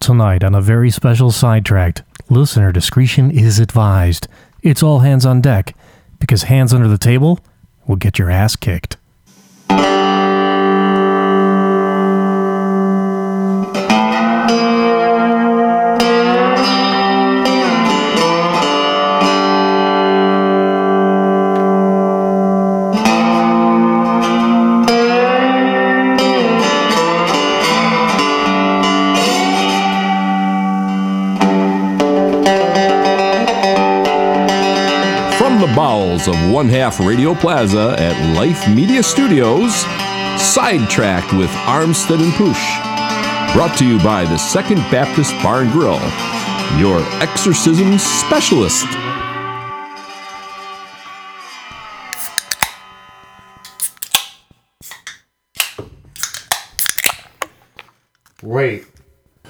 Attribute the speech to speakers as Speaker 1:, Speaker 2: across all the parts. Speaker 1: tonight on a very special sidetracked. Listener discretion is advised. It's all hands on deck, because hands under the table will get your ass kicked.
Speaker 2: From the bowels of One Half Radio Plaza at Life Media Studios, Sidetracked with Armstead and Poosh. Brought to you by the Second Baptist Barn Grill, your exorcism specialist.
Speaker 3: Wait.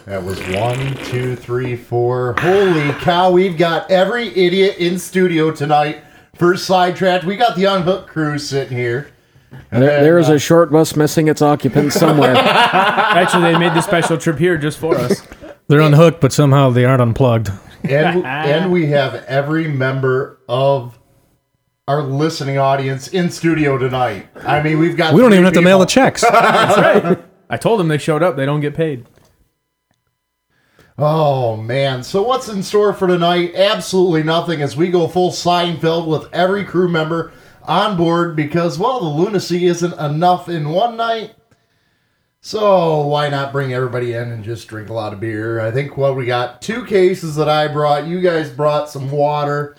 Speaker 3: That was one, two, three, four. Holy cow, we've got every idiot in studio tonight for sidetracked. We got the unhook crew sitting here.
Speaker 4: There, there is a short bus missing its occupant somewhere.
Speaker 5: Actually, they made the special trip here just for us.
Speaker 1: They're unhooked, but somehow they aren't unplugged.
Speaker 3: And and we have every member of our listening audience in studio tonight. I mean, we've got
Speaker 1: We don't
Speaker 3: three
Speaker 1: even have to mail the
Speaker 3: people.
Speaker 1: checks.
Speaker 5: I told them they showed up. They don't get paid.
Speaker 3: Oh man! So what's in store for tonight? Absolutely nothing, as we go full Seinfeld with every crew member on board because well, the lunacy isn't enough in one night. So why not bring everybody in and just drink a lot of beer? I think what we got two cases that I brought. You guys brought some water.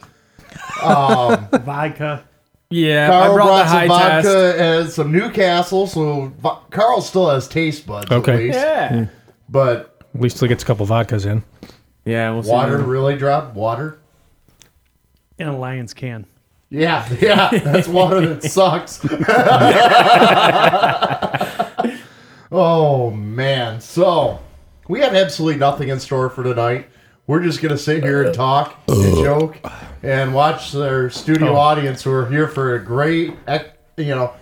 Speaker 6: vodka.
Speaker 5: Yeah,
Speaker 3: Carl
Speaker 5: I brought,
Speaker 3: brought
Speaker 5: the high
Speaker 3: some
Speaker 5: test.
Speaker 3: vodka and some Newcastle. So vo- Carl still has taste buds,
Speaker 1: Okay.
Speaker 3: at least.
Speaker 5: Yeah.
Speaker 3: But
Speaker 1: At least he gets a couple vodkas in.
Speaker 5: Yeah, we'll see.
Speaker 3: water really dropped water.
Speaker 6: In a lion's can.
Speaker 3: Yeah, yeah, that's water that sucks. oh man, so we have absolutely nothing in store for tonight. We're just gonna sit here and talk and joke and watch their studio
Speaker 1: Oh.
Speaker 3: audience who are here for a great, ec- you know,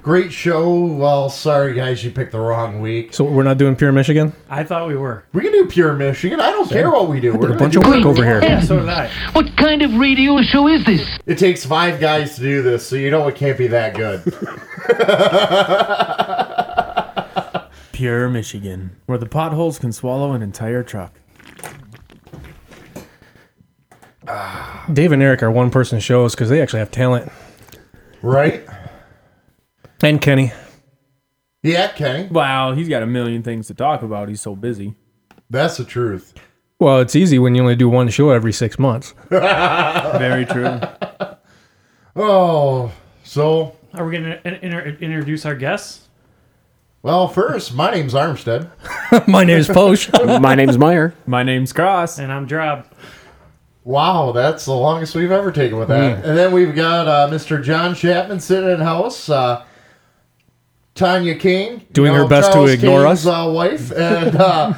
Speaker 3: great show. Well, sorry guys, you picked the wrong week.
Speaker 1: So we're not doing pure Michigan?
Speaker 6: I thought we were.
Speaker 3: We can do pure Michigan. I don't care what we do. We're
Speaker 1: A
Speaker 3: gonna
Speaker 1: bunch
Speaker 3: do
Speaker 1: of work over here.
Speaker 6: So did I.
Speaker 7: What kind of radio show is this?
Speaker 3: It takes five guys to do this, so you know it can't be that good.
Speaker 5: Pure Michigan, where the potholes can swallow an entire truck.
Speaker 1: Dave and Eric are one person shows because they actually have talent.
Speaker 3: right?
Speaker 1: And Kenny.
Speaker 3: Yeah, Kenny.
Speaker 5: Wow, he's got a million things to talk about. He's so busy.
Speaker 3: That's the truth.
Speaker 1: Well, it's easy when you only do one show every six months.
Speaker 5: Very true.
Speaker 3: Oh, so
Speaker 6: Are we going to introduce our guests?
Speaker 3: well, first, my name's Armstead.
Speaker 1: My name is Posh.
Speaker 4: My name's Meyer.
Speaker 5: My name's Cross.
Speaker 6: And I'm Drob.
Speaker 3: Wow, that's the longest we've ever taken with that.
Speaker 1: Hmm.
Speaker 3: And then we've got uh, Mr. John Chapman sitting in house. Uh, Tanya Kane
Speaker 1: Doing her best to ignore us.
Speaker 3: Kane's, Uh, wife and uh,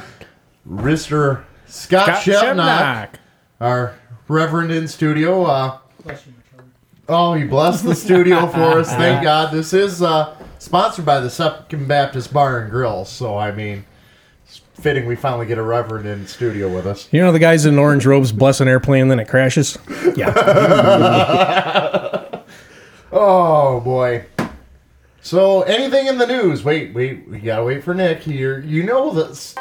Speaker 3: Mr. Scott,
Speaker 5: Got
Speaker 3: Shepnock,
Speaker 5: Shepnock.
Speaker 3: our Reverend in studio. Uh, oh, he blessed the studio for us. Thank God. This is uh, sponsored by the Second Baptist Bar and Grill. So I mean, it's fitting we finally get a Reverend in studio with us.
Speaker 1: You know the guys in orange robes bless an airplane and then it crashes? Yeah.
Speaker 3: Oh boy. So anything in the news? Wait, wait, we gotta wait for Nick here. You know this.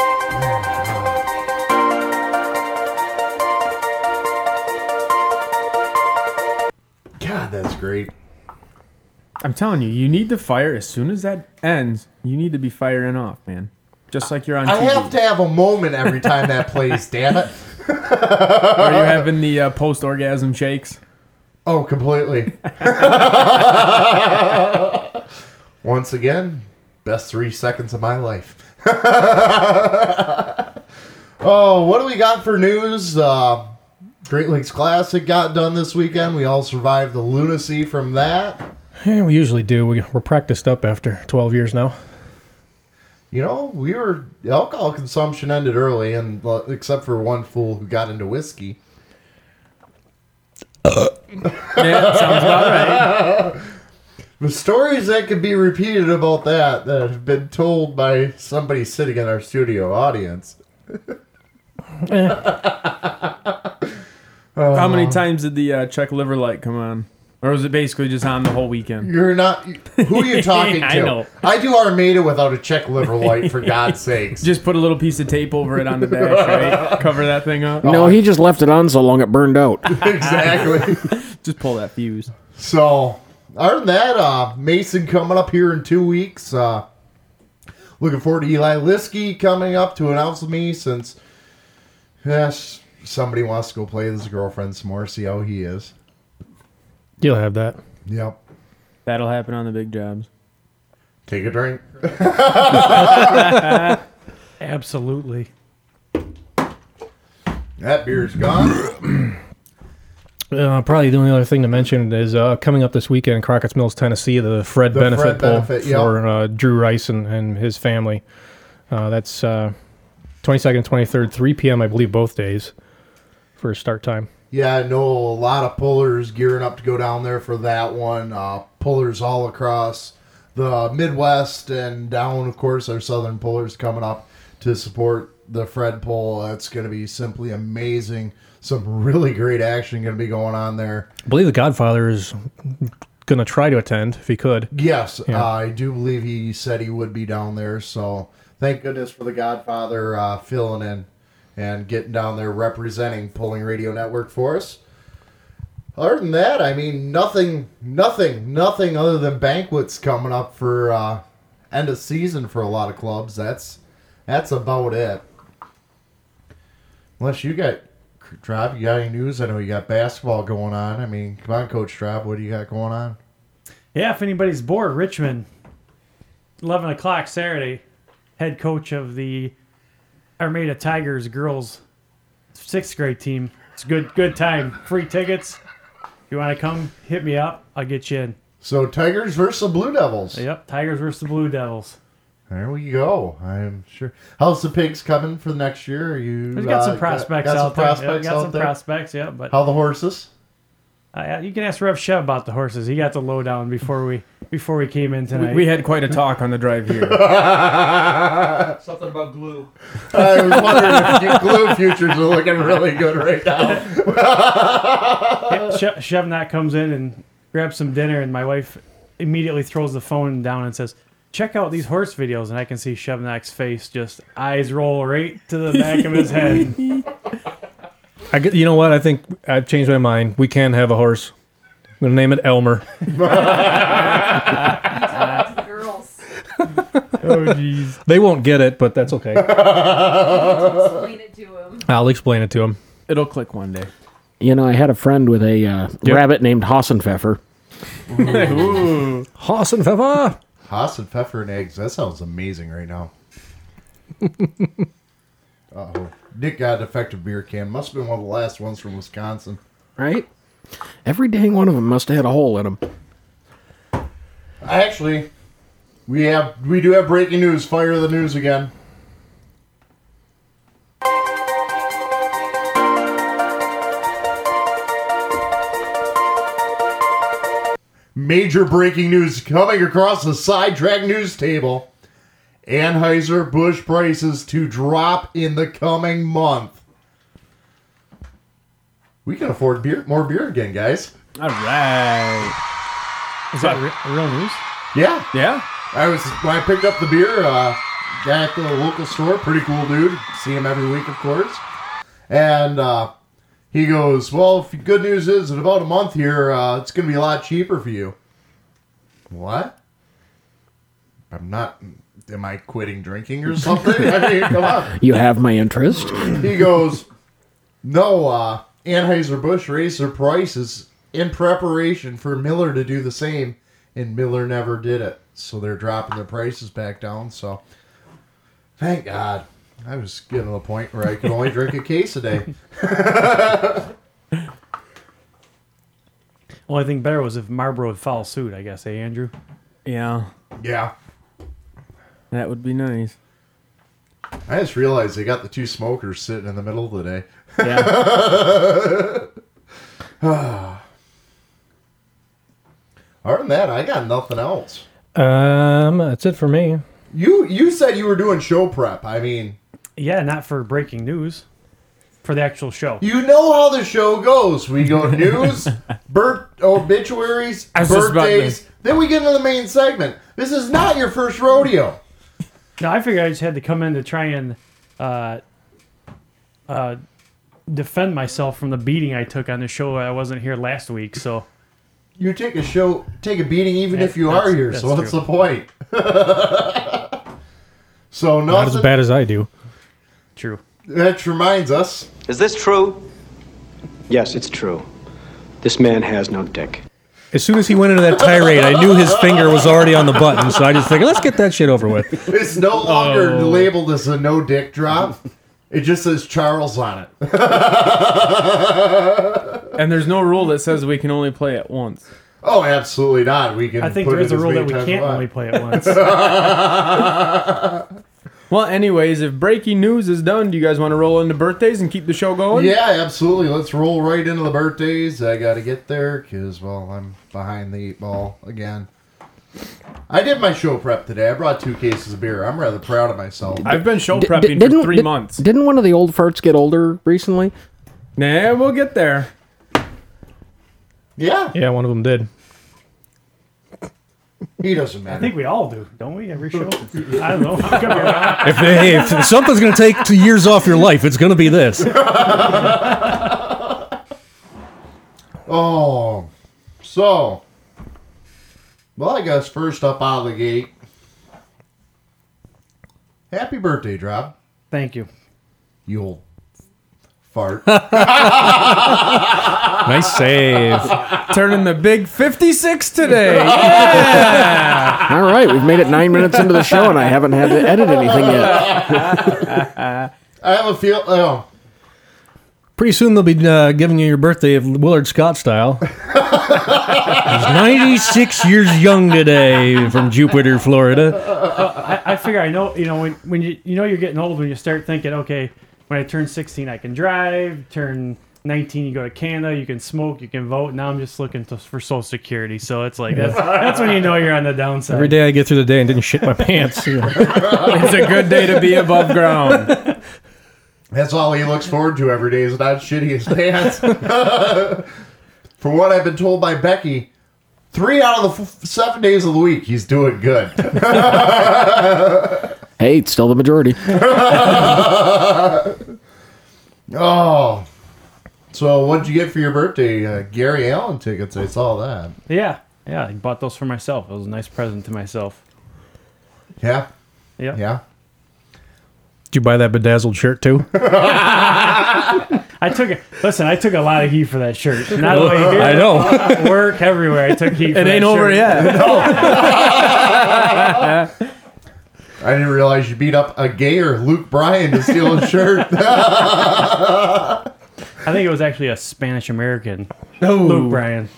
Speaker 3: God, that's great.
Speaker 5: I'm telling you, you need to fire as soon as that ends. You need to be firing off, man. Just like you're on
Speaker 3: I
Speaker 5: TV.
Speaker 3: have to have a moment every time that plays. damn it!
Speaker 5: Are you having the uh, post-orgasm shakes?
Speaker 3: Oh, completely. Once again, best three seconds of my life. oh, what do we got for news? Uh, Great Lakes Classic got done this weekend. We all survived the lunacy from that.
Speaker 8: Eh,
Speaker 1: yeah we usually do. We, we're practiced up after 12 years now.
Speaker 3: You know, we were alcohol consumption ended early, and well, except for one fool who got into whiskey.
Speaker 5: Yeah, sounds about right.
Speaker 3: The stories that could be repeated about that that have been told by somebody sitting in our studio audience.
Speaker 9: How many times did the uh, Czech liver light come on? Or was it basically just on the whole weekend?
Speaker 3: You're not. Who are you talking to?
Speaker 9: I know.
Speaker 3: I do Armada without a check liver light, for God's sakes.
Speaker 9: Just put a little piece of tape over it on the dash, right? Cover that thing up.
Speaker 10: No, he just left it on so long it burned out.
Speaker 3: exactly.
Speaker 9: Just pull that fuse.
Speaker 3: So, other than that, uh, Mason coming up here in two weeks. Uh, looking forward to Eli Liskey coming up to announce me since yes, somebody wants to go play with his girlfriend some more, see how he is.
Speaker 11: You'll have that.
Speaker 3: Yep.
Speaker 9: That'll happen on the big jobs.
Speaker 3: Take a drink.
Speaker 6: Absolutely.
Speaker 3: That beer's gone.
Speaker 8: Uh, probably the only other thing to mention is uh, coming up this weekend in Crockett's Mills, Tennessee, the Fred
Speaker 3: The Fred
Speaker 8: Benefit Bowl
Speaker 3: Benefit, yeah.
Speaker 8: for uh, Drew Rice and, and his family. Uh, that's uh, 22nd, 23rd, 3 p.m., I believe, both days for start time.
Speaker 3: Yeah, I know a lot of pullers gearing up to go down there for that one. Uh, pullers all across the Midwest and down, of course, our southern pullers coming up to support the Fred Pull. That's going to be simply amazing. Some really great action going to be going on there.
Speaker 8: I believe the Godfather is going to try to attend if he could.
Speaker 3: Yes, I do believe he said he would be down there. So thank goodness for the Godfather uh, filling in and getting down there representing Pulling Radio Network for us. Other than that, I mean, nothing, nothing, nothing other than banquets coming up for uh, end of season for a lot of clubs. That's that's about it. Unless you got Trav, you got any news? I know you got basketball going on. I mean, come on, Coach Trav, what do you got going on?
Speaker 6: Yeah, if anybody's bored, Richmond, 11 o'clock Saturday, head coach of the Armada Tigers girls sixth grade team. It's a good, good time. Free tickets. If you want to come, hit me up. I'll get you in.
Speaker 3: So Tigers versus the Blue Devils.
Speaker 6: Yep, Tigers versus the Blue Devils.
Speaker 3: There we go. I'm sure. How's the pigs coming for next year? Are you?
Speaker 6: We've got
Speaker 3: uh,
Speaker 6: some prospects
Speaker 3: got some
Speaker 6: out there. Yeah,
Speaker 3: prospects
Speaker 6: got
Speaker 3: out
Speaker 6: some
Speaker 3: there?
Speaker 6: prospects, yeah. But
Speaker 3: How the horses?
Speaker 6: uh, you can ask Rev Shev about the horses. He got the lowdown before we before we came in
Speaker 9: We,
Speaker 6: tonight.
Speaker 9: we had quite a talk on the drive here.
Speaker 12: Something about glue.
Speaker 3: I was wondering if you- glue futures are looking really good right now.
Speaker 6: Shev, Shevnat comes in and grabs some dinner, and my wife immediately throws the phone down and says, "Check out these horse videos." And I can see Shevnak's face just eyes roll right to the back of his head.
Speaker 8: I get- you know what? I think I've changed my mind. We can have a horse. I'm going to name it Elmer.
Speaker 2: The girls.
Speaker 6: Oh,
Speaker 8: They won't get it, but that's okay.
Speaker 6: Uh,
Speaker 2: Explain it to him.
Speaker 8: I'll explain it to them.
Speaker 9: It'll click one day.
Speaker 10: You know, I had a friend with a uh, rabbit named Hassenpfeffer.
Speaker 8: Hoss and Fava.
Speaker 3: Haas and pfeffer and eggs. That sounds amazing right now. uh oh. Nick got a defective beer can. Must have been one of the last ones from Wisconsin.
Speaker 10: Right? Every dang one of them must have had a hole in them.
Speaker 3: Actually, we have we do have breaking news. Fire the news again. Major breaking news coming across the sidetrack news table. Anheuser Busch prices to drop in the coming month. We can afford beer, more beer again, guys.
Speaker 9: All right.
Speaker 6: Is that re- real news?
Speaker 3: Yeah,
Speaker 9: Yeah?
Speaker 3: I was when I picked up the beer, uh, guy at the local store, pretty cool dude. See him every week, of course. And uh, he goes, "Well, if the good news is in about a month here, uh, it's going to be a lot cheaper for you." What? I'm not. Am I quitting drinking or something? I mean, come on.
Speaker 10: You have my interest.
Speaker 3: He goes, No, uh, Anheuser-Busch raised their prices in preparation for Miller to do the same, and Miller never did it. So they're dropping their prices back down. So thank God. I was getting to the point where I could only drink a case a day.
Speaker 6: Only thing better was if Marlboro would follow suit. I guess, eh, Andrew?
Speaker 9: Yeah.
Speaker 3: Yeah.
Speaker 9: That would be nice.
Speaker 3: I just realized they got the two smokers sitting in the middle of the day.
Speaker 9: Yeah.
Speaker 3: Other than that, I got nothing else.
Speaker 8: Um, that's it for me.
Speaker 3: You you said you were doing show prep. I mean,
Speaker 6: Yeah, not for breaking news. for the actual show.
Speaker 3: You know how the show goes. We go news, birth obituaries,
Speaker 9: I was just about to-
Speaker 3: birthdays. Then we get into the main segment. This is not your first rodeo.
Speaker 6: No, I figured I just had to come in to try and uh, uh, defend myself from the beating I took on the show. I wasn't here last week, so
Speaker 3: You take a show, take a beating, even if you
Speaker 6: That's-
Speaker 3: are here. So
Speaker 6: that's
Speaker 3: what's
Speaker 6: true.
Speaker 3: the point? so nothing.
Speaker 1: Not as bad as I do.
Speaker 6: true.
Speaker 3: That reminds us.
Speaker 13: Is this true? Yes, it's true. This man has no dick.
Speaker 1: As soon as he went into that tirade, I knew his finger was already on the button, so I just figured, let's get that shit over with.
Speaker 3: It's no longer
Speaker 1: Oh.
Speaker 3: labeled as a no dick drop. It just says Charles on it.
Speaker 9: And there's no rule that says we can only play it once.
Speaker 3: Oh, absolutely not. We can.
Speaker 9: I think
Speaker 3: put
Speaker 9: there
Speaker 3: it
Speaker 9: is a
Speaker 3: as
Speaker 9: rule
Speaker 3: many
Speaker 9: that we
Speaker 3: times
Speaker 9: can't
Speaker 3: as
Speaker 9: only
Speaker 6: play
Speaker 3: want.
Speaker 6: it once.
Speaker 9: Well, anyways, if breaking news is done, do you guys want to roll into birthdays and keep the show going?
Speaker 3: yeah, absolutely. Let's roll right into the birthdays. I got to get there because, well, I'm behind the eight ball again. I did my show prep today. I brought two cases of beer. I'm rather proud of myself.
Speaker 9: I've been show
Speaker 8: D-
Speaker 9: prepping
Speaker 8: d-
Speaker 9: for three
Speaker 8: di-
Speaker 9: months.
Speaker 8: Didn't one of the old farts get older recently?
Speaker 9: Nah, we'll get there.
Speaker 3: Yeah.
Speaker 1: Yeah, one of them did.
Speaker 3: He doesn't
Speaker 6: I
Speaker 3: matter.
Speaker 6: think we all do, don't we? Every show. I don't know. I could be wrong.
Speaker 1: If, hey, if something's going to take two years off your life, it's going to be this.
Speaker 3: Oh, so well, I guess first up out of the gate. Happy birthday, Drop.
Speaker 6: Thank you.
Speaker 3: You old fart.
Speaker 1: Nice save.
Speaker 9: Turning the big 56 today. Yeah.
Speaker 8: All right, we've made it nine minutes into the show, and I haven't had to edit anything yet.
Speaker 3: I have a feel. Oh,
Speaker 1: Pretty soon they'll be uh, giving you your birthday of Willard Scott style. He's 96 years young today from Jupiter, Florida.
Speaker 6: I, I figure I know. You know when, when you you know you're getting old when you start thinking. Okay, when I turn 16, I can drive. Turn 19, you go to Canada. You can smoke. You can vote. Now I'm just looking to, for Social Security. So it's like that's, that's when you know you're on the downside.
Speaker 1: Every day I get through the day and didn't shit my pants.
Speaker 9: it's a good day to be above ground.
Speaker 3: that's all he looks forward to every day is not shitting his pants. For what I've been told by Becky, three out of the f- seven days of the week, he's doing good.
Speaker 8: Hey, it's still the majority.
Speaker 3: oh, so what'd you get for your birthday? Uh, Gary Allen tickets. I saw that.
Speaker 6: Yeah, yeah. I bought those for myself. It was a nice present to myself.
Speaker 3: Yeah.
Speaker 6: Yeah.
Speaker 3: Yeah.
Speaker 1: Did you buy that bedazzled shirt too?
Speaker 6: I took it. Listen, I took a lot of heat for that shirt. Not only here,
Speaker 1: I know.
Speaker 6: at work everywhere. I took heat. for
Speaker 9: It
Speaker 6: that
Speaker 9: ain't over
Speaker 6: shirt.
Speaker 9: yet.
Speaker 3: I didn't realize you beat up a gayer Luke Bryan to steal his shirt.
Speaker 6: I think it was actually a Spanish American. No, Luke Bryan.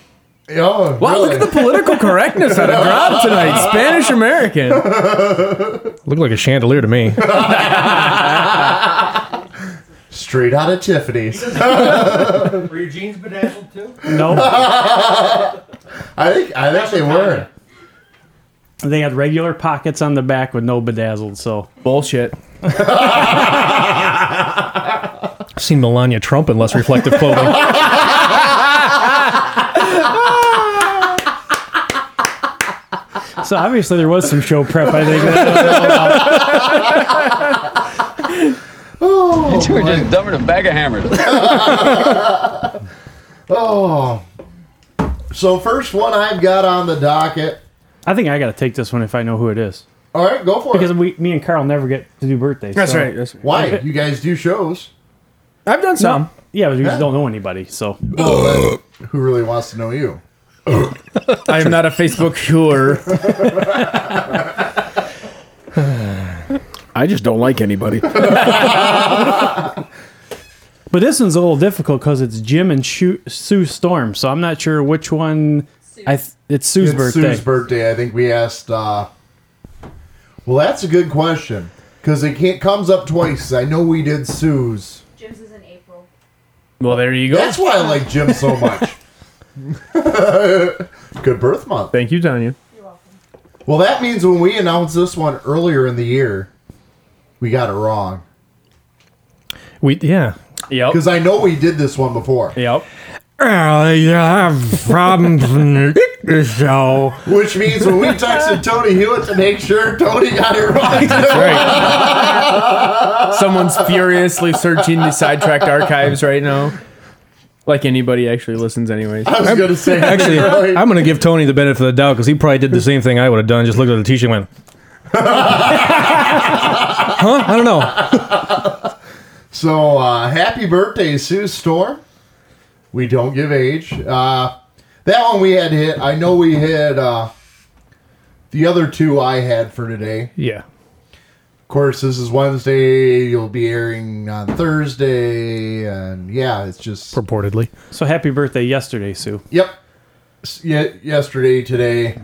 Speaker 3: oh,
Speaker 9: Wow,
Speaker 3: really?
Speaker 9: look at the political correctness out of Rob tonight. Spanish American.
Speaker 1: Looked like a chandelier to me.
Speaker 3: Straight out of Tiffany's.
Speaker 14: Were your jeans bedazzled too?
Speaker 6: No,
Speaker 3: I think I think they were.
Speaker 6: they had regular pockets on the back with no bedazzled. So
Speaker 9: Bullshit.
Speaker 1: Seen Melania Trump in less reflective clothing.
Speaker 6: So obviously there was some show prep. I think.
Speaker 3: Oh,
Speaker 15: You were just dumping a bag of hammers.
Speaker 3: oh. So first one I've got on the docket.
Speaker 6: I think I got to take this one if I know who it is
Speaker 3: All right, go for
Speaker 6: because
Speaker 3: it.
Speaker 6: we, me and Carl never get to do birthdays.
Speaker 9: That's
Speaker 6: so-
Speaker 9: right. That's right.
Speaker 3: Why you guys do shows?
Speaker 9: I've done some.
Speaker 6: Yeah, we just don't know anybody. So
Speaker 3: Who really wants to know you?
Speaker 9: I am not a Facebook cure.
Speaker 8: I just don't like anybody.
Speaker 6: But this one's a little difficult because it's Jim and Shu- Sue Storm, so I'm not sure which one. I th- it's Sue's
Speaker 3: it's
Speaker 6: birthday.
Speaker 3: Sue's birthday. I think we asked. Uh, well, that's a good question because it can't comes up twice. I know we did Sue's.
Speaker 2: Jim's is in April.
Speaker 9: Well, there you go.
Speaker 3: That's why I like Jim so much. good birth month.
Speaker 9: Thank you, Tanya.
Speaker 2: You're welcome.
Speaker 3: Well, that means when we announced this one earlier in the year, we got it wrong.
Speaker 1: We yeah.
Speaker 3: Yep. Because I know we did this one before.
Speaker 9: Yep.
Speaker 8: Oh, you have problems in the show.
Speaker 3: Which means when we texted Tony Hewitt to make sure Tony got it right.
Speaker 9: Someone's furiously searching the sidetracked archives right now. Like anybody actually listens, anyways.
Speaker 3: I was going to say,
Speaker 8: Actually, I'm going to give Tony the benefit of the doubt because he probably did the same thing I would have done. Just looked at the t-shirt and went, huh? I don't know.
Speaker 3: So uh, happy birthday, Sue Storm. We don't give age. Uh, that one we had hit. I know we had uh, the other two I had for today.
Speaker 8: Yeah.
Speaker 3: Of course, this is Wednesday. You'll be airing on Thursday, and yeah, it's just
Speaker 8: purportedly.
Speaker 6: So happy birthday yesterday, Sue.
Speaker 3: Yep. S- ye- yesterday, today,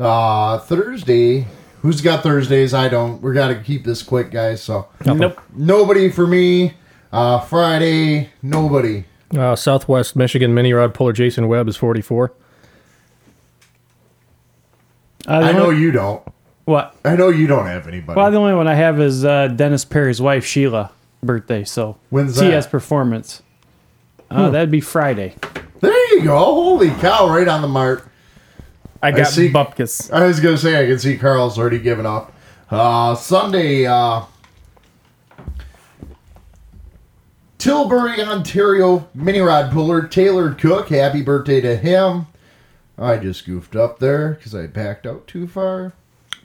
Speaker 3: uh, Thursday. Who's got Thursdays? I don't. We got to keep this quick, guys. So
Speaker 8: Nope.
Speaker 3: nobody for me. Uh, Friday, nobody.
Speaker 8: Uh, Southwest Michigan mini rod puller Jason Webb is 44.
Speaker 6: Uh, the
Speaker 3: I know
Speaker 6: only-
Speaker 3: you don't.
Speaker 6: What?
Speaker 3: I know you don't have anybody.
Speaker 6: Well, the only one I have is uh, Dennis Perry's wife Sheila birthday. So
Speaker 3: When's
Speaker 6: TS
Speaker 3: that?
Speaker 6: performance. Uh, That'd be Friday.
Speaker 3: There you go. Holy cow! Right on the mark.
Speaker 9: I got
Speaker 3: see-
Speaker 9: bupkis.
Speaker 3: I was gonna say I can see Carl's already giving up. Uh, Sunday, uh, Tilbury, Ontario, mini rod puller Taylor Cook. Happy birthday to him. I just goofed up there because I backed out too far.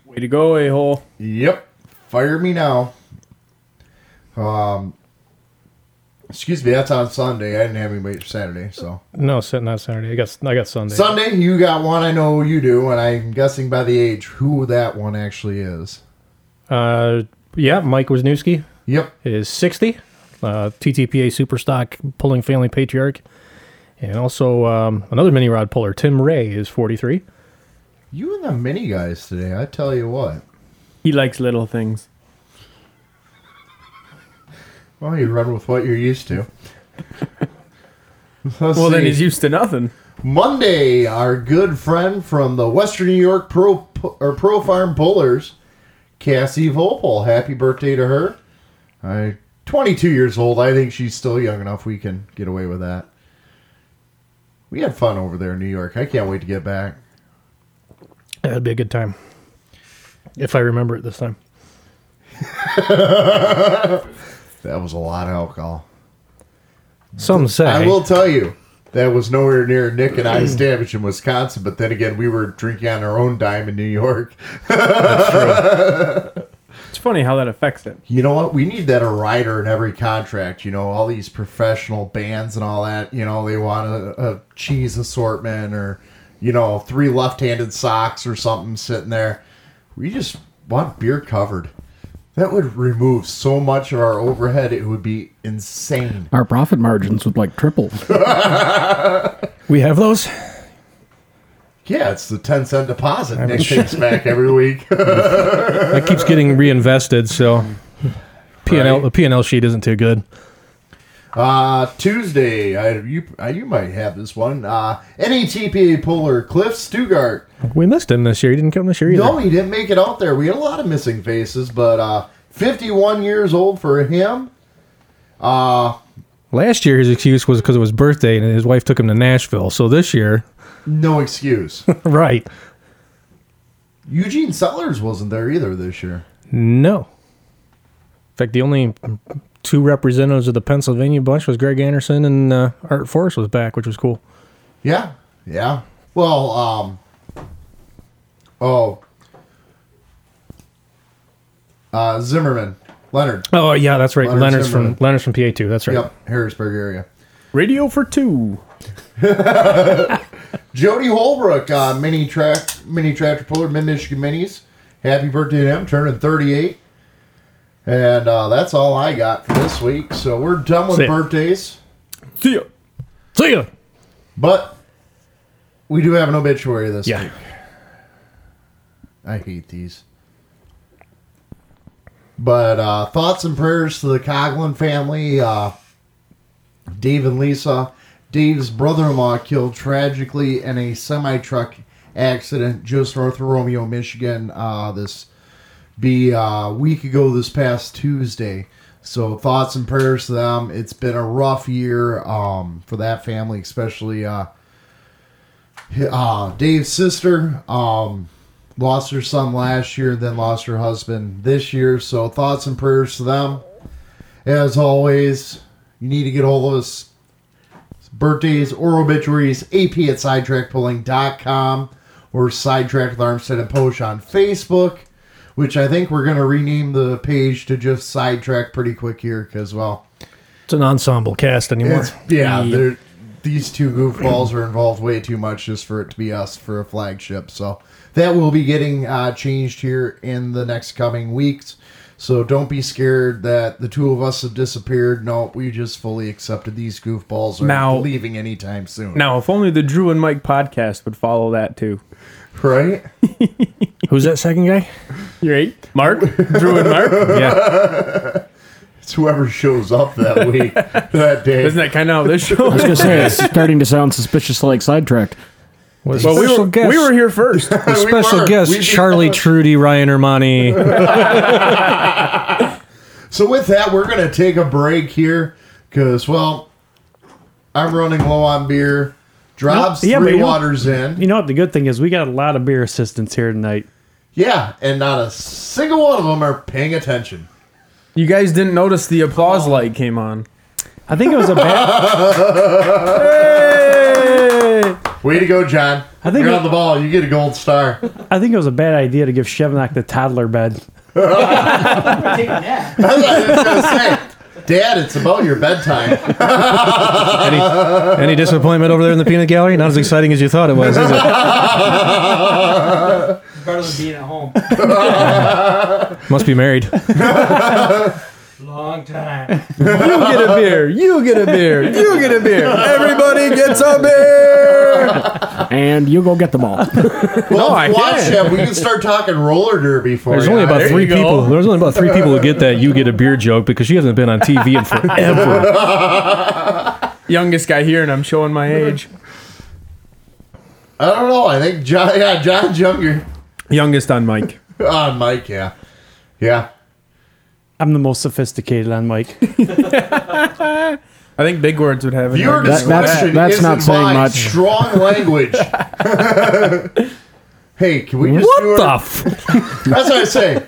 Speaker 9: Way to go, a hole.
Speaker 3: Yep. Fire me now. Um, excuse me. That's on Sunday. I didn't have anybody for Saturday, so.
Speaker 8: No, Sa- not Saturday. I got I got Sunday.
Speaker 3: Sunday, you got one. I know you do, and I'm guessing by the age who that one actually is.
Speaker 8: Uh, yeah, Mike Wisniewski
Speaker 3: Yep.
Speaker 8: is 60. Uh, TTPA Superstock pulling family patriarch. And also um, another mini rod puller, Tim Ray, is 43.
Speaker 3: You and the mini guys today. I tell you what.
Speaker 9: He likes little things.
Speaker 3: Well, you run with what you're used to. Let's
Speaker 9: Well, then
Speaker 3: see.
Speaker 9: he's used to nothing.
Speaker 3: Monday, our good friend from the Western New York Pro or Pro Farm Pullers, Cassie Volpel. Happy birthday to her. I 22 years old. I think she's still young enough we can get away with that. We had fun over there in New York. I can't wait to get back.
Speaker 8: That'd be a good time. If I remember it this time.
Speaker 3: That was a lot of alcohol.
Speaker 8: Some say.
Speaker 3: I will tell you, that was nowhere near Nick and I's damage in Wisconsin, but then again, we were drinking on our own dime in New York.
Speaker 9: It's funny how that affects it.
Speaker 3: You know what? We need that a rider in every contract. You know, all these professional bands and all that. You know, they want a, a cheese assortment or, you know, three left-handed socks or something sitting there. We just want beer covered. That would remove so much of our overhead. It would be insane.
Speaker 16: Our profit margins would like triple.
Speaker 8: we have those?
Speaker 3: Yeah, it's the ten cent deposit Nick takes back every week.
Speaker 8: That keeps getting reinvested, so P&L,
Speaker 3: Right.
Speaker 8: the P&L sheet isn't too good.
Speaker 3: Uh, Tuesday, I, you I, you might have this one. Uh, NETPA Polar Cliff Stugart.
Speaker 8: We missed him this year. He didn't come this year either.
Speaker 3: No, he didn't make it out there. We had a lot of missing faces, but uh, 51 years old for him. Uh,
Speaker 8: Last year, his excuse was because it was birthday and his wife took him to Nashville. So this year,
Speaker 3: no excuse.
Speaker 8: right?
Speaker 3: Eugene Sellers wasn't there either this year.
Speaker 8: No. In fact, the only um, two representatives of the Pennsylvania bunch was Greg Anderson and uh, Art Forrest was back, which was cool.
Speaker 3: Yeah, yeah. Well, um, oh, uh, Zimmerman, Leonard.
Speaker 8: Oh yeah, that's right.
Speaker 3: Leonard
Speaker 8: Leonard's
Speaker 3: Zimmerman.
Speaker 8: from Leonard's from PA two. That's right.
Speaker 3: Yep, Harrisburg area.
Speaker 9: Radio for two.
Speaker 3: Jody Holbrook, uh, mini track, mini tractor puller, mid Michigan minis. Happy birthday to him, turning 38. And uh, that's all I got for this week. So we're done with
Speaker 8: See ya.
Speaker 3: birthdays,
Speaker 9: See ya.
Speaker 8: See ya.
Speaker 3: but we do have an obituary this
Speaker 8: Yeah.
Speaker 3: week. I hate these. But uh, thoughts and prayers to the Coglin family, uh, Dave and Lisa. Dave's brother in law killed tragically in a semi truck accident just north of Romeo, Michigan. Uh, this be uh, a week ago this past Tuesday. So thoughts and prayers to them. It's been a rough year um, for that family, especially uh, hi- uh, Dave's sister um, lost her son last year, then lost her husband this year. So thoughts and prayers to them. As always, you need to get hold of us birthdays or obituaries, ap at sidetrackpulling.com or sidetrack with Armstead and Posh on Facebook, which I think we're going to rename the page to just sidetrack pretty quick here because, well,
Speaker 1: It's an ensemble cast anymore.
Speaker 3: it's- yeah, they're- these two goofballs are involved way too much just for it to be us for a flagship. So that will be getting uh, changed here in the next coming weeks. So don't be scared that the two of us have disappeared. No, we just fully accepted these goofballs are
Speaker 9: Now-
Speaker 3: leaving anytime soon.
Speaker 9: Now, if only the Drew and Mike podcast would follow that too.
Speaker 3: Right?
Speaker 8: Who's that second guy?
Speaker 9: You're eight. Mark? Drew and Mark? Yeah.
Speaker 3: It's whoever shows up that week, that day.
Speaker 9: Isn't that kind of how this show
Speaker 17: I was gonna say it's starting to sound suspicious like sidetracked.
Speaker 9: Well, we were, we were here first.
Speaker 8: The special
Speaker 3: were.
Speaker 8: guest
Speaker 3: We-
Speaker 8: Charlie Trudy, Ryan Ermani.
Speaker 3: So with that, we're gonna take a break here because well, I'm running low on beer. Drops
Speaker 6: Yeah, but you
Speaker 3: three
Speaker 6: don't-
Speaker 3: waters in.
Speaker 6: You know what? The good thing is we got a lot of beer assistants here tonight.
Speaker 3: Yeah, and not a single one of them are paying attention.
Speaker 9: You guys didn't notice the applause light came on.
Speaker 6: I think it was a bad.
Speaker 3: Way to go, John.
Speaker 6: I think
Speaker 3: You're
Speaker 6: it-
Speaker 3: on the ball. You get a gold star.
Speaker 6: I think it was a bad idea to give Shevnak the toddler bed.
Speaker 3: Dad, it's about your bedtime.
Speaker 8: any, any disappointment over there in the peanut gallery? Not as exciting as you thought it was, is it?
Speaker 18: Better than being at home.
Speaker 8: Must be married.
Speaker 18: Long time.
Speaker 9: You get a beer. You get a beer. You get a beer. Everybody gets a beer.
Speaker 17: And you go get them all.
Speaker 3: Well,
Speaker 9: I
Speaker 3: watch
Speaker 9: can't.
Speaker 3: him. We can start talking roller derby for
Speaker 8: There's
Speaker 3: you.
Speaker 8: only about
Speaker 9: there
Speaker 8: three
Speaker 9: you go.
Speaker 8: people. There's only about three people who get that you get a beer joke because you haven't been on TV in forever.
Speaker 9: Youngest guy here, and I'm showing my age.
Speaker 3: I don't know. I think John. Yeah, John Junger.
Speaker 9: Youngest on Mike.
Speaker 3: On Mike. Yeah. Yeah.
Speaker 6: I'm the most sophisticated on Mike.
Speaker 9: I think big words would have it.
Speaker 3: Viewer
Speaker 17: That- that's-
Speaker 3: discretion
Speaker 17: that's
Speaker 3: is
Speaker 17: not
Speaker 3: advised.
Speaker 17: saying much.
Speaker 3: Strong language. hey, can we just do it?
Speaker 8: what the? F-
Speaker 3: That's what I say.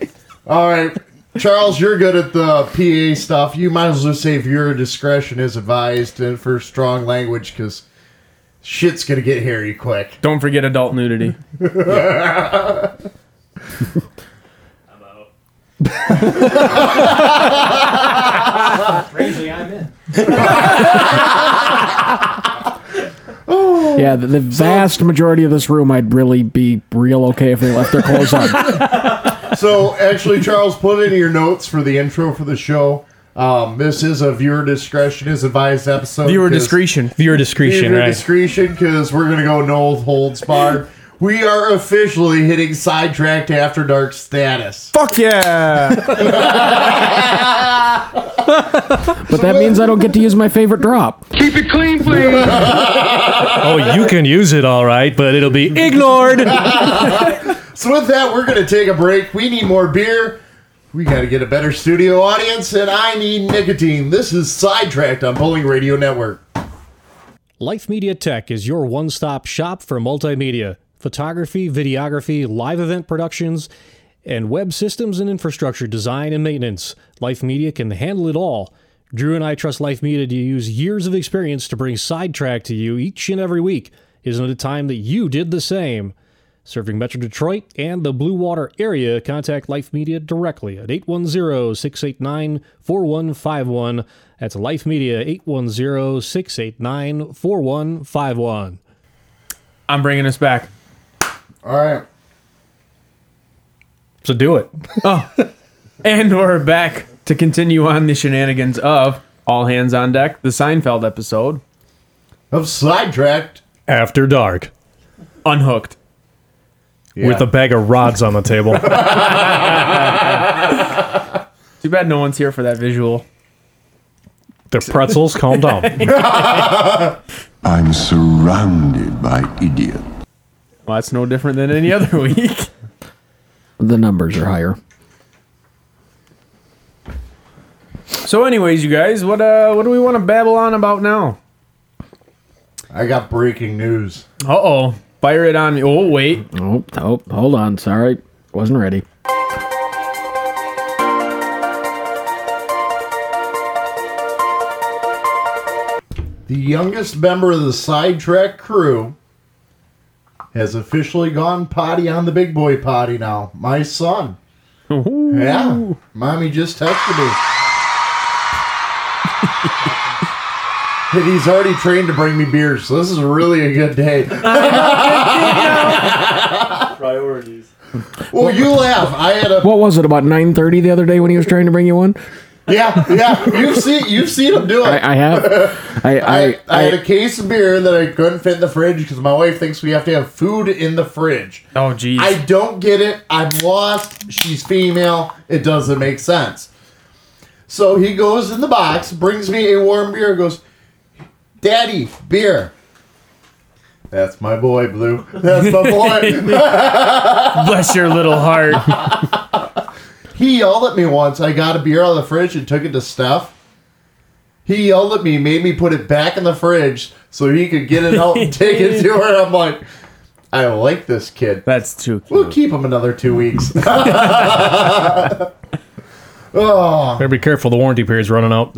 Speaker 3: All right, Charles, you're good at the PA stuff. You might as well say viewer discretion is advised and for strong language because shit's gonna get hairy quick.
Speaker 9: Don't forget adult nudity.
Speaker 18: Crazy, I'm in.
Speaker 17: Yeah, the, the vast majority of this room, I'd really be real okay if they left their clothes on.
Speaker 3: So actually, Charles, put in your notes for the intro for the show. Um, this is a viewer discretion is advised episode.
Speaker 9: Viewer
Speaker 3: 'cause-
Speaker 9: discretion.
Speaker 8: Viewer discretion,
Speaker 3: Viewer
Speaker 8: right?
Speaker 3: discretion because we're gonna go no holds barred. We are officially hitting sidetracked after dark status.
Speaker 9: Fuck yeah.
Speaker 17: But that means I don't get to use my favorite drop.
Speaker 13: Keep it clean, please.
Speaker 8: Oh, you can use it all right, but it'll be ignored.
Speaker 3: So with that, we're gonna take a break. We need more beer. We gotta get a better studio audience, and I need nicotine. This is sidetracked on Bowling Radio Network.
Speaker 1: Life Media Tech is your one stop shop for multimedia, photography, videography, live event productions, and web systems and infrastructure design and maintenance. Life Media can handle it all. Drew and I trust Life Media to use years of experience to bring Sidetrack to you each and every week. Isn't it a time that you did the same? Serving Metro Detroit and the Blue Water area, contact Life Media directly at 810 689 4151. That's Life Media, 810 689 4151.
Speaker 9: I'm bringing us back.
Speaker 3: All right.
Speaker 8: So do it.
Speaker 9: And we're back to continue on the shenanigans of All Hands on Deck, the Seinfeld episode,
Speaker 3: Of sidetracked.
Speaker 8: After dark.
Speaker 9: Unhooked.
Speaker 3: Yeah.
Speaker 8: With a bag of rods on the table.
Speaker 9: Too bad no one's here for that visual.
Speaker 8: They're pretzels. Calm down.
Speaker 19: I'm surrounded by idiots.
Speaker 9: Well, that's no different than any other week.
Speaker 17: The numbers are higher.
Speaker 5: So, anyways, you guys, what uh, what do we want to babble on about now?
Speaker 3: I got breaking news.
Speaker 5: Uh oh, fire it on me. Oh wait.
Speaker 4: Oh, oh, hold on. Sorry, wasn't ready.
Speaker 3: The youngest member of the sidetrack crew has officially gone potty on the big boy potty now. My son. Yeah. Mommy just texted me. and he's already trained to bring me beers, so this is really a good day.
Speaker 20: Priorities.
Speaker 3: Well, you laugh. I had a
Speaker 4: What was it about nine thirty the other day when he was trying to bring you one?
Speaker 3: yeah, yeah. You've seen you've seen him do it.
Speaker 4: I, I have. I I,
Speaker 3: I, I had a case of beer that I couldn't fit in the fridge because my wife thinks we have to have food in the fridge.
Speaker 5: Oh geez.
Speaker 3: I don't get it. I'm lost. She's female. It doesn't make sense. So he goes in the box, brings me a warm beer, goes, Daddy, beer. That's my boy, Blue. That's my boy.
Speaker 5: Bless your little heart.
Speaker 3: he yelled at me once. I got a beer out of the fridge and took it to Steph. He yelled at me, made me put it back in the fridge so he could get it out and take it to her. I'm like, I like this kid.
Speaker 5: That's too cute.
Speaker 3: We'll keep him another two weeks. oh,
Speaker 13: Better be careful. The warranty period's running out.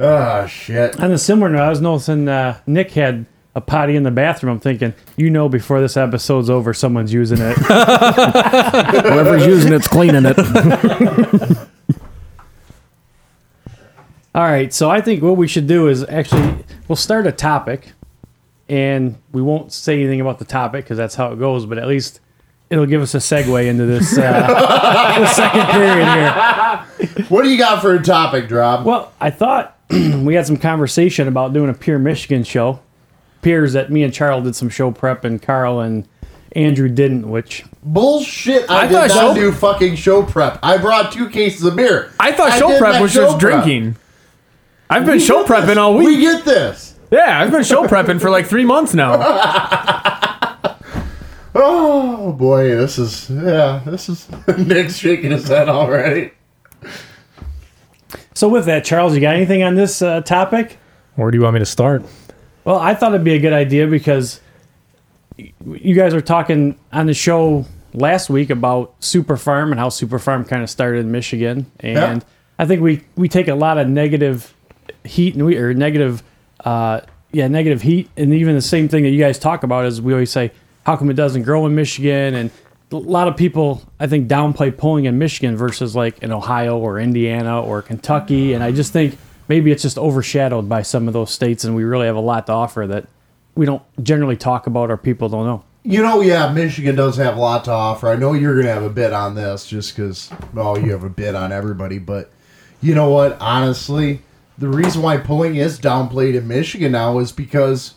Speaker 3: ah, shit.
Speaker 6: On a similar note, I was noticing uh, Nick had a potty in the bathroom. I'm thinking, you know, before this episode's over, someone's using it.
Speaker 4: Whoever's using it's cleaning it.
Speaker 6: All right, so I think what we should do is actually we'll start a topic, and we won't say anything about the topic because that's how it goes. But at least it'll give us a segue into this uh, the second period here.
Speaker 3: What do you got for a topic, Drop?
Speaker 6: Well, I thought we had some conversation about doing a Pure Michigan show. Peers that me and Charles did some show prep, and Carl and Andrew didn't, which
Speaker 3: Bullshit. I,
Speaker 5: I
Speaker 3: did
Speaker 5: thought
Speaker 3: not
Speaker 5: show-
Speaker 3: do fucking show prep. I brought two cases of beer.
Speaker 5: I thought
Speaker 3: did
Speaker 5: show prep
Speaker 3: not
Speaker 5: was
Speaker 3: show
Speaker 5: just
Speaker 3: prep.
Speaker 5: drinking. I've been
Speaker 3: We
Speaker 5: show
Speaker 3: get this.
Speaker 5: prepping all
Speaker 3: We
Speaker 5: week.
Speaker 3: get this.
Speaker 5: Yeah, I've been show prepping for like three months now.
Speaker 3: Oh boy, this is yeah, this is Nick's shaking his head already.
Speaker 6: So with that, Charles, you got anything on this uh, topic?
Speaker 13: Where do you want me to start?
Speaker 6: Well, I thought it'd be a good idea because y- you guys were talking on the show last week about Super Farm and how Super Farm kind of started in Michigan, and
Speaker 3: Yeah.
Speaker 6: I think we we take a lot of negative heat and we or negative, uh, yeah, negative heat, and even the same thing that you guys talk about is we always say, how come it doesn't grow in Michigan? And a lot of people, I think, downplay polling in Michigan versus like in Ohio or Indiana or Kentucky, and I just think maybe it's just overshadowed by some of those states, and we really have a lot to offer that we don't generally talk about or people don't know.
Speaker 3: You know, yeah, Michigan does have a lot to offer. I know you're going to have a bit on this just because, well, you have a bit on everybody. But you know what? Honestly, the reason why pulling is downplayed in Michigan now is because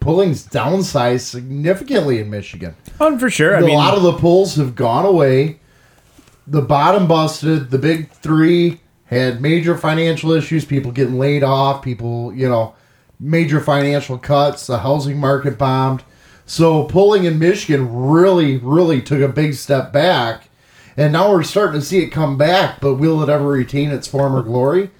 Speaker 3: pulling's downsized significantly in Michigan.
Speaker 5: Oh, for sure. I
Speaker 3: a
Speaker 5: mean,
Speaker 3: lot of the polls have gone away. The bottom busted. The big three had major financial issues. People getting laid off. People, you know, major financial cuts. The housing market bombed. So polling in Michigan really, really took a big step back, and now we're starting to see it come back. But will it ever retain its former glory?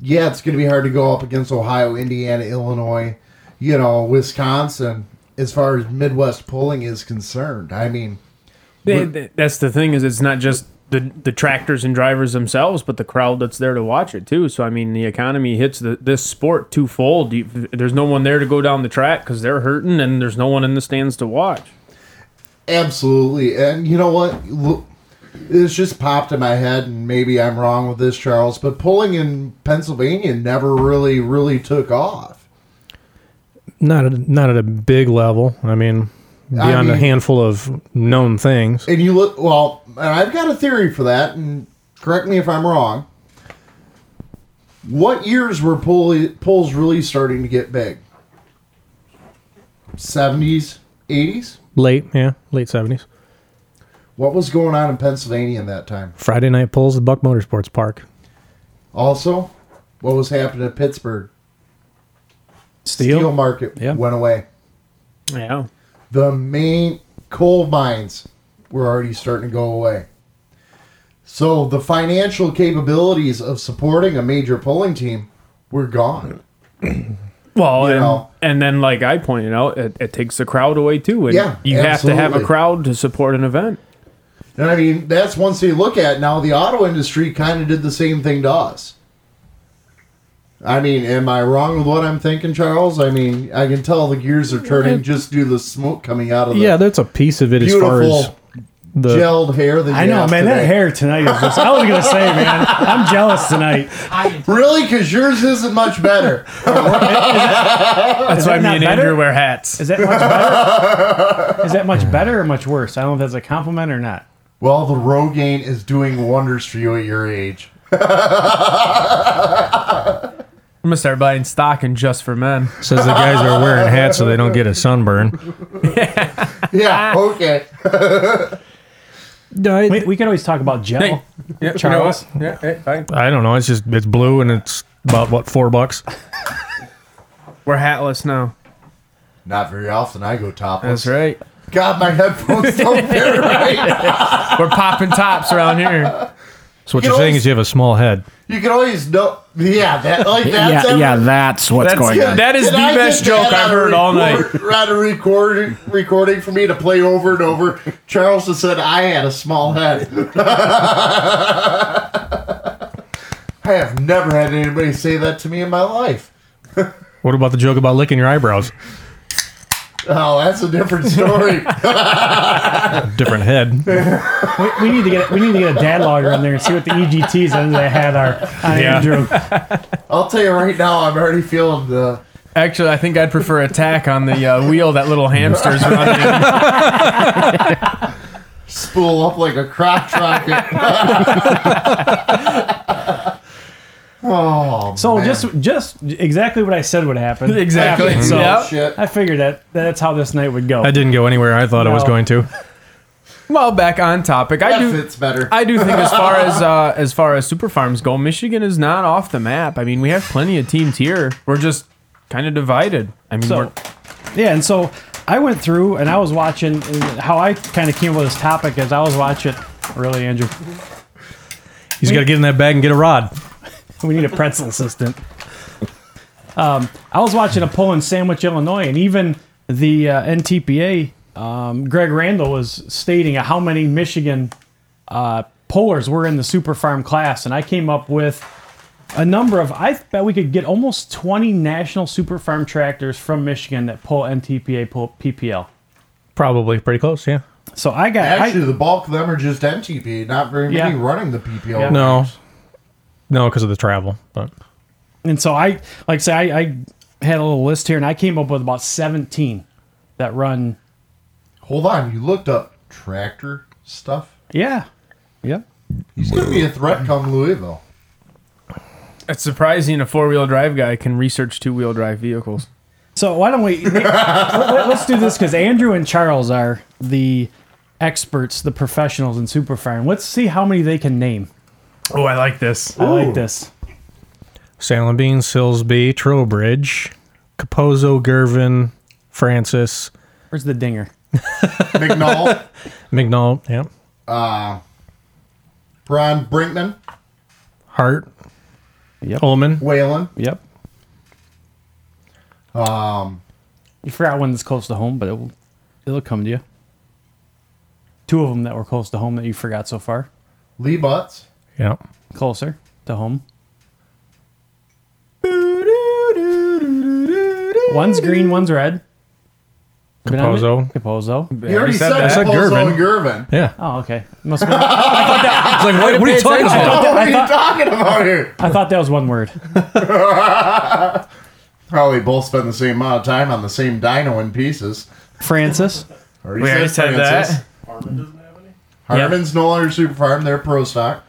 Speaker 3: Yeah, it's going to be hard to go up against Ohio, Indiana, Illinois, you know, Wisconsin. As far as Midwest polling is concerned, I mean,
Speaker 5: th- th- that's the thing is it's not just the the tractors and drivers themselves, but the crowd that's there to watch it too. So I mean, the economy hits the, this sport twofold. You, there's no one there to go down the track because they're hurting, and there's no one in the stands to watch.
Speaker 3: Absolutely. And you know what? Look, This just popped in my head, and maybe I'm wrong with this, Charles, but polling in Pennsylvania never really, really took off.
Speaker 13: Not at, not at a big level. I mean,
Speaker 3: I
Speaker 13: beyond a
Speaker 3: mean-
Speaker 13: handful of known things.
Speaker 3: And you look, well, and I've got a theory for that, and correct me if I'm wrong. What years were poll- polls really starting to get big? 70s, 80s?
Speaker 13: Late, yeah, late seventies.
Speaker 3: What was going on in Pennsylvania in that time?
Speaker 13: Friday night pulls at Buck Motorsports Park.
Speaker 3: Also, what was happening at Pittsburgh?
Speaker 6: Steel?
Speaker 3: Steel market
Speaker 6: Yeah.
Speaker 3: went away.
Speaker 5: Yeah,
Speaker 3: the main coal mines were already starting to go away. So the financial capabilities of supporting a major polling team were gone.
Speaker 9: Well, and,
Speaker 3: know.
Speaker 9: and then like I pointed out, it, it takes the crowd away too, and
Speaker 3: Yeah,
Speaker 9: you have to have
Speaker 3: absolutely.
Speaker 9: a crowd to support an event.
Speaker 3: And I mean, that's one thing you look at. Now, the auto industry kind of did the same thing to us. I mean, am I wrong with what I'm thinking, Charles? I mean, I can tell the gears are turning just due to the smoke coming out of the
Speaker 8: yeah, that's a piece of it as far
Speaker 3: beautiful
Speaker 8: as the
Speaker 3: gelled hair that you
Speaker 6: I know,
Speaker 3: have
Speaker 6: man. That
Speaker 3: today.
Speaker 6: hair tonight is just. I was gonna say, man, I'm jealous tonight.
Speaker 3: Really? Because yours isn't much better.
Speaker 9: That's
Speaker 6: Is
Speaker 9: why
Speaker 6: that
Speaker 9: me
Speaker 6: not
Speaker 9: and
Speaker 6: better?
Speaker 9: Andrew wear hats.
Speaker 6: Is that much better? is that much better or much worse? I don't know if that's a compliment or not.
Speaker 3: Well, the Rogaine is doing wonders for you at your age.
Speaker 9: I'm gonna start buying stock and just for men.
Speaker 8: says the guys are wearing hats so they don't get a sunburn.
Speaker 6: Ah.
Speaker 3: Yeah, okay.
Speaker 6: we, we could always talk about gel.
Speaker 9: Hey, yeah, you know
Speaker 6: Charles.
Speaker 9: what? Yeah, hey, fine.
Speaker 8: I don't know. It's just it's blue and it's about what four bucks.
Speaker 9: We're hatless now.
Speaker 3: Not very often I go topless.
Speaker 9: That's right.
Speaker 3: God, my headphones don't fit right.
Speaker 9: We're popping tops around here.
Speaker 8: So what
Speaker 3: You
Speaker 8: you're
Speaker 3: know,
Speaker 8: saying is you have a small head.
Speaker 3: you can always know. Yeah, that like that's
Speaker 21: yeah, yeah, that's what's
Speaker 9: That's
Speaker 21: going
Speaker 9: good.
Speaker 21: on.
Speaker 9: That is
Speaker 3: And
Speaker 9: the
Speaker 3: I
Speaker 9: best
Speaker 3: did that
Speaker 9: joke
Speaker 3: on
Speaker 9: I've
Speaker 3: a
Speaker 9: heard all
Speaker 3: record- On a recording, recording for me to play over and over. Charles has said I had a small head. I have never had anybody say that to me in my life.
Speaker 8: What about the joke about licking your eyebrows?
Speaker 3: Oh, that's a different story.
Speaker 8: Different head.
Speaker 6: We, we need to get we need to get a dad logger on there and see what the EGTs under that hat are on
Speaker 9: Yeah.
Speaker 6: Andrew.
Speaker 3: I'll tell you right now, I'm already feeling the.
Speaker 9: Actually, I think I'd prefer attack on the uh, wheel that little hamster's running.
Speaker 3: spool up like a crotch rocket. oh,
Speaker 6: So
Speaker 3: man.
Speaker 6: just just exactly what I said would happen.
Speaker 9: Exactly.
Speaker 6: Happened. So
Speaker 9: Yep.
Speaker 3: shit.
Speaker 6: I figured that that's how this night would go.
Speaker 8: I didn't go anywhere I thought I was
Speaker 6: No.
Speaker 8: going to.
Speaker 9: well, back on topic. I
Speaker 3: That
Speaker 9: do.
Speaker 3: fits better.
Speaker 9: I do think as far as uh, as far as super farms go, Michigan is not off the map. I mean, we have plenty of teams here. We're just kind of divided. I mean, we're,
Speaker 6: So, yeah, and so I went through and I was watching and how I kind of came up with this topic as I was watching. Really, Andrew,
Speaker 8: He's got to get in that bag and get a rod.
Speaker 6: we need a pretzel assistant. Um, I was watching a poll in Sandwich, Illinois, and even the uh, NTPA, um, Greg Randall was stating how many Michigan uh, pollers were in the super farm class, and I came up with a number of. I bet we could get almost 20 national super farm tractors from Michigan that pull NTPA pull PPL.
Speaker 8: Probably pretty close. Yeah.
Speaker 6: So I got I-
Speaker 3: Actually, the bulk of them are just MTP. Not very many
Speaker 6: Yeah.
Speaker 3: running the PPL.
Speaker 6: Yeah.
Speaker 8: No. No, because of the travel, but
Speaker 6: And so I, like I say, I, I had a little list here, and I came up with about seventeen that run.
Speaker 3: Hold on, you looked up tractor stuff.
Speaker 6: Yeah, yeah.
Speaker 3: He's gonna be a threat come Louisville.
Speaker 9: it's surprising a four wheel drive guy can research two wheel drive vehicles.
Speaker 6: So why don't we? let- let- let's do this because Andrew and Charles are the experts, the professionals in Superfire. Let's see how many they can name.
Speaker 9: Oh, I like this.
Speaker 6: I like this.
Speaker 8: Salem Bean, Silsby, Trowbridge, Capozzo, Gervin, Francis,
Speaker 6: Where's the dinger?
Speaker 3: McNall,
Speaker 8: McNall, yeah,
Speaker 3: Brian Brinkman,
Speaker 8: Hart,
Speaker 6: Yep.
Speaker 8: Ullman,
Speaker 3: Whalen.
Speaker 6: Yep.
Speaker 3: Um,
Speaker 6: You forgot one that's close to home, but it'll it'll come to you. Two of them that were close to home that you forgot so far.
Speaker 3: Lee Butts.
Speaker 8: yeah,
Speaker 6: Closer to home. One's green, one's red. Been on it?
Speaker 8: Capozzo.
Speaker 6: Capozzo.
Speaker 3: You already said that.
Speaker 8: said
Speaker 3: Pozo
Speaker 8: Gervin.
Speaker 3: and Gervin.
Speaker 8: Yeah.
Speaker 6: Oh, okay. Must have-
Speaker 8: It's like, what, what are you talking about?
Speaker 3: What are you talking about here?
Speaker 6: I thought that was one word.
Speaker 3: Probably Oh, both spend the same amount of time on the same dyno in pieces.
Speaker 6: Francis.
Speaker 3: Already
Speaker 9: We already said that.
Speaker 3: Harmon's no longer super farm. They're pro stock.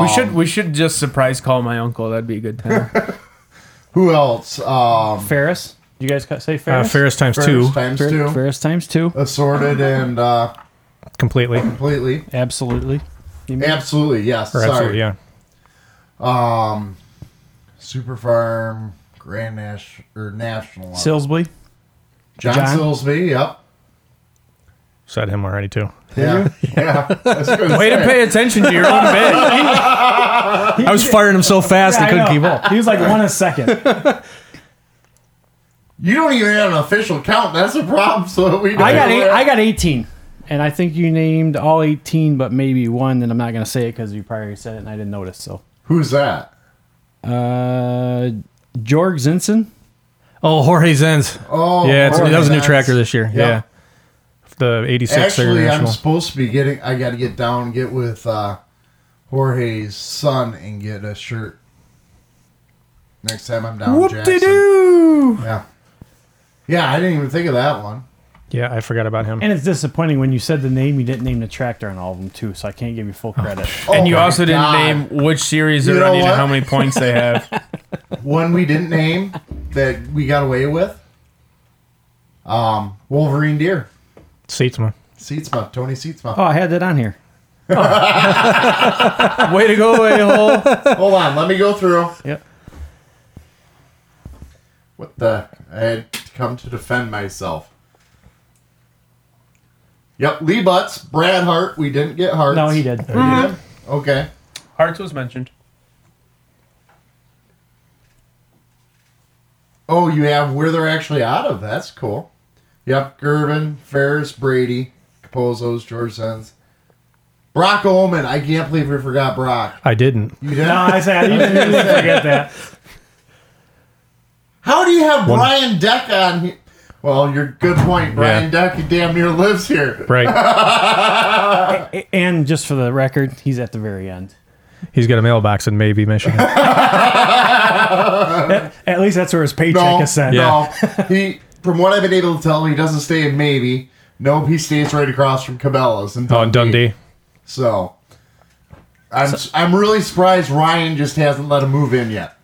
Speaker 9: we should we should just surprise call my uncle. That'd be a good time.
Speaker 3: Who else? Um,
Speaker 6: Ferris. Did you guys ca- say
Speaker 8: Uh,
Speaker 6: Ferris?
Speaker 8: Ferris times
Speaker 3: Ferris
Speaker 8: two
Speaker 3: times
Speaker 6: Fer-
Speaker 3: two.
Speaker 6: Ferris times two.
Speaker 3: assorted and uh,
Speaker 8: completely.
Speaker 3: completely.
Speaker 6: Absolutely. You mean-
Speaker 3: Absolutely, yes.
Speaker 8: Or
Speaker 3: Sorry.
Speaker 8: absolutely, yeah.
Speaker 3: Um, Super Farm, Grand Nash or National.
Speaker 6: Silsby.
Speaker 3: John,
Speaker 6: John.
Speaker 3: Silsby, yep.
Speaker 8: Said him already too.
Speaker 3: Yeah. yeah.
Speaker 5: Way to pay attention to your own bit.
Speaker 8: I was firing him so fast I couldn't keep up.
Speaker 6: He was like one a second.
Speaker 3: You don't even have an official count. That's a problem. So we.
Speaker 6: I got
Speaker 3: don't-
Speaker 6: eight, I got 18. And I think you named all 18, but maybe one. And I'm not going to say it because you probably said it and I didn't notice. So
Speaker 3: Who's that?
Speaker 6: Uh, Jorg Zinsen.
Speaker 8: Oh, Jorge Zenz.
Speaker 3: Oh,
Speaker 8: yeah, it's,
Speaker 3: Jorge
Speaker 8: that was a new
Speaker 3: Zenz.
Speaker 8: tracker this year.
Speaker 3: Yeah.
Speaker 8: Yeah, the '86
Speaker 3: Actually, I'm
Speaker 8: international.
Speaker 3: supposed to be getting. I got to get down, and get with uh, Jorge's son, and get a shirt. Next time I'm down, Jackson.
Speaker 6: doo.
Speaker 3: Yeah. Yeah, I didn't even think of that one.
Speaker 8: yeah, I forgot about him.
Speaker 6: And it's disappointing when you said the name, you didn't name the tractor on all of them, too. So I can't give you full credit.
Speaker 8: Oh
Speaker 5: and you also didn't
Speaker 3: Oh God.
Speaker 5: name which series
Speaker 3: You
Speaker 5: they're
Speaker 3: know
Speaker 5: running and
Speaker 3: what?
Speaker 5: how many points they have.
Speaker 3: One we didn't name that we got away with. Um, Wolverine Deer.
Speaker 8: Seitzma.
Speaker 3: Seatsma, Tony Seatsma.
Speaker 6: Oh, I had that on here.
Speaker 5: Way to go, a hole.
Speaker 3: Hold on, let me go through.
Speaker 6: Yep.
Speaker 3: What the? I had to come to defend myself. Yep, Lee Butts, Brad Hart. We didn't get Hart.
Speaker 6: No, Oh, he did.
Speaker 3: did? Okay.
Speaker 5: Hearts was mentioned.
Speaker 3: Oh, you have where they're actually out of. That's cool. Yep, Gervin, Ferris, Brady, Capozos, George Sens. Brock Ullman. I can't believe we forgot Brock.
Speaker 8: I didn't.
Speaker 3: You didn't?
Speaker 6: No, I said you didn't, you didn't forget that.
Speaker 3: How do you have
Speaker 8: One-
Speaker 3: Brian Deck on here? Well, you're good point. Brian Deck he damn near lives here.
Speaker 8: Right.
Speaker 6: A- And just for the record, he's at the very end.
Speaker 8: He's got a mailbox in maybe Michigan.
Speaker 6: At least that's where his paycheck
Speaker 3: No,
Speaker 6: is sent.
Speaker 3: no. he, from what I've been able to tell, he doesn't stay in Maybe. Nope, he stays right across from Cabela's. And
Speaker 8: oh, in Dundee.
Speaker 3: So, I'm I'm really surprised Ryan just hasn't let him move in yet.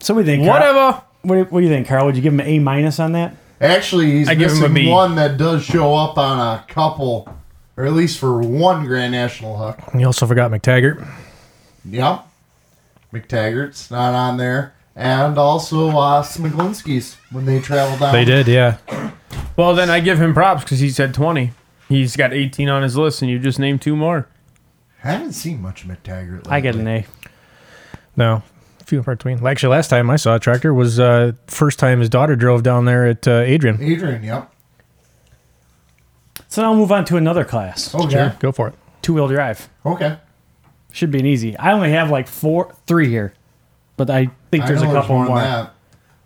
Speaker 6: So we think. Carl,
Speaker 5: Whatever.
Speaker 6: what, do- what do you think, Carl? Would you give him an A minus on that?
Speaker 3: Actually, he's
Speaker 5: I give him a
Speaker 3: missing
Speaker 5: B.
Speaker 3: one that does show up on a couple, or at least for one Grand National hook.
Speaker 8: And you also forgot McTaggart.
Speaker 3: Yep. McTaggart's not on there. And also uh, Smiglinski's when they travel down.
Speaker 8: They did, yeah.
Speaker 5: Well, then I give him props because he said 20. He's got 18 on his list, and you just named two more.
Speaker 3: I haven't seen much of McTaggart. Lately.
Speaker 6: I get an A.
Speaker 8: No, few and far between. Actually, last time I saw a tractor was uh, first time his daughter drove down there at uh, Adrian.
Speaker 3: Adrian, yep.
Speaker 6: So now we'll move on to another class.
Speaker 3: Okay.
Speaker 8: Sure, go for it.
Speaker 6: Two wheel drive.
Speaker 3: Okay.
Speaker 6: Should be an easy. I only have like four, three here, but I think
Speaker 3: I
Speaker 6: there's
Speaker 3: know
Speaker 6: a couple
Speaker 3: more
Speaker 6: more.
Speaker 3: than that.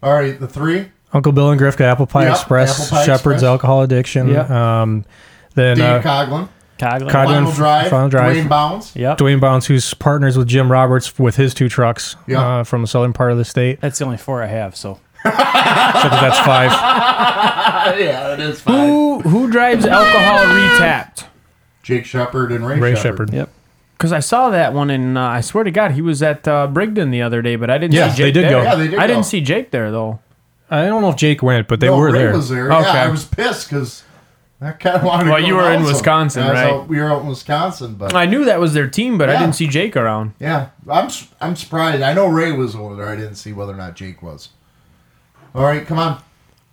Speaker 3: All right, the three.
Speaker 8: Uncle Bill and Grifka, Apple Pie
Speaker 3: Yep,
Speaker 8: Express,
Speaker 3: Apple Pie
Speaker 8: Shepherd's
Speaker 3: Express.
Speaker 8: Alcohol Addiction.
Speaker 6: Yep.
Speaker 8: Um, then
Speaker 3: Dave
Speaker 8: uh,
Speaker 3: Coglin.
Speaker 8: Coglin.
Speaker 6: Coglin.
Speaker 3: Final
Speaker 8: f-
Speaker 3: drive.
Speaker 8: Final Drive.
Speaker 3: Dwayne Bounds.
Speaker 6: Yep.
Speaker 8: Dwayne Bounds, who's partners with Jim Roberts with his two trucks
Speaker 3: Yeah.
Speaker 8: uh, from the southern part of the state.
Speaker 6: That's the only four I have. So
Speaker 8: So that's five.
Speaker 3: yeah, it is fine.
Speaker 5: Who, who drives alcohol retapped?
Speaker 3: Jake Shepard and Ray, Oh,
Speaker 8: Ray
Speaker 3: Shepard.
Speaker 8: Shepard.
Speaker 6: yep.
Speaker 5: Because I saw that one, and uh, I swear to God, he was at uh, Brigden the other day, but I didn't
Speaker 8: Yeah,
Speaker 5: see
Speaker 8: they
Speaker 5: Jake
Speaker 8: did
Speaker 5: there.
Speaker 8: go.
Speaker 3: Yeah, they did
Speaker 5: I
Speaker 3: go.
Speaker 5: didn't see Jake there, though.
Speaker 8: I don't know if Jake went, but they
Speaker 3: no,
Speaker 8: were
Speaker 3: Ray
Speaker 8: there.
Speaker 3: was there.
Speaker 5: Okay.
Speaker 3: Yeah, I was pissed because I kind of wanted.
Speaker 5: Well,
Speaker 3: to go
Speaker 5: you were in
Speaker 3: also.
Speaker 5: Wisconsin,
Speaker 3: I was
Speaker 5: right?
Speaker 3: out- we were out in Wisconsin, but
Speaker 5: I knew that was their team, but I
Speaker 3: Yeah.
Speaker 5: didn't see Jake around.
Speaker 3: yeah, I'm su- I'm surprised. I know Ray was over there. I didn't see whether or not Jake was. All right, come on.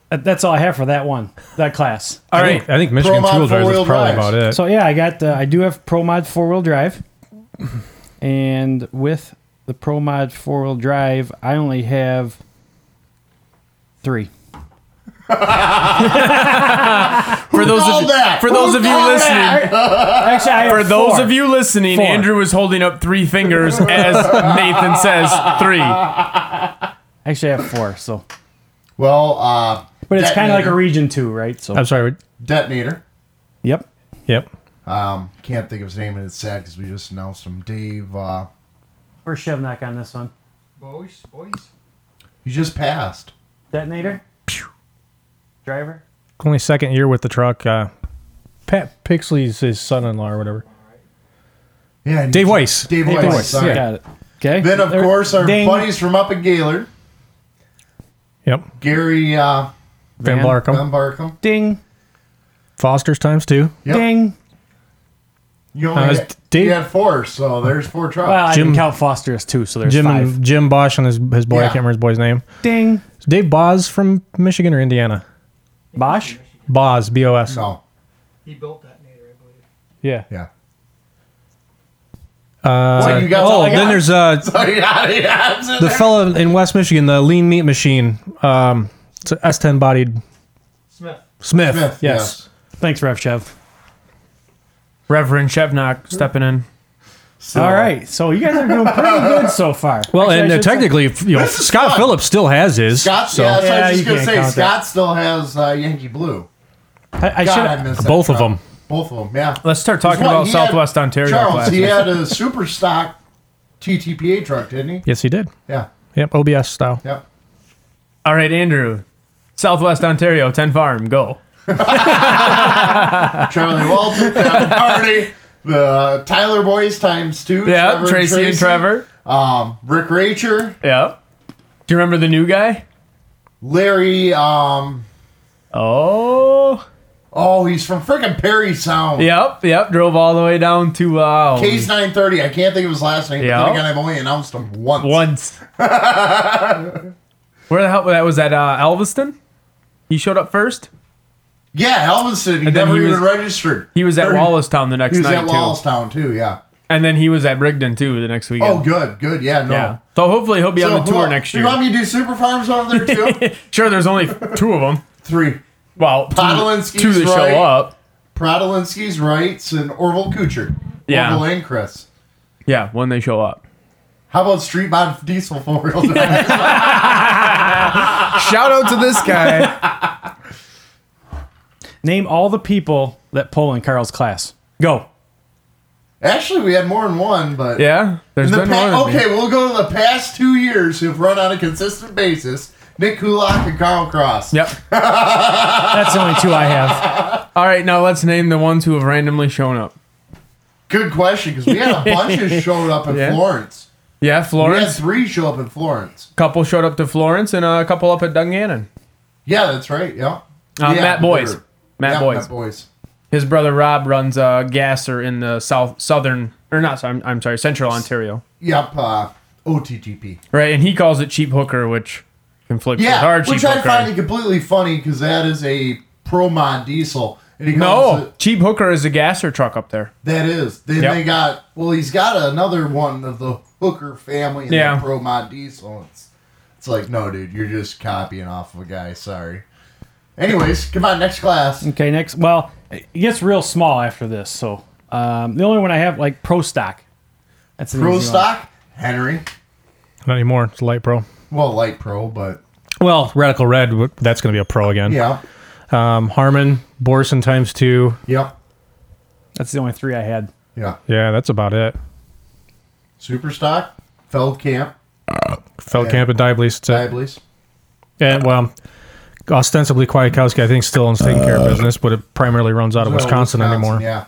Speaker 6: That- That's all I have for that one, that class.
Speaker 5: All
Speaker 8: I
Speaker 5: right.
Speaker 8: think, I think Michigan
Speaker 3: Promont
Speaker 8: two wheel drives is
Speaker 3: four-wheel
Speaker 8: probably about it.
Speaker 6: So yeah, I got the, I do have Pro Mod four wheel drive, and with the Pro Mod four wheel drive, I only have three.
Speaker 5: For those
Speaker 3: called
Speaker 5: of
Speaker 3: that?
Speaker 5: for
Speaker 3: Who
Speaker 5: those of you
Speaker 3: called
Speaker 5: listening,
Speaker 6: Actually, I have
Speaker 5: for those of you listening,
Speaker 6: Four.
Speaker 5: Andrew was holding up three fingers as Nathan says three.
Speaker 6: Actually, I have four. So,
Speaker 3: Well, uh,
Speaker 6: but it's kind of like a
Speaker 3: Detonator.
Speaker 6: region two, right? So,
Speaker 8: I'm sorry. we-
Speaker 3: detonator.
Speaker 6: yep.
Speaker 8: Yep.
Speaker 3: Um, can't think of his name, and it's sad because we just announced him. Dave. Uh,
Speaker 6: Where's Shevnak on this one?
Speaker 3: boys, boys. He just passed.
Speaker 6: Detonator. Driver.
Speaker 8: Only second year with the truck. Uh, Pat Pixley's his son-in-law or whatever.
Speaker 3: Yeah, and he
Speaker 8: Dave
Speaker 3: just-
Speaker 8: Weiss.
Speaker 3: Dave,
Speaker 6: Dave
Speaker 3: Weiss.
Speaker 6: Weiss,
Speaker 3: sorry.
Speaker 6: Got it. Okay.
Speaker 3: Then of
Speaker 6: There-
Speaker 3: course our
Speaker 6: ding.
Speaker 3: buddies from up in Gaylord,
Speaker 8: Yep.
Speaker 3: Gary uh,
Speaker 8: Van
Speaker 6: Van-
Speaker 8: Blarkum.
Speaker 3: Van Barkum.
Speaker 6: Ding.
Speaker 8: Foster's times two.
Speaker 3: Yep.
Speaker 6: Ding.
Speaker 3: You only
Speaker 8: Uh, it's
Speaker 3: had,
Speaker 8: Dave-
Speaker 3: you had four, so there's four trucks.
Speaker 6: Well, Uh, I
Speaker 8: Jim-
Speaker 6: didn't count Foster as two, so there's
Speaker 8: Jim
Speaker 6: five.
Speaker 8: and Jim Bosch and his his boy. I
Speaker 3: Yeah.
Speaker 8: can't remember his boy's name.
Speaker 6: Ding.
Speaker 8: Is Dave Boz from Michigan or Indiana?
Speaker 6: Bosch.
Speaker 8: Boz, B O S.
Speaker 3: No.
Speaker 22: He built that.
Speaker 8: Yeah.
Speaker 3: Oh. Yeah.
Speaker 8: Uh,
Speaker 3: Well, you got all
Speaker 8: oh,
Speaker 3: I
Speaker 8: then
Speaker 3: got.
Speaker 8: there's uh,
Speaker 3: That's all you got. Yeah, it's in
Speaker 8: the
Speaker 3: there.
Speaker 8: fellow in West Michigan, the lean meat machine. Um, it's an S10 bodied
Speaker 22: Smith.
Speaker 8: Smith.
Speaker 22: Smith,
Speaker 8: yes.
Speaker 3: yes.
Speaker 6: Thanks, Rev Chev.
Speaker 9: Reverend Chevnock stepping in.
Speaker 6: All right, so you guys are doing pretty good so far.
Speaker 8: Well,
Speaker 6: Actually,
Speaker 8: and
Speaker 6: I
Speaker 8: uh,
Speaker 6: should say-
Speaker 8: technically, you know,
Speaker 3: This is
Speaker 8: Scott
Speaker 3: fun.
Speaker 8: Phillips still has his.
Speaker 3: Scott,
Speaker 8: so.
Speaker 3: yeah, that's what I was
Speaker 6: Yeah,
Speaker 3: just going
Speaker 6: you
Speaker 3: to
Speaker 6: can't
Speaker 3: say.
Speaker 6: count that.
Speaker 3: Scott still has uh, Yankee Blue.
Speaker 6: I, I
Speaker 3: God,
Speaker 6: should
Speaker 3: I miss that
Speaker 8: Both of
Speaker 3: crowd.
Speaker 8: them.
Speaker 3: Both of them, yeah.
Speaker 9: Let's start talking
Speaker 3: There's one-
Speaker 9: about
Speaker 3: he had-
Speaker 9: Southwest Ontario
Speaker 3: Charles, he
Speaker 9: classes.
Speaker 3: had a super stock TTPA truck, didn't he?
Speaker 8: Yes, he did.
Speaker 3: Yeah.
Speaker 8: Yep, OBS style.
Speaker 3: Yep.
Speaker 9: All right, Andrew. Southwest Ontario, 10 Farm, go.
Speaker 3: Charlie Walton, Kevin Hardy, the Tyler Boys times two.
Speaker 9: Yeah,
Speaker 3: Trevor
Speaker 9: Tracy and Trevor.
Speaker 3: Um, Rick Racher,
Speaker 9: Yeah. Do you remember the new guy?
Speaker 3: Larry. Um,
Speaker 9: oh.
Speaker 3: Oh, he's from freaking Perry Sound.
Speaker 9: Yep, yep. Drove all the way down to uh,
Speaker 3: Case 930. I can't think of his last name,
Speaker 9: Yeah.
Speaker 3: but then again, I've only announced him once.
Speaker 9: once. Where the hell that was at uh, Elviston? He showed up first.
Speaker 3: Yeah, Elviston. He
Speaker 9: And then
Speaker 3: never
Speaker 9: he
Speaker 3: even
Speaker 9: was-
Speaker 3: registered.
Speaker 9: He was at
Speaker 3: Or-
Speaker 9: Wallastown the next
Speaker 3: He was
Speaker 9: night
Speaker 3: at
Speaker 9: too,
Speaker 3: Wallastown too, yeah.
Speaker 9: and then he was at Brigden too the next weekend.
Speaker 3: Oh, good, good, yeah, no.
Speaker 9: Yeah. So hopefully he'll be
Speaker 3: So,
Speaker 9: on the tour
Speaker 3: who-
Speaker 9: next
Speaker 3: do
Speaker 9: year.
Speaker 3: You want me to do Super Farms over there too?
Speaker 9: sure, there's only two of them.
Speaker 3: Three.
Speaker 9: Well, two,
Speaker 3: Podolinsky's
Speaker 9: two that
Speaker 3: right.
Speaker 9: show up.
Speaker 3: Prodolinsky's rights and Orville Kucher.
Speaker 9: Yeah.
Speaker 3: Orville and Chris.
Speaker 9: Yeah, when they show up.
Speaker 3: How about Street Mod Diesel four wheel drive?
Speaker 23: Shout out to this guy.
Speaker 6: Name all the people that pull in Carl's class. Go.
Speaker 3: Actually, we had more than one, but
Speaker 9: Yeah, there's
Speaker 3: In the
Speaker 9: been
Speaker 3: pa-
Speaker 9: one. of them.
Speaker 3: okay, we'll go to the past two years who've run on a consistent basis. Nick Kulak and Carl Cross.
Speaker 9: Yep.
Speaker 6: That's the only two I have.
Speaker 9: All right, now let's name the ones who have randomly shown up.
Speaker 3: Good question, because we had a bunch who showed up in
Speaker 9: Yeah.
Speaker 3: Florence.
Speaker 9: Yeah,
Speaker 3: We had
Speaker 9: Florence.
Speaker 3: three show up in Florence.
Speaker 9: couple showed up to Florence, and uh, a couple up at Dungannon.
Speaker 3: Yeah, that's right. Yeah.
Speaker 9: Uh,
Speaker 3: yeah,
Speaker 9: Matt Boyce.
Speaker 3: we're-
Speaker 9: Matt
Speaker 3: yeah,
Speaker 9: Boyce.
Speaker 3: Matt Boyce.
Speaker 9: His brother Rob runs a gasser in the south southern or not. I'm, I'm sorry, central Ontario,
Speaker 3: Yep. Uh, OTTP.
Speaker 9: right? And he calls it cheap hooker, which conflicts with
Speaker 3: Yeah,
Speaker 9: our cheap
Speaker 3: which I
Speaker 9: hooker.
Speaker 3: find it completely funny because that is a pro mod diesel. And he calls
Speaker 9: no,
Speaker 3: it,
Speaker 9: cheap hooker is a gasser truck up there.
Speaker 3: that is. Then
Speaker 9: Yep.
Speaker 3: they got well, he's got another one of the Hooker family and
Speaker 9: Yeah.
Speaker 3: yeah. pro mod diesel. It's, it's like, no, dude, you're just copying off of a guy. Sorry. Anyways, come on, next class.
Speaker 6: Okay, next. Well, it gets real small after this. So um, the only one I have, like Pro Stock. That's an
Speaker 3: Pro
Speaker 6: easy one.
Speaker 3: stock, Henry.
Speaker 8: Not anymore. It's light pro.
Speaker 3: Well, light pro, but
Speaker 8: Well, Radical Red, w- that's going to be a pro again.
Speaker 3: yeah,
Speaker 8: Um, Harmon, Borson times two.
Speaker 3: yeah,
Speaker 6: That's the only three I had.
Speaker 3: yeah.
Speaker 8: Yeah, that's about it.
Speaker 3: Super stock, Feldkamp,
Speaker 8: Feldkamp and Diableese. That's it.
Speaker 3: Dibleys.
Speaker 8: And, well, ostensibly Kwiatkowski, I think, still owns taking care of business, but it primarily runs out of
Speaker 3: Well,
Speaker 8: Wisconsin, anymore.
Speaker 3: Yeah.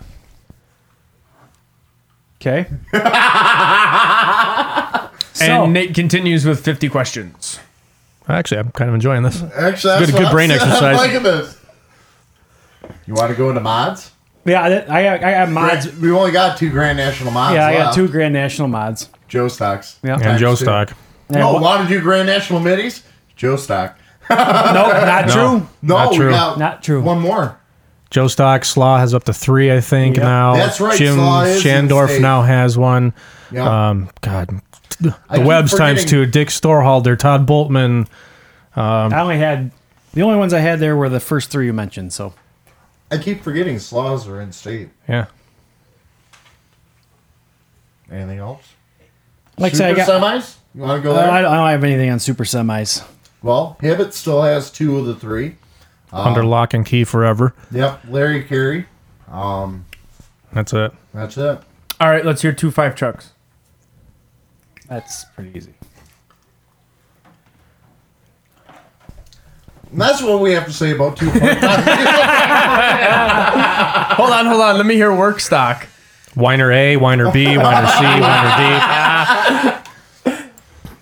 Speaker 6: Okay.
Speaker 9: and Nate continues with 50 questions.
Speaker 8: Actually, I'm kind of enjoying this.
Speaker 3: Actually, that's
Speaker 8: Good-
Speaker 3: what
Speaker 8: good
Speaker 3: I'm
Speaker 8: brain
Speaker 3: saying. I'm
Speaker 8: exercise.
Speaker 3: liking this. You want to go into mods?
Speaker 6: Yeah, I I, I got mods.
Speaker 3: We've only got two Grand National mods.
Speaker 6: Yeah, I got
Speaker 3: left.
Speaker 6: two Grand National mods.
Speaker 3: Joe stocks.
Speaker 6: Yeah.
Speaker 8: And
Speaker 3: Times
Speaker 8: Joe
Speaker 3: two.
Speaker 8: Stock.
Speaker 6: Yeah,
Speaker 3: No,
Speaker 6: what-
Speaker 3: want to do Grand National middies? Joe stock.
Speaker 6: No, not
Speaker 8: No.
Speaker 6: true.
Speaker 3: No,
Speaker 8: Not
Speaker 3: we
Speaker 8: true.
Speaker 3: got
Speaker 6: Not true.
Speaker 3: one more.
Speaker 8: Joe Stock, Slaw has up to three, I think,
Speaker 6: Yep.
Speaker 8: now.
Speaker 3: That's right,
Speaker 8: Jim
Speaker 3: Slaw is in
Speaker 8: Shandorf
Speaker 3: state.
Speaker 8: now has one.
Speaker 3: Yeah.
Speaker 8: Um, God. The
Speaker 3: keep
Speaker 8: Webs times two.
Speaker 3: forgetting-
Speaker 8: Dick Storhalder, Todd Boltman.
Speaker 6: I only had the only ones I had there were the first three you mentioned. So
Speaker 3: I keep forgetting Slaws are in state.
Speaker 8: Yeah.
Speaker 3: Anything else?
Speaker 6: like I
Speaker 3: Super
Speaker 6: said, I got.
Speaker 3: semis. You want to go
Speaker 6: Uh,
Speaker 3: there?
Speaker 6: I don't I don't have anything on super semis.
Speaker 3: well, Hibbett still has two of the three. Ah.
Speaker 8: Under lock and key forever.
Speaker 3: Yep, Larry Carey. Um,
Speaker 8: That's it.
Speaker 3: that's it.
Speaker 9: All right, let's hear two five trucks.
Speaker 6: That's pretty easy.
Speaker 3: And that's what we have to say about two.
Speaker 9: Hold on, hold on. Let me hear work stock.
Speaker 8: Winer A, Winer B, Winer C, Winer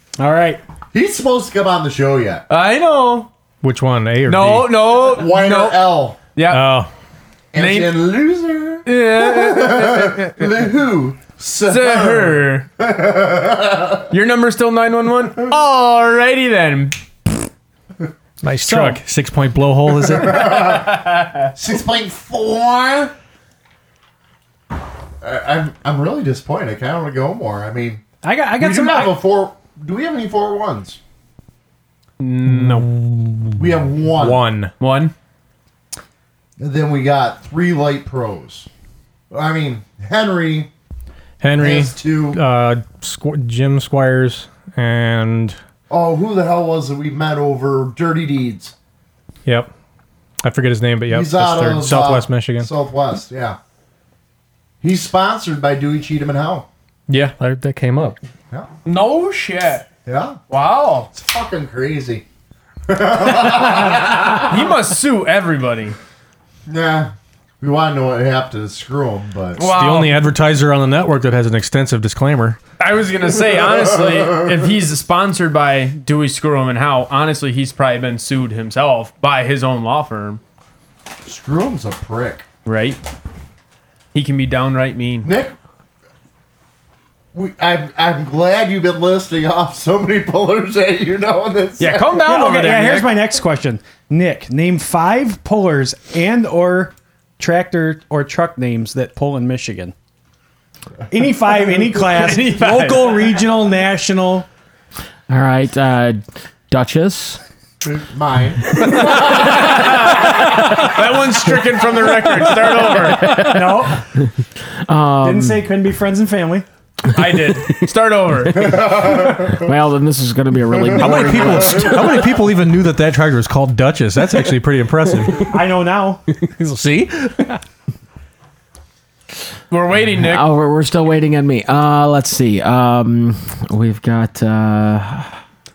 Speaker 8: D.
Speaker 6: All right.
Speaker 3: He's supposed to come on the show yet.
Speaker 6: Uh,
Speaker 9: I know.
Speaker 8: Which one? A or
Speaker 9: No,
Speaker 8: D?
Speaker 9: no.
Speaker 3: Why
Speaker 9: no.
Speaker 3: not L?
Speaker 8: Oh,
Speaker 9: Yeah.
Speaker 3: And
Speaker 9: Name-
Speaker 3: then loser. The who?
Speaker 9: to her. Your number's still 911? Alrighty then.
Speaker 8: Nice truck. Six point blowhole, is it?
Speaker 3: Six point four. I, I'm I'm really disappointed. I kind of want to go more. I mean,
Speaker 6: I got I
Speaker 3: we
Speaker 6: got
Speaker 3: do
Speaker 6: some.
Speaker 3: have
Speaker 6: I,
Speaker 3: a four. Do we have any four ones?
Speaker 5: No.
Speaker 3: We have one.
Speaker 8: One.
Speaker 5: One.
Speaker 3: And then we got three light pros. I mean, Henry.
Speaker 8: Henry,
Speaker 3: Has two.
Speaker 8: Uh, Squ- Jim Squires, and
Speaker 3: Oh, who the hell was it we met over Dirty Deeds?
Speaker 8: yep, I forget his name, but yep,
Speaker 3: He's
Speaker 8: that's
Speaker 3: out
Speaker 8: third.
Speaker 3: of uh,
Speaker 8: Southwest Michigan.
Speaker 3: Southwest, yeah. He's sponsored by Dewey Cheatham and Howe.
Speaker 8: yeah, that, that came up.
Speaker 5: No shit.
Speaker 3: Yeah.
Speaker 5: Wow. It's
Speaker 3: fucking crazy.
Speaker 5: he must sue everybody.
Speaker 3: Nah. We want to know what happened to screw him, but
Speaker 8: It's the only advertiser on the network that has an extensive disclaimer.
Speaker 5: I was gonna say honestly, if he's sponsored by Dewey Screwham and Howe, honestly, he's probably been sued himself by his own law firm.
Speaker 3: Screwham's a prick,
Speaker 5: right? He can be downright mean.
Speaker 3: Nick, we, I'm I'm glad you've been listing off so many pullers that you know in this.
Speaker 6: Yeah, okay, yeah, here's my next question. Nick, name five pullers and or tractor or truck names that pull in Michigan. Any five, any class,
Speaker 5: Any five.
Speaker 6: local, regional, national.
Speaker 24: All right, uh, Duchess.
Speaker 3: Mine.
Speaker 5: that one's stricken from the record. Start over.
Speaker 6: No,
Speaker 24: Um,
Speaker 6: didn't say couldn't be friends and family.
Speaker 5: I did. Start over.
Speaker 24: well, then this is going to be a really
Speaker 8: How many
Speaker 24: boring
Speaker 8: people?
Speaker 24: list.
Speaker 8: how many people even knew that that tractor was called Duchess? That's actually pretty impressive.
Speaker 6: I know now.
Speaker 8: See,
Speaker 5: We're waiting, Nick.
Speaker 24: Oh, we're, we're still waiting on me. Uh, let's see. Um, we've got. Uh,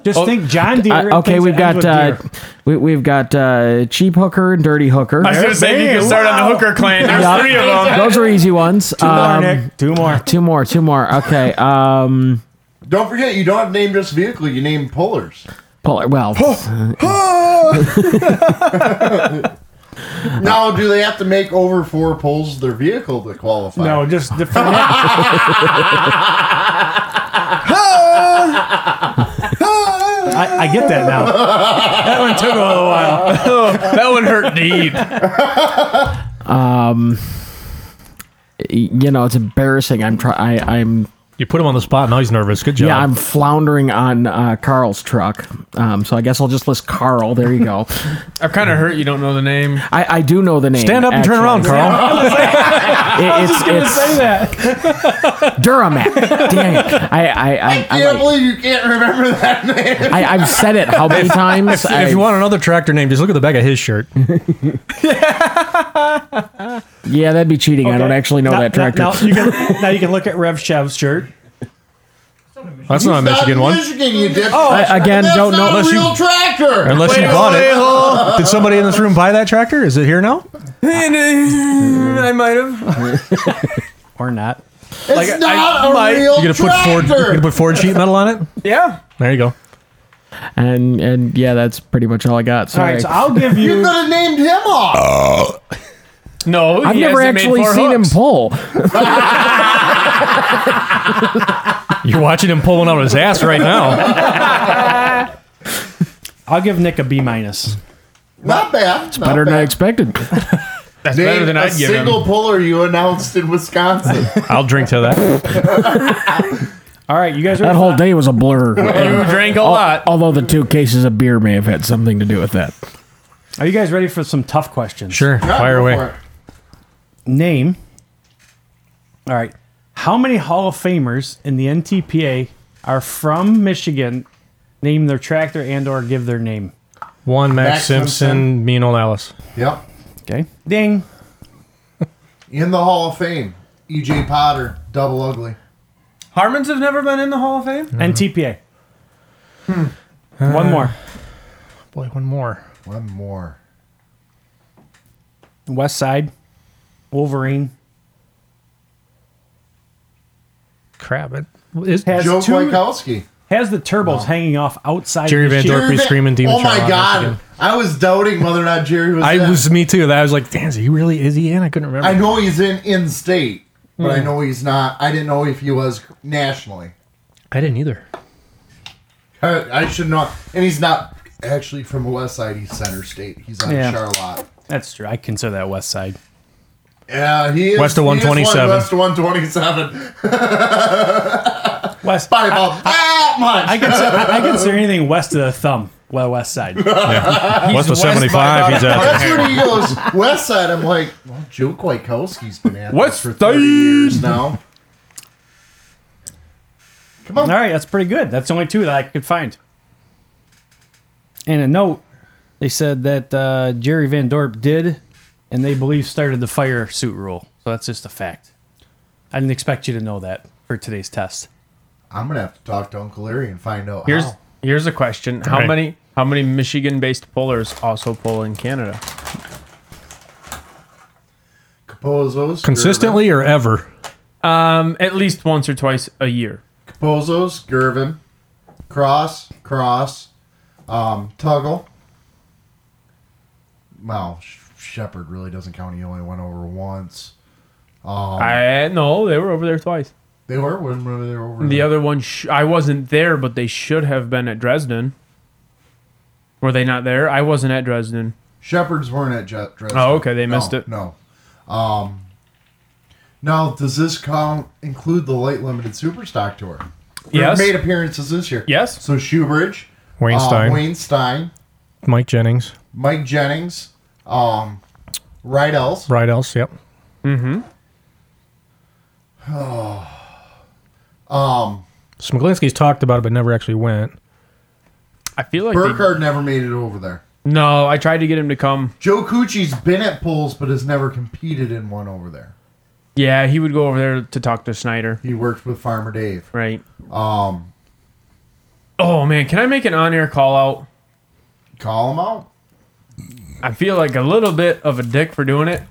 Speaker 6: Just
Speaker 24: oh,
Speaker 6: think John Deere.
Speaker 24: uh,
Speaker 6: and
Speaker 24: okay,
Speaker 6: things
Speaker 24: we've
Speaker 6: that
Speaker 24: got uh,
Speaker 6: end with
Speaker 24: we, we've got uh, cheap hooker and dirty hooker.
Speaker 5: I was gonna say you can start on the hooker clan. There's
Speaker 24: Yup.
Speaker 5: three of them.
Speaker 24: Those are easy ones. Um,
Speaker 5: Two more, Nick.
Speaker 24: Two
Speaker 6: Two more.
Speaker 24: more. Two more. Okay. Um,
Speaker 3: Don't forget, you don't have to name just vehicle. You name pullers.
Speaker 24: pull Well,
Speaker 3: now, do they have to make over four pulls of their vehicle to qualify?
Speaker 6: No, just the I, I get that now. That one took a little while.
Speaker 5: that one hurt deep.
Speaker 24: um, y- you know, it's embarrassing. I'm try. I, I'm.
Speaker 8: You put him on the spot. Now he's nervous. Good job.
Speaker 24: Yeah, I'm floundering on uh, Carl's truck. Um, so I guess I'll just list Carl. There you go.
Speaker 5: I'm kind of hurt you don't know the name.
Speaker 24: I, I do know the name.
Speaker 5: Stand up and turn around, Carl.
Speaker 24: I was just gonna say
Speaker 6: that.
Speaker 24: Duramac. Dang it. I, I, I, I
Speaker 3: can't believe you can't remember that name.
Speaker 24: I, I've said it how many times?
Speaker 8: If, if you want another tractor name, just look at the back of his shirt.
Speaker 24: yeah, that'd be cheating. I don't actually know
Speaker 6: Now-
Speaker 24: that tractor.
Speaker 6: Now, now you can, now you can look at Rev Chev's shirt.
Speaker 8: That's not a Michigan one.
Speaker 3: Michigan, you dip.
Speaker 6: Oh, I-
Speaker 24: again,
Speaker 3: That's
Speaker 24: don't
Speaker 3: not
Speaker 24: know-
Speaker 3: a
Speaker 24: unless you-
Speaker 3: real tractor.
Speaker 8: Unless you
Speaker 5: Wait,
Speaker 8: bought
Speaker 5: wait, hold.
Speaker 8: it. Did somebody in this room buy that tractor? Is it here now?
Speaker 5: I might have.
Speaker 6: or not.
Speaker 3: It's not
Speaker 5: a
Speaker 3: a real
Speaker 8: You're gonna put Ford. You're
Speaker 3: tractor.
Speaker 8: gonna put Ford sheet metal on it.
Speaker 5: Yeah.
Speaker 8: There you go.
Speaker 24: and and yeah, that's pretty much all I got.
Speaker 6: All
Speaker 24: Sorry.
Speaker 6: right, so I'll give you.
Speaker 3: You could have named him off.
Speaker 5: No,
Speaker 24: I've
Speaker 5: Oh, he
Speaker 24: never
Speaker 5: hasn't made
Speaker 24: actually
Speaker 5: four
Speaker 24: seen
Speaker 5: hooks.
Speaker 24: him pull.
Speaker 8: You're watching him pull one out of his ass right now.
Speaker 6: I'll give Nick a B minus.
Speaker 3: Not bad. It's
Speaker 24: Better than I expected.
Speaker 5: That's
Speaker 3: Name
Speaker 5: better than
Speaker 3: a
Speaker 5: I'd give him.
Speaker 3: single puller you announced in Wisconsin.
Speaker 8: I'll drink to that.
Speaker 6: All right, you guys.
Speaker 24: That
Speaker 6: Ready?
Speaker 24: whole day was a blur.
Speaker 5: You drank a
Speaker 24: Al-
Speaker 5: lot.
Speaker 24: Although the two cases of beer may have had something to do with that.
Speaker 6: Are you guys ready for some tough questions?
Speaker 8: Sure. Fire
Speaker 3: go
Speaker 8: away.
Speaker 3: for it.
Speaker 6: Name. All right. How many Hall of Famers in the NTPA are from Michigan? Name their tractor and/or give their name.
Speaker 8: One Max,
Speaker 3: Max
Speaker 8: Simpson,
Speaker 3: Simpson.
Speaker 8: me and old Alice.
Speaker 3: Yep.
Speaker 6: Okay. Ding.
Speaker 3: In the Hall of Fame, E.J. Potter, Double Ugly.
Speaker 5: Harmons have never been in the Hall of Fame.
Speaker 8: Hmm.
Speaker 6: NTPA.
Speaker 8: Uh.
Speaker 6: One more.
Speaker 8: Boy, one more.
Speaker 3: One more.
Speaker 6: West Side. Wolverine.
Speaker 8: Crap. It
Speaker 6: Has
Speaker 3: Joe
Speaker 6: two-
Speaker 3: Kwiatkowski.
Speaker 6: Has the turbos hanging off outside.
Speaker 8: Jerry
Speaker 6: the
Speaker 8: Van
Speaker 6: sheet.
Speaker 8: Dorp Dorpy screaming Demon
Speaker 3: Oh my
Speaker 8: Child,
Speaker 3: God.
Speaker 8: Michigan.
Speaker 3: I was doubting whether or not Jerry was.
Speaker 8: I
Speaker 3: in.
Speaker 8: was me too. That I was like, damn, is he really is he in? I couldn't remember.
Speaker 3: I know he's in in state, but I know he's not. I didn't know if he was nationally.
Speaker 8: I didn't either.
Speaker 3: I, I should know. And he's not actually from West Side. He's Center State. He's on
Speaker 15: Yeah.
Speaker 3: Charlotte.
Speaker 15: That's true. I consider that West Side.
Speaker 3: Yeah, he is
Speaker 15: West of
Speaker 3: he is
Speaker 15: 127.
Speaker 3: one West of 127.
Speaker 15: West.
Speaker 3: By about that much.
Speaker 15: I consider, I, I consider anything west of the thumb. Well, West Side.
Speaker 1: Yeah.
Speaker 15: He's
Speaker 1: West of
Speaker 15: by
Speaker 1: 75,
Speaker 15: about
Speaker 1: he's
Speaker 15: a
Speaker 1: out
Speaker 15: hundred.
Speaker 3: That's when he goes West Side. I'm like, well, Joe Kwiatkowski's been at
Speaker 15: West
Speaker 3: this for 30 years now. Come on.
Speaker 15: All right, that's pretty good. That's the only two that I could find.
Speaker 6: And a note, they said that uh, Jerry Van Dorp did, and they believe started the fire suit rule.
Speaker 15: So that's just a fact. I didn't expect you to know that for today's test.
Speaker 3: I'm gonna have to talk to Uncle Larry and find out.
Speaker 9: Here's
Speaker 3: how.
Speaker 9: here's a question: How
Speaker 3: Right.
Speaker 9: many how many Michigan-based pullers also pull in Canada?
Speaker 3: Capozos
Speaker 1: Consistently or ever?
Speaker 9: Um, at least once or twice a year.
Speaker 3: Capozos, Gervin, Cross, Cross, um, Tuggle. Wow, Shepard really doesn't count. He only went over once. Um,
Speaker 9: I no, they were over there twice.
Speaker 3: They were when when they were over
Speaker 9: The
Speaker 3: there.
Speaker 9: other one, sh- I wasn't there, but they should have been at Dresden. Were they not there? I wasn't at Dresden.
Speaker 3: Shepherds weren't at Jet Dresden.
Speaker 9: Oh, okay, they missed
Speaker 3: No,
Speaker 9: it.
Speaker 3: No. Um, now, does this count include the light limited superstock tour? Who
Speaker 1: Yes.
Speaker 3: Made appearances this year. Yes. So Shoebridge,
Speaker 1: Wayne
Speaker 3: uh,
Speaker 15: Oh,
Speaker 1: Stein.
Speaker 3: Wayne Stein,
Speaker 1: Mike Jennings.
Speaker 3: Mike Jennings, um, Rydell's.
Speaker 1: Right else, yep.
Speaker 9: Mm-hmm.
Speaker 3: um,
Speaker 1: Smiglinski's talked about it but never actually went.
Speaker 9: I feel like they-
Speaker 3: Burkhardt never made it over there.
Speaker 9: no. I tried to get him to come.
Speaker 3: Joe Cucci's been at polls but has never competed in one over there.
Speaker 9: Yeah, he would go over there to talk to Snyder.
Speaker 3: He worked with Farmer Dave.
Speaker 9: Right.
Speaker 3: Um.
Speaker 9: Oh man, can I make an on-air call out?
Speaker 3: Call him out.
Speaker 9: I feel like a little bit of a dick for doing it,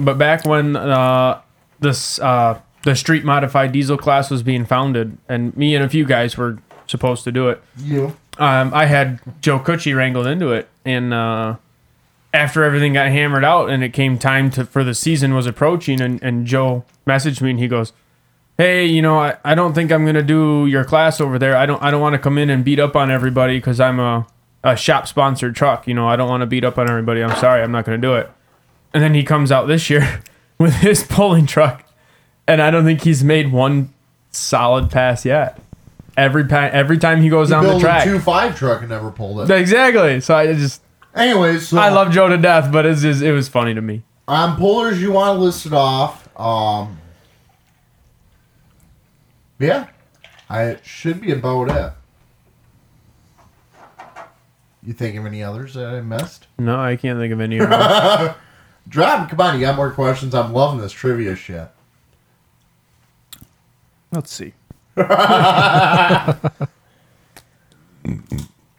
Speaker 9: but back when uh, this uh, the street modified diesel class was being founded, and me and a few guys were supposed to do it.
Speaker 3: You.
Speaker 9: um, I had Joe Cucci wrangled into it, and uh, after everything got hammered out, and it came time to for the season was approaching, and, and Joe messaged me, and he goes, "Hey, you know, I, I don't think I'm gonna do your class over there. I don't I don't want to come in and beat up on everybody because I'm a a shop sponsored truck. You know, I don't want to beat up on everybody. I'm sorry, I'm not gonna do it." And then he comes out this year with his pulling truck, and I don't think he's made one solid pass yet. Every pa- every time he goes
Speaker 3: He
Speaker 9: down the
Speaker 3: built
Speaker 9: track,
Speaker 3: a two five truck and never pulled it.
Speaker 9: Exactly. So I just.
Speaker 3: Anyways,
Speaker 9: I love Joe to death, but it's just, it was funny to me.
Speaker 3: On pullers Um, you want listed off. Um, yeah, I it should be about it. You think of any others that I missed?
Speaker 9: No, I can't think of any. Of them.
Speaker 3: Drop, 'em, come on, you got more questions. I'm loving this trivia shit.
Speaker 15: Let's see.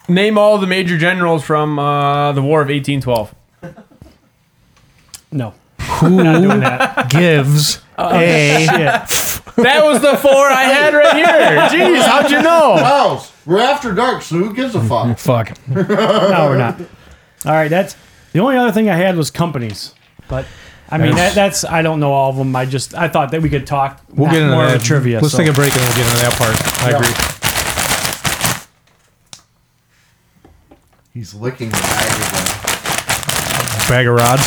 Speaker 9: Name all the major generals from uh, the War of 1812.
Speaker 15: No.
Speaker 1: Who gives
Speaker 6: Oh,
Speaker 1: a
Speaker 9: That was the four I had right here. Jeez, how'd you know?
Speaker 3: Miles, we're after dark, so who gives a fuck?
Speaker 1: fuck.
Speaker 6: no, we're not. All right, that's the only other thing I had was companies, but I mean that, that's I don't know all of them. I just I thought that we could talk.
Speaker 1: We'll get into
Speaker 6: more
Speaker 1: that.
Speaker 6: of a trivia.
Speaker 1: Let's
Speaker 6: so-
Speaker 1: take a break and we'll get into that part. I
Speaker 6: Yeah.
Speaker 1: agree.
Speaker 3: He's licking the bag again.
Speaker 1: Bag of rods.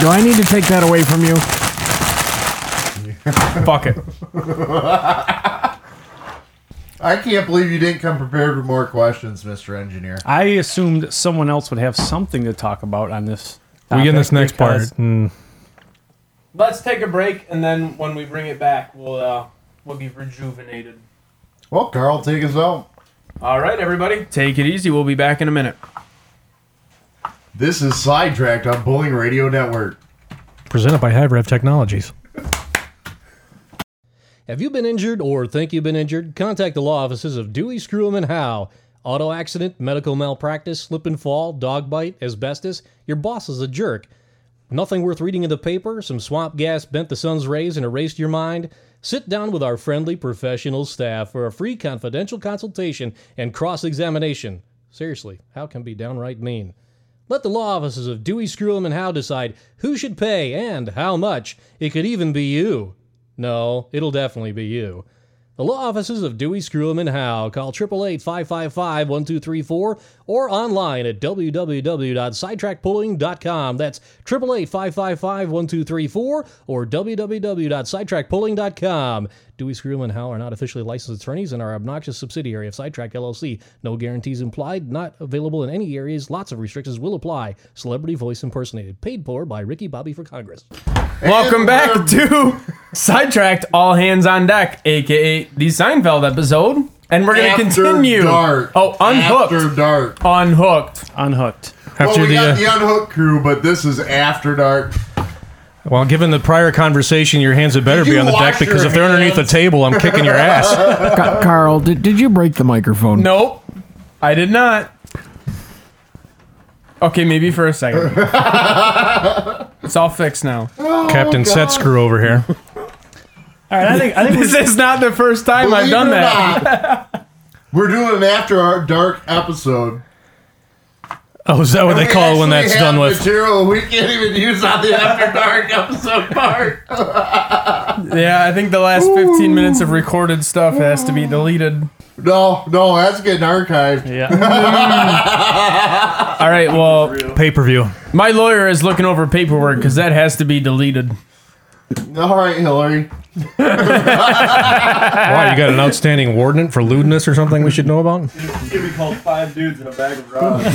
Speaker 25: Do I need to take that away from you?
Speaker 9: Fuck it.
Speaker 3: I can't believe you didn't come prepared with more questions, Mr. Engineer.
Speaker 6: I assumed someone else would have something to talk about on this.
Speaker 1: We get in this
Speaker 6: topic
Speaker 1: next part.
Speaker 6: because-
Speaker 1: Mm.
Speaker 9: Let's take a break, and then when we bring it back, we'll uh, we'll be rejuvenated.
Speaker 3: Well, Carl, take us out.
Speaker 9: All right, everybody, take it easy. We'll be back in a minute.
Speaker 3: This is Sidetracked on Bowling Radio Network.
Speaker 1: Presented by Hybrav Technologies.
Speaker 8: Have you been injured or think you've been injured? Contact the law offices of Dewey, Screwham, and Howe. Auto accident, medical malpractice, slip and fall, dog bite, asbestos. Your boss is a jerk. Nothing worth reading in the paper? Some swamp gas bent the sun's rays and erased your mind? Sit down with our friendly professional staff for a free confidential consultation and cross examination. Seriously, how can be downright mean? Let the law offices of Dewey, Screwham, and Howe decide who should pay and how much. It could even be you. No, it'll definitely be you.
Speaker 1: The law offices of Dewey, Screwham, and Howe. Call 888-555-1234 or online at www.sidetrackpulling.com. That's 888-555-1234 or www.sidetrackpulling.com. Dewey, Screwham, and Howe are not officially licensed attorneys and are obnoxious subsidiary of Sidetrack LLC. No guarantees implied. Not available in any areas. Lots of restrictions will apply. Celebrity voice impersonated. Paid for by Ricky Bobby for Congress.
Speaker 9: Welcome back to Sidetracked All Hands on Deck, aka the Seinfeld episode. And we're going to
Speaker 3: After
Speaker 9: continue.
Speaker 3: dark.
Speaker 9: Oh, unhooked.
Speaker 3: After dark.
Speaker 9: Unhooked.
Speaker 26: Unhooked.
Speaker 3: well, we got the uh, unhook crew, but this is after dark.
Speaker 8: Well, given the prior conversation, your hands had better
Speaker 3: Did
Speaker 8: be
Speaker 3: you
Speaker 8: on the
Speaker 3: wash
Speaker 8: deck because
Speaker 3: your
Speaker 8: if they're underneath the
Speaker 3: hands? Oh,
Speaker 8: table, I'm kicking your ass.
Speaker 15: Ca- Carl, did, did you break the microphone?
Speaker 9: Nope. I did not. Okay, maybe for a second. it's all fixed now.
Speaker 8: Captain Set Screw over here.
Speaker 6: All right, I think I think
Speaker 9: this
Speaker 6: we-
Speaker 9: is not the first time I've
Speaker 3: Believe
Speaker 9: done
Speaker 3: it or
Speaker 9: that.
Speaker 3: not, we're doing an after our dark episode.
Speaker 8: Oh, is that what they
Speaker 3: We
Speaker 8: call it when
Speaker 3: actually
Speaker 8: that's
Speaker 3: have
Speaker 8: done with?
Speaker 3: material we can't even use on the after dark episode part.
Speaker 9: Yeah, I think the last 15 minutes of recorded stuff has to be deleted.
Speaker 3: No, no, that's getting archived.
Speaker 9: Yeah. All right, well,
Speaker 8: pay per view.
Speaker 9: My lawyer is looking over paperwork because that has to be deleted.
Speaker 3: All right, Hillary.
Speaker 8: Why, you got an outstanding warden for lewdness or something we should know about?
Speaker 27: It's gonna be called Five Dudes in a Bag of Rocks.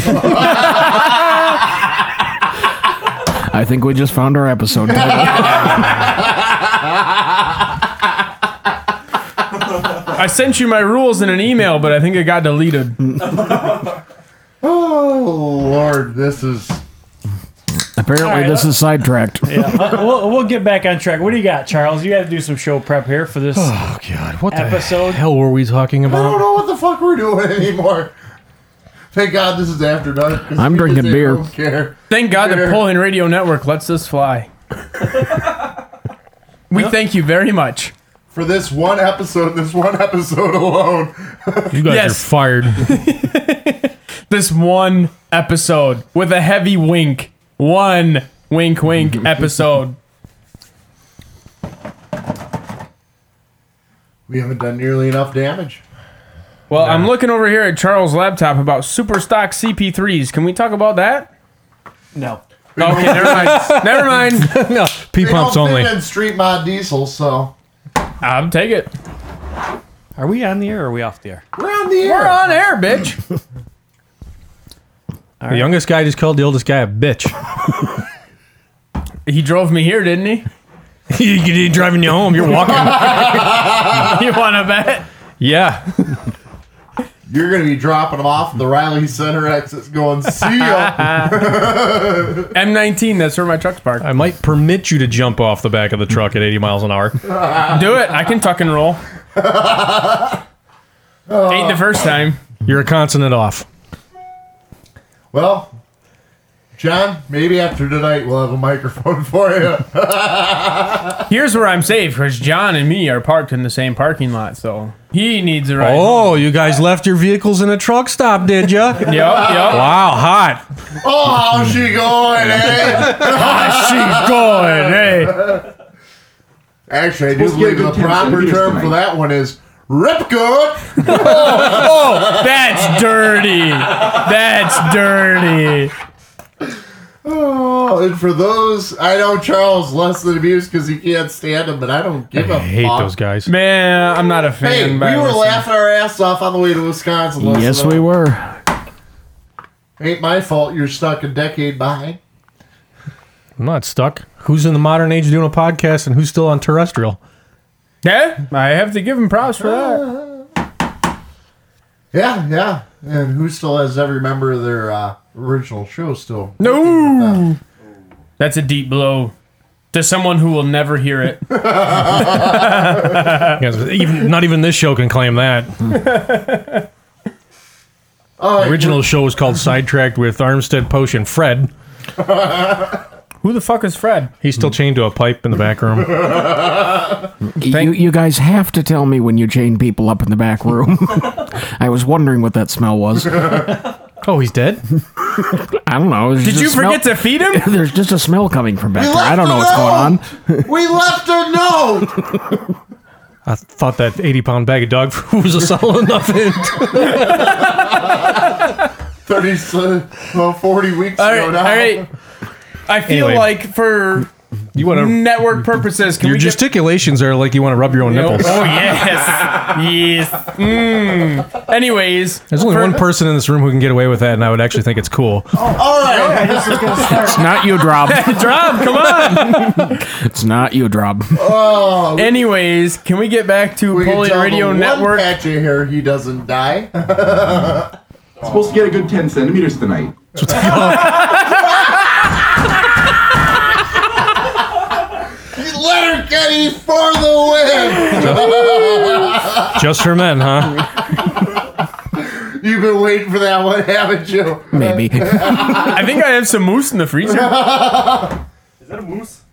Speaker 15: I think we just found our episode title.
Speaker 9: I sent you my rules in an email, but I think it got deleted.
Speaker 3: Oh Lord, this is
Speaker 15: Apparently,
Speaker 6: All right,
Speaker 15: this
Speaker 6: uh,
Speaker 15: is sidetracked.
Speaker 6: yeah, we'll, we'll get back on track. What do you got, Charles? You got to do some show prep here for this.
Speaker 8: Oh, God. What the
Speaker 6: Episode.
Speaker 8: hell were we talking
Speaker 3: I don't
Speaker 8: about?
Speaker 3: know what the fuck we're doing anymore. Thank God this is after dark. 'cause
Speaker 9: I'm
Speaker 3: we
Speaker 9: drinking
Speaker 3: just
Speaker 9: beer.
Speaker 3: Don't care.
Speaker 9: Thank God the Poland Radio Network lets us fly. we thank you very much.
Speaker 3: For this one episode, this one episode alone.
Speaker 8: You guys
Speaker 9: Yes.
Speaker 8: are fired.
Speaker 9: This one episode with a heavy wink. One wink wink episode.
Speaker 3: We haven't done nearly enough damage.
Speaker 9: Well, I'm looking over here at Charles' laptop about super stock CP3s. Can we talk about that?
Speaker 6: No.
Speaker 9: Okay, never mind. Never mind.
Speaker 8: no,
Speaker 3: They don't fit in street mod diesel, so
Speaker 9: I'll take it.
Speaker 6: Are we on the air or are we off the air?
Speaker 3: we're on the air.
Speaker 9: We're on air, bitch.
Speaker 8: The youngest guy just called the oldest guy a bitch.
Speaker 9: He drove me here, didn't he?
Speaker 8: he, he driving you home. You're walking.
Speaker 9: you want to bet?
Speaker 8: yeah.
Speaker 3: You're gonna be dropping them off at the Riley Center exits, going see ya.
Speaker 9: M19, that's where my truck's parked.
Speaker 8: I might permit you to jump off the back of the truck at 80 miles an hour.
Speaker 9: Do it. I can tuck and roll. Ain't the first time.
Speaker 8: You're a consonant off.
Speaker 3: well, John, maybe after tonight we'll have a microphone for you.
Speaker 9: Here's where I'm safe because John and me are parked in the same parking lot, so he needs a ride.
Speaker 8: Oh, you guys left your vehicles in a truck stop, did ya? yep,
Speaker 9: yep.
Speaker 8: Wow, hot.
Speaker 3: oh, how's she going, eh?
Speaker 9: She's going, hey.
Speaker 3: Actually, I do believe the proper term for that one is rip good.
Speaker 9: Oh, that's dirty. That's dirty.
Speaker 3: Oh, and for those, I know Charles less than abused because he can't stand him, but I don't give a
Speaker 8: I hate
Speaker 3: fuck.
Speaker 8: those guys.
Speaker 9: Man, Eh, I'm not a fan.
Speaker 3: Hey, we
Speaker 9: but I
Speaker 3: were
Speaker 9: listen.
Speaker 3: laughing our ass off on the way to Wisconsin. listening
Speaker 15: yes,
Speaker 3: to
Speaker 15: we
Speaker 3: them.
Speaker 15: were.
Speaker 3: Ain't my fault you're stuck a decade behind.
Speaker 8: I'm not stuck. Who's in the modern age doing a podcast and who's still on terrestrial?
Speaker 9: Yeah, I have to give him props for that.
Speaker 3: Yeah, yeah. And who still has every member of their uh, original show still?
Speaker 9: No. That's a deep blow to someone who will never hear it.
Speaker 8: Yes, even not even this show can claim that.
Speaker 3: Oh,
Speaker 8: Original show was called Sidetracked with Armstead Potion Fred.
Speaker 9: Who the fuck is Fred?
Speaker 8: He's still chained to a pipe in the back room.
Speaker 15: you, you guys have to tell me when you chain people up in the back room. I was wondering what that smell was.
Speaker 8: Oh, he's dead?
Speaker 15: I don't know.
Speaker 9: Did you forget to feed him?
Speaker 15: There's just a smell coming from back
Speaker 3: We
Speaker 15: there. I
Speaker 3: left
Speaker 15: don't know what's
Speaker 3: alone!
Speaker 15: going on.
Speaker 3: we left a note.
Speaker 8: I thought that 80 pound bag of dog food was a solid enough hint.
Speaker 3: 30, uh, well, 40 weeks
Speaker 9: All
Speaker 3: ago
Speaker 9: right,
Speaker 3: now.
Speaker 9: all right. I feel
Speaker 8: Anyway.
Speaker 9: like for
Speaker 8: You wanna-
Speaker 9: network purposes, can
Speaker 8: your
Speaker 9: Mm, we just
Speaker 8: gesticulations are like you want to rub your own nipples.
Speaker 9: Oh yes, yes. Mm. Anyways,
Speaker 8: There's only
Speaker 9: for-
Speaker 8: one person in this room who can get away with that, and I would actually think it's cool.
Speaker 3: All right.
Speaker 24: It's not you, Drob.
Speaker 9: Drob, come on.
Speaker 24: It's not you, Drob.
Speaker 3: Oh,
Speaker 9: Anyways, can we get back to
Speaker 3: we can
Speaker 9: Polian
Speaker 3: tell
Speaker 9: Radio
Speaker 3: the One
Speaker 9: Network?
Speaker 3: patch of hair, he doesn't die.
Speaker 15: Supposed to get a good 10 centimeters tonight.
Speaker 3: Letter Kenny for the
Speaker 8: Just for men, huh?
Speaker 3: win. You've been waiting for that one, haven't you?
Speaker 24: Maybe.
Speaker 9: I think I have some moose in the freezer.
Speaker 20: Is that a moose?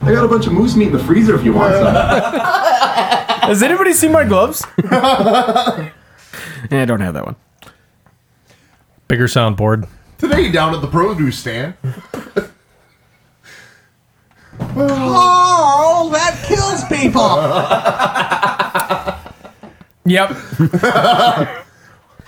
Speaker 15: I got a bunch of moose meat in the freezer if you want some.
Speaker 9: Has anybody seen my gloves?
Speaker 24: Eh, I don't have that one.
Speaker 8: Bigger soundboard.
Speaker 3: Today down at the produce stand.
Speaker 28: Oh, that kills people.
Speaker 9: Yep.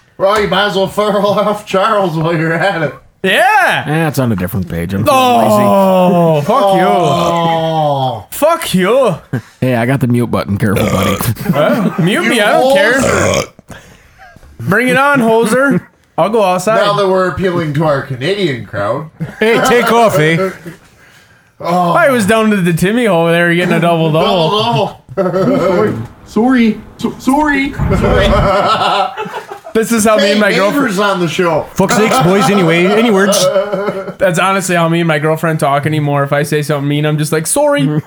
Speaker 3: well, you might as well furl off Charles while you're at it.
Speaker 9: Yeah.
Speaker 24: Eh, it's on a different page. I'm
Speaker 9: Oh, fuck
Speaker 3: Oh.
Speaker 9: you. Fuck you.
Speaker 24: lazy. Hey, I got the mute button. Careful, buddy.
Speaker 9: Well, mute me. I
Speaker 3: holes.
Speaker 9: don't care. Bring it on, hoser. I'll go outside.
Speaker 3: Now that we're appealing to our Canadian crowd.
Speaker 8: Hey, take off, eh?
Speaker 9: I was down to the Timmy over there getting a double double.
Speaker 3: Oh,
Speaker 15: sorry. So- sorry.
Speaker 9: This is how me and my girlfriend.
Speaker 3: neighbors on the show.
Speaker 8: Fuck sakes, boys, anyway. Any words?
Speaker 9: That's honestly how me and my girlfriend talk anymore. If I say something mean, I'm just like sorry,
Speaker 8: Mm.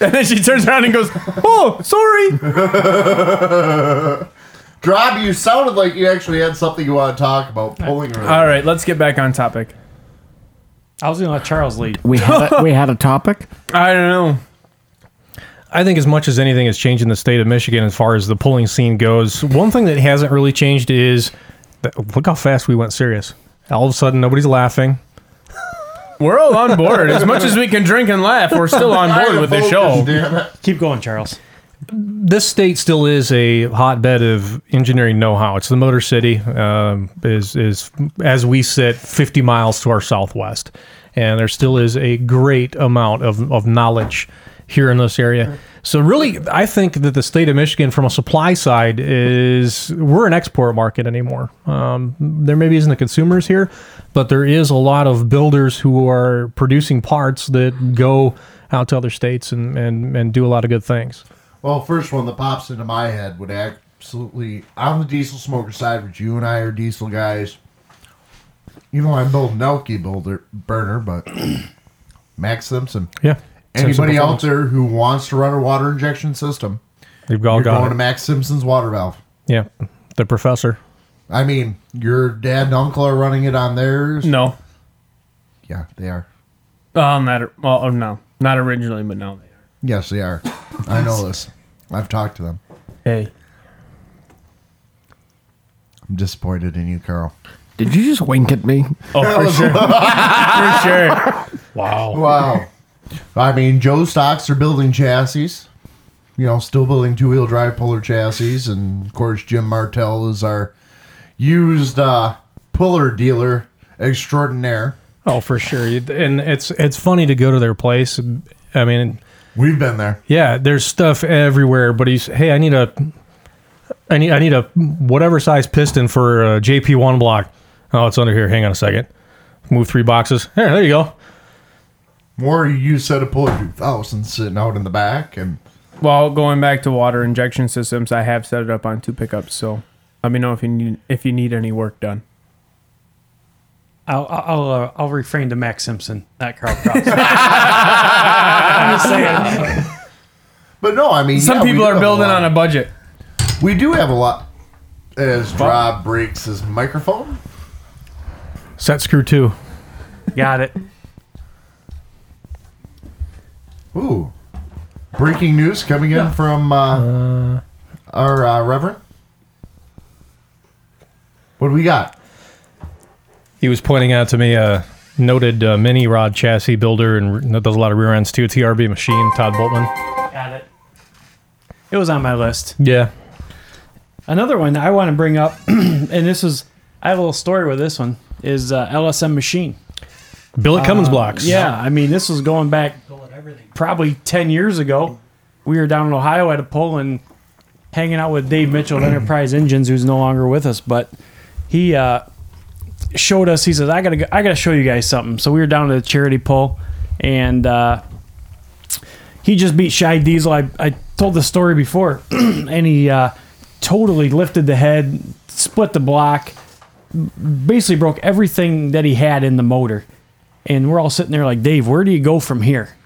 Speaker 9: and then she turns around and goes, "Oh, sorry."
Speaker 3: Drob, you sounded like you actually had something you want to talk about. Pulling her.
Speaker 9: All right, let's get back on topic.
Speaker 6: I was gonna let Charles lead.
Speaker 24: We had a, we had a topic.
Speaker 9: I don't know.
Speaker 8: I think as much as anything has changed in the state of Michigan as far as the polling scene goes, one thing that hasn't really changed is that, look how fast we went serious. All of a sudden, nobody's laughing.
Speaker 9: We're all on board. As much as we can drink and laugh, we're still on board with the show.
Speaker 6: Keep going, Charles.
Speaker 8: This state still is a hotbed of engineering know-how. It's the Motor City. Um, is is as we sit 50 miles to our southwest, and there still is a great amount of of knowledge here in this area. So really, I think that the state of Michigan, from a supply side, is we're an export market anymore. Um, there maybe isn't the consumers here, but there is a lot of builders who are producing parts that go out to other states and and, and do a lot of good things.
Speaker 3: Well, first one that pops into my head would absolutely on the diesel smoker side, which you and I are diesel guys. Even though I'm building Elky builder burner, but Max Simpson.
Speaker 8: Yeah.
Speaker 3: Anybody
Speaker 8: Simpson
Speaker 3: out there who wants to run a water injection system,
Speaker 8: They've
Speaker 9: Oh,
Speaker 8: all
Speaker 3: you're
Speaker 8: got
Speaker 3: going
Speaker 8: it.
Speaker 3: to Max Simpson's water valve.
Speaker 8: Yeah, the professor.
Speaker 3: I mean, your dad and uncle are running it on theirs.
Speaker 9: No,
Speaker 3: Yeah, they are.
Speaker 9: well, not well, oh, no, not originally, but now they are.
Speaker 3: Yes, they are. I know this. I've talked to them.
Speaker 9: Hey,
Speaker 3: I'm disappointed in you, Carl.
Speaker 24: Did you just wink at me?
Speaker 9: oh for sure, for sure.
Speaker 3: Wow. I mean, Joe Stocks are building chassis. You know, still building two wheel drive puller chassis, and of course, Jim Martell is our used uh, puller dealer extraordinaire.
Speaker 8: Oh, for sure. You- And it's it's funny to go to their place. I mean,
Speaker 3: We've been there.
Speaker 8: yeah, there's stuff everywhere. But he's hey, I need a, I need I need a whatever size piston for a JP one block. Oh, it's under here. Hang on a second. Move three boxes. There, there you go.
Speaker 3: More used set of puller two thousand sitting out in the back, and
Speaker 9: Well, going back to water injection systems, I have set it up on two pickups. So let me know if you need if you need any work done.
Speaker 6: I'll I'll uh, I'll refrain to Max Simpson, not Carl Cross. I'm just saying.
Speaker 3: but no, I mean,
Speaker 9: Some
Speaker 3: yeah, we
Speaker 9: people
Speaker 3: do
Speaker 9: are
Speaker 3: have
Speaker 9: building
Speaker 3: lot.
Speaker 9: on a budget.
Speaker 3: We do have a lot. As Rob breaks his microphone,
Speaker 8: Set screw two.
Speaker 6: Got it.
Speaker 3: ooh, breaking news coming in from uh, our uh, reverend. What do we got?
Speaker 8: He was pointing out to me a noted uh, mini rod chassis builder and re- that does a lot of rear ends too. TRB machine. Todd Boltman.
Speaker 6: Got it. It was on my list.
Speaker 8: Yeah.
Speaker 6: Another one I want to bring up, and this was I have a little story with this one is uh, LSM Machine.
Speaker 8: Billet Cummins blocks.
Speaker 6: Yeah, I mean this was going back probably ten years ago. We were down in Ohio at a poll and hanging out with Dave Mitchell of Enterprise Engines, who's no longer with us, but he uh, showed us. He says, "I gotta, go, I gotta show you guys something." So we were down to the charity poll, and uh, he just beat Shy Diesel. I, I told the story before, and he uh, totally lifted the head, split the block, basically broke everything that he had in the motor. And we're all sitting there like, Dave, where do you go from here?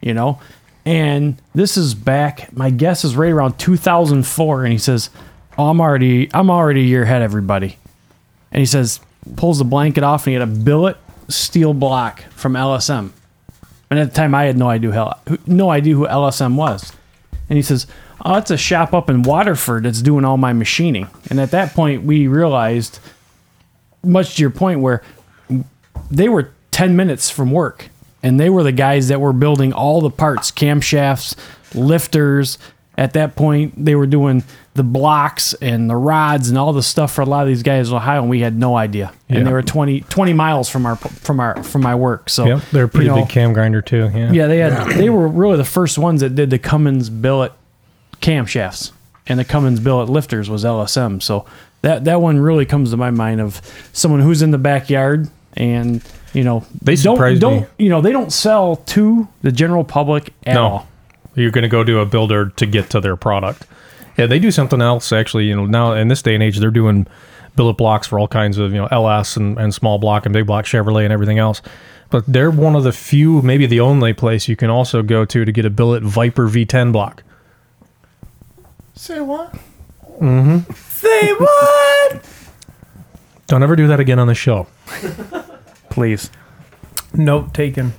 Speaker 6: You know? And this is back, my guess is right around 2004. And he says, oh, I'm already, I'm already a year ahead, everybody. And he says, pulls the blanket off and he had a billet steel block from LSM. And at the time, I had no idea who, no idea who LSM was. And he says, "Oh, it's a shop up in Waterford that's doing all my machining." And at that point, we realized, much to your point, where they were ten minutes from work, and they were the guys that were building all the parts, camshafts, lifters. At that point, they were doing the blocks and the rods and all the stuff for a lot of these guys in Ohio, and we had no idea. And
Speaker 8: Yeah.
Speaker 6: they were 20, 20 miles from our from our from my work. So
Speaker 8: yep. They're a pretty
Speaker 6: you know,
Speaker 8: big cam grinder too. Yeah.
Speaker 6: yeah, they had they were really the first ones that did the Cummins billet camshafts, and the Cummins billet lifters was LSM. So that that one really comes to my mind of someone who's in the backyard and you know
Speaker 8: They
Speaker 6: don't
Speaker 8: surprised
Speaker 6: don't
Speaker 8: me.
Speaker 6: you know they don't sell to the general public at
Speaker 8: no.
Speaker 6: all.
Speaker 8: You're going to go to a builder to get to their product. Yeah, they do something else actually. You know, now in this day and age, they're doing billet blocks for all kinds of you know LS and, and small block and big block Chevrolet and everything else. But they're one of the few, maybe the only place you can also go to to get a billet Viper V10 block.
Speaker 3: Say what?
Speaker 8: Mm-hmm.
Speaker 3: Say what?
Speaker 8: Don't ever do that again on the show.
Speaker 6: Please.
Speaker 5: Note taken.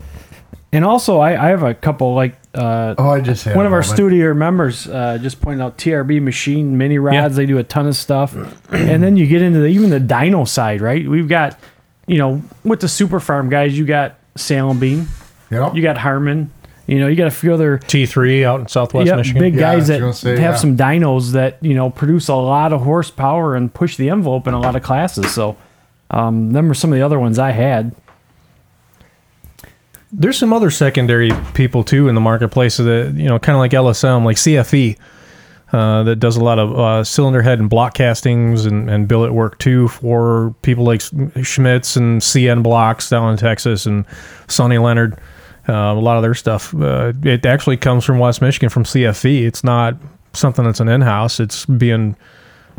Speaker 6: And also, I, I have a couple like uh,
Speaker 3: oh, I just had
Speaker 6: one
Speaker 3: a
Speaker 6: of our
Speaker 3: moment.
Speaker 6: studio members uh, just pointed out TRB machine mini rods. They do a ton of stuff, and then you get into the, even the dyno side, right? We've got you know with the super farm guys, you got Salem Beam,
Speaker 3: yeah,
Speaker 6: you got Harmon, you know, you got a few other
Speaker 8: T three out in Southwest
Speaker 6: yeah,
Speaker 8: Michigan.
Speaker 6: big guys that have
Speaker 8: yeah.
Speaker 6: some dynos that you know produce a lot of horsepower and push the envelope in a lot of classes. So, um, them are some of the other ones I had.
Speaker 8: There's some other secondary people too in the marketplace that you know, kind of like LSM, like CFE, uh, that does a lot of uh, cylinder head and block castings and, and billet work too for people like Schmitz and CN Blocks down in Texas and Sonny Leonard. Uh, a lot of their stuff. Uh, it actually comes from West Michigan from CFE. It's not something that's an in-house. It's being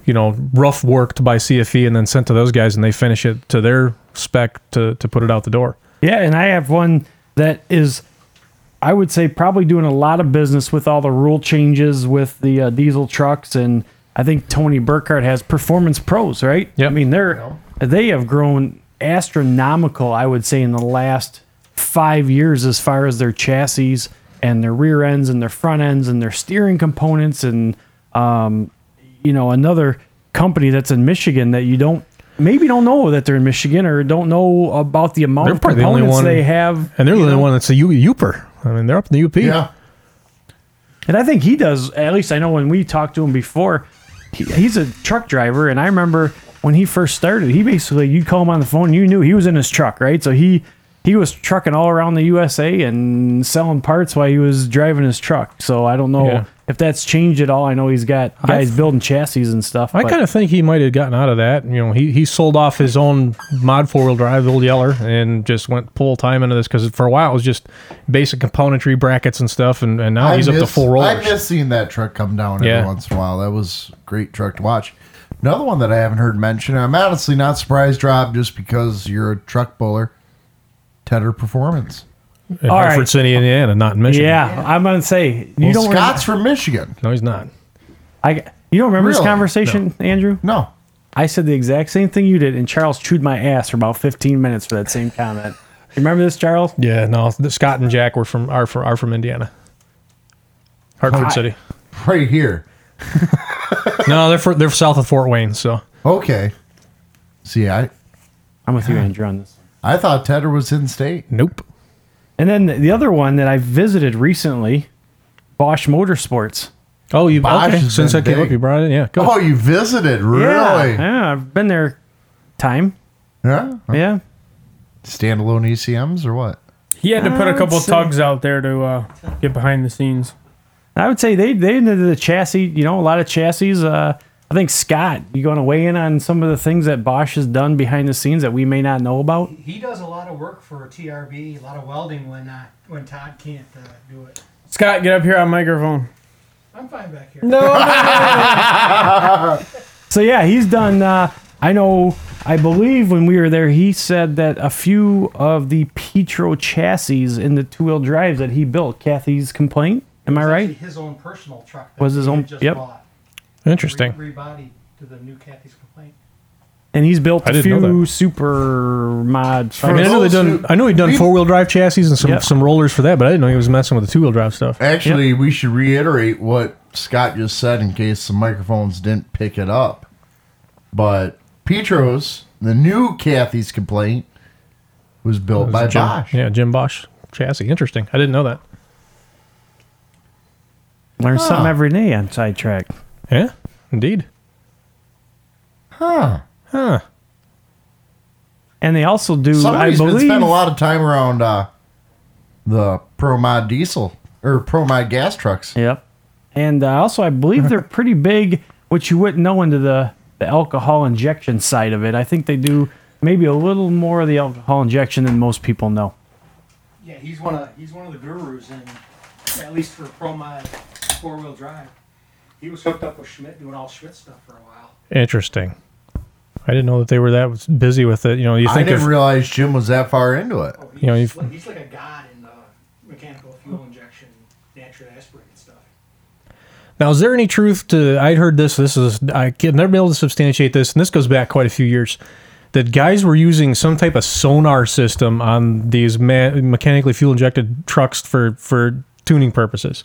Speaker 8: you know, rough worked by CFE and then sent to those guys and they finish it to their spec to, to put it out the door.
Speaker 6: Yeah, and I have one that is, I would say, probably doing a lot of business with all the rule changes with the uh, diesel trucks, and I think Tony Burkhardt has Performance Pros, right? Yeah. I mean, they're they have grown astronomical, I would say, in the last five years as far as their chassis and their rear ends and their front ends and their steering components and um, you know another company that's in Michigan that you don't maybe don't know that they're in Michigan or don't know about the amount
Speaker 8: They're
Speaker 6: of
Speaker 8: probably the only
Speaker 6: components
Speaker 8: one
Speaker 6: they have.
Speaker 8: And they're the only one that's a U- Uper. I mean, they're up in the UP.
Speaker 6: Yeah. And I think he does. At least I know when we talked to him before, he, he's a truck driver, and I remember when he first started, he basically you'd call him on the phone, you knew he was in his truck, right? So he he was trucking all around the USA and selling parts while he was driving his truck. So I don't know
Speaker 8: Yeah.
Speaker 6: if that's changed at all. I know he's got guys building chassis and stuff.
Speaker 8: I
Speaker 6: but-
Speaker 8: kind of think he might have gotten out of that. You know, he, he sold off his own mod four wheel drive, old Yeller, and just went full time into this because for a while it was just basic componentry brackets and stuff. And, and now
Speaker 3: I
Speaker 8: Oh, he's up to
Speaker 3: miss-
Speaker 8: full
Speaker 3: I
Speaker 8: rollers.
Speaker 3: miss seeing that truck come down every
Speaker 8: Yeah.
Speaker 3: once in a while. That was a great truck to watch. Another one that I haven't heard mentioned. I'm honestly not surprised, Rob, just because you're a truck bowler. Tedder Performance.
Speaker 8: In
Speaker 6: All
Speaker 8: Hartford
Speaker 6: right.
Speaker 8: City, Indiana, not in Michigan.
Speaker 6: Yeah, I'm gonna say you
Speaker 3: Well,
Speaker 6: don't. remember-
Speaker 3: Scott's from Michigan.
Speaker 8: No, he's not.
Speaker 6: I you don't remember this
Speaker 3: Really?
Speaker 6: conversation, Andrew?
Speaker 3: No.
Speaker 6: I said the exact same thing you did, and Charles chewed my ass for about 15 minutes for that same comment. You remember this, Charles?
Speaker 8: Yeah, no. the- Scott and Jack were from are, from are from Indiana, Hartford
Speaker 6: Hi.
Speaker 8: City.
Speaker 3: Right here.
Speaker 8: no, they're for, they're south of Fort Wayne. So
Speaker 3: Okay. See, I.
Speaker 6: I'm with you, Andrew, on this.
Speaker 3: I thought Tedder was in state.
Speaker 8: Nope.
Speaker 6: And then the other one that I visited recently, Bosch Motorsports.
Speaker 8: Oh, you
Speaker 3: Bosch
Speaker 8: okay.
Speaker 3: has
Speaker 8: Since I
Speaker 3: been
Speaker 8: came
Speaker 3: big.
Speaker 8: up, you brought it. Yeah. Go.
Speaker 3: Oh, you visited really?
Speaker 6: Yeah, yeah, I've been there. Time.
Speaker 3: Yeah.
Speaker 6: Yeah.
Speaker 3: Standalone ECMs or what?
Speaker 5: He had to put a
Speaker 6: I'd
Speaker 5: couple
Speaker 6: say-
Speaker 5: tugs out there to uh, get behind the scenes.
Speaker 6: I would say they they into the chassis. You know, a lot of chassis. Uh, I think Scott, you going to weigh in on some of the things that Bosch has done behind the scenes that we may not know about?
Speaker 29: He does a lot of work for TRB, a lot of welding when uh, when Todd can't uh, do it.
Speaker 5: Scott, get up here on microphone.
Speaker 29: I'm fine back here.
Speaker 5: No,
Speaker 6: So yeah, he's done. Uh, I know. I believe when we were there, he said that a few of the Petro chassis in the two-wheel drives that he built, Kathy's complaint. Am I right?
Speaker 29: His own personal truck. that
Speaker 6: Was his
Speaker 29: he had
Speaker 6: own-
Speaker 29: Just
Speaker 6: yep.
Speaker 29: Bought,
Speaker 8: Interesting.
Speaker 29: Re- rebodied to the new Kathy's complaint.
Speaker 6: And he's built
Speaker 8: I
Speaker 6: a
Speaker 8: didn't know
Speaker 6: few super mod.
Speaker 8: I, mean, I know they done. I know he done four wheel drive chassis and some
Speaker 6: Yeah.
Speaker 8: some rollers for that, but I didn't know he was messing with the two wheel drive stuff.
Speaker 3: Actually, we should reiterate what Scott just said in case the microphones didn't pick it up. But Petros, the new Kathy's complaint, was built
Speaker 8: It was
Speaker 3: by
Speaker 8: Jim-
Speaker 3: Bosch.
Speaker 8: Yeah, Jim Bosch chassis. Interesting. I didn't know that.
Speaker 6: Learn
Speaker 8: Huh.
Speaker 6: something every day on sidetrack.
Speaker 8: Yeah, indeed.
Speaker 3: Huh.
Speaker 8: Huh.
Speaker 6: And they also do.
Speaker 3: Somebody's
Speaker 6: I
Speaker 3: been
Speaker 6: believe.
Speaker 3: spending a lot of time around uh, the Pro Mod diesel or Pro Mod gas trucks.
Speaker 6: Yep. And uh, also, I believe they're pretty big, which you wouldn't know into the, the alcohol injection side of it. I think they do maybe a little more of the alcohol injection than most people know.
Speaker 29: Yeah, he's one of he's one of the gurus, and at least for pro mod four wheel drive, he was hooked up with Schmidt doing all Schmidt stuff for a while.
Speaker 8: Interesting. I didn't know that they were that was- busy with it. You know, you
Speaker 3: I
Speaker 8: think
Speaker 3: didn't
Speaker 8: if
Speaker 3: realize Jim was that far into it.
Speaker 8: you know, you've,
Speaker 29: Like, he's like a god in uh, mechanical fuel injection, natural aspirate and stuff.
Speaker 8: now is there any truth to? I'd heard this. This is I can never be able to substantiate this, and this goes back quite a few years. That guys were using some type of sonar system on these ma- mechanically fuel injected trucks for for tuning purposes.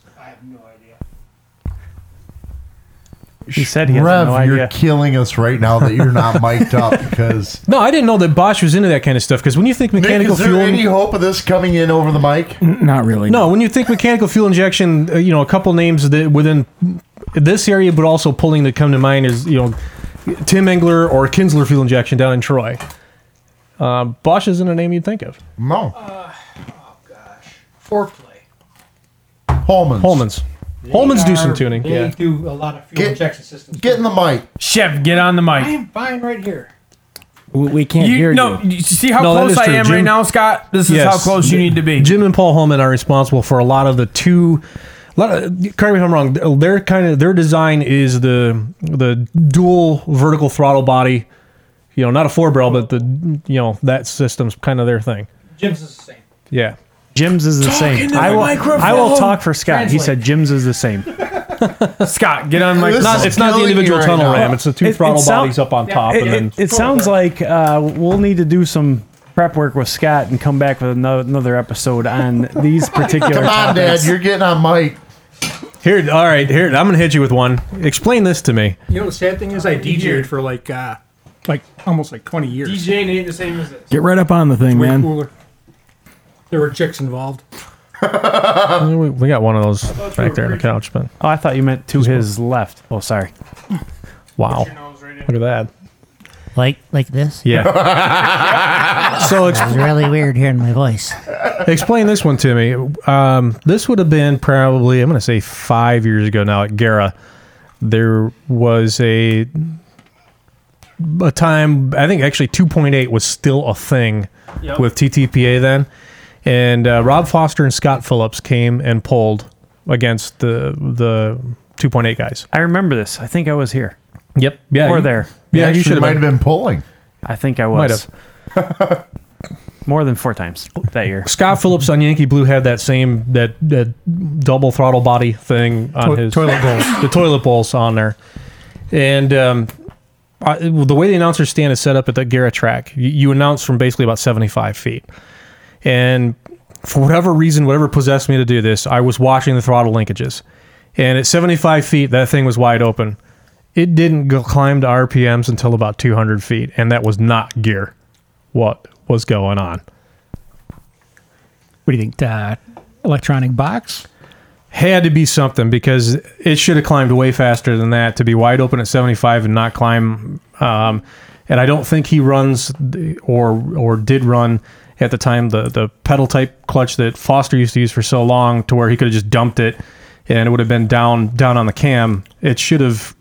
Speaker 6: He said he has
Speaker 3: Rev,
Speaker 6: no
Speaker 3: you're
Speaker 6: idea.
Speaker 3: killing us right now that you're not mic'd up because.
Speaker 8: No, I didn't know that Bosch was into that kind of stuff because when you think
Speaker 3: Nick,
Speaker 8: mechanical
Speaker 3: is there
Speaker 8: fuel,
Speaker 3: any hope of this coming in over the mic?
Speaker 24: Not really.
Speaker 8: No, when you think mechanical fuel injection, uh, you know, a couple names that within this area, but also pulling that come to mind is you know Tim Engler or Kinsler fuel injection down in Troy. Uh, Bosch isn't a name you'd think of.
Speaker 3: No.
Speaker 29: Foreplay.
Speaker 3: Holman's.
Speaker 8: Holman's. Holman's do some
Speaker 29: They
Speaker 8: tuning.
Speaker 29: They
Speaker 8: Yeah.
Speaker 29: do a lot of fuel injection systems.
Speaker 3: Get in the mic.
Speaker 5: Chef, get on the
Speaker 29: I
Speaker 5: mic.
Speaker 29: am fine right here.
Speaker 24: We, we can't hear
Speaker 5: no,
Speaker 24: you.
Speaker 5: see how
Speaker 8: No, that
Speaker 5: close
Speaker 8: is
Speaker 5: I
Speaker 8: true.
Speaker 5: am right
Speaker 8: Jim-
Speaker 5: now, Scott. This is
Speaker 8: Yes.
Speaker 5: how close you need to be.
Speaker 8: Jim and Paul Holman are responsible for a lot of the two. A lot of, correct me if I'm wrong. Their kind of their design is the the dual vertical throttle body. You know, not a four barrel, but the you know that system's kind of their thing.
Speaker 29: Jim's is the same.
Speaker 8: Yeah.
Speaker 6: Jim's is the same.
Speaker 29: into
Speaker 6: I
Speaker 29: the
Speaker 6: will,
Speaker 29: microphone.
Speaker 6: I will talk for Scott. He
Speaker 29: Translate.
Speaker 6: said Jim's is the same.
Speaker 5: Scott, get on my.
Speaker 6: This
Speaker 8: Not,
Speaker 6: is
Speaker 8: it's not the
Speaker 6: killing me
Speaker 8: individual
Speaker 6: right
Speaker 8: tunnel
Speaker 6: now.
Speaker 8: ram. It's the two
Speaker 6: It- it
Speaker 8: throttle
Speaker 6: sound-
Speaker 8: bodies up on
Speaker 6: yeah,
Speaker 8: top,
Speaker 6: it,
Speaker 8: and then
Speaker 6: it- it sounds like uh, we'll need to do some prep work with Scott and come back with another, another episode on these particular
Speaker 3: Come on, Dad.
Speaker 6: topics.
Speaker 3: You're getting on mic.
Speaker 8: here. All right, here I'm gonna hit you with one. Explain this to me.
Speaker 20: You know, the sad thing is I DJ'd for like, uh, like almost like 20 years.
Speaker 5: DJing ain't the same as this.
Speaker 24: Get right up on the thing,
Speaker 20: Way
Speaker 24: man.
Speaker 20: cooler. There were chicks involved.
Speaker 8: Uh, we, we got one of those back there on the couch, but
Speaker 6: Oh, I thought you meant to his left. Oh, sorry.
Speaker 8: wow, look at that.
Speaker 30: Like like this?
Speaker 8: Yeah. so it's
Speaker 30: It's really weird hearing my voice.
Speaker 8: Explain this one to me. Um, this would have been probably, I'm going to say five years ago now at Gara. There was a a time, I think actually 2.8 was still a thing
Speaker 5: Yep.
Speaker 8: with TTPA then. And uh, Rob Foster and Scott Phillips came and pulled against the the 2.8 guys.
Speaker 6: I remember this. I think I was here.
Speaker 8: Yep. Yeah.
Speaker 6: Or
Speaker 8: you-
Speaker 6: there.
Speaker 8: Yeah, you
Speaker 3: Actually,
Speaker 8: should have
Speaker 3: might
Speaker 8: been.
Speaker 3: have been pulling.
Speaker 6: I think I was.
Speaker 8: Might
Speaker 6: More than four times that year.
Speaker 8: Scott Phillips on Yankee Blue had that same that that double throttle body thing on
Speaker 6: To-
Speaker 8: his
Speaker 6: toilet bowls.
Speaker 8: the toilet bowls on there, and um, I, the way the announcer stand is set up at the Garrett track, you, you announce from basically about seventy five feet, and for whatever reason, whatever possessed me to do this, I was watching the throttle linkages, and at seventy five feet, that thing was wide open. It didn't go climb to RPMs until about two hundred feet, and that was not gear. What was going on?
Speaker 31: What do you think? Uh, electronic box?
Speaker 8: had to be something because it should have climbed way faster than that to be wide open at 75 and not climb. Um, and I don't think he runs the- or or did run at the time the the pedal type clutch that Foster used to use for so long to where he could have just dumped it and it would have been down down on the cam. It should have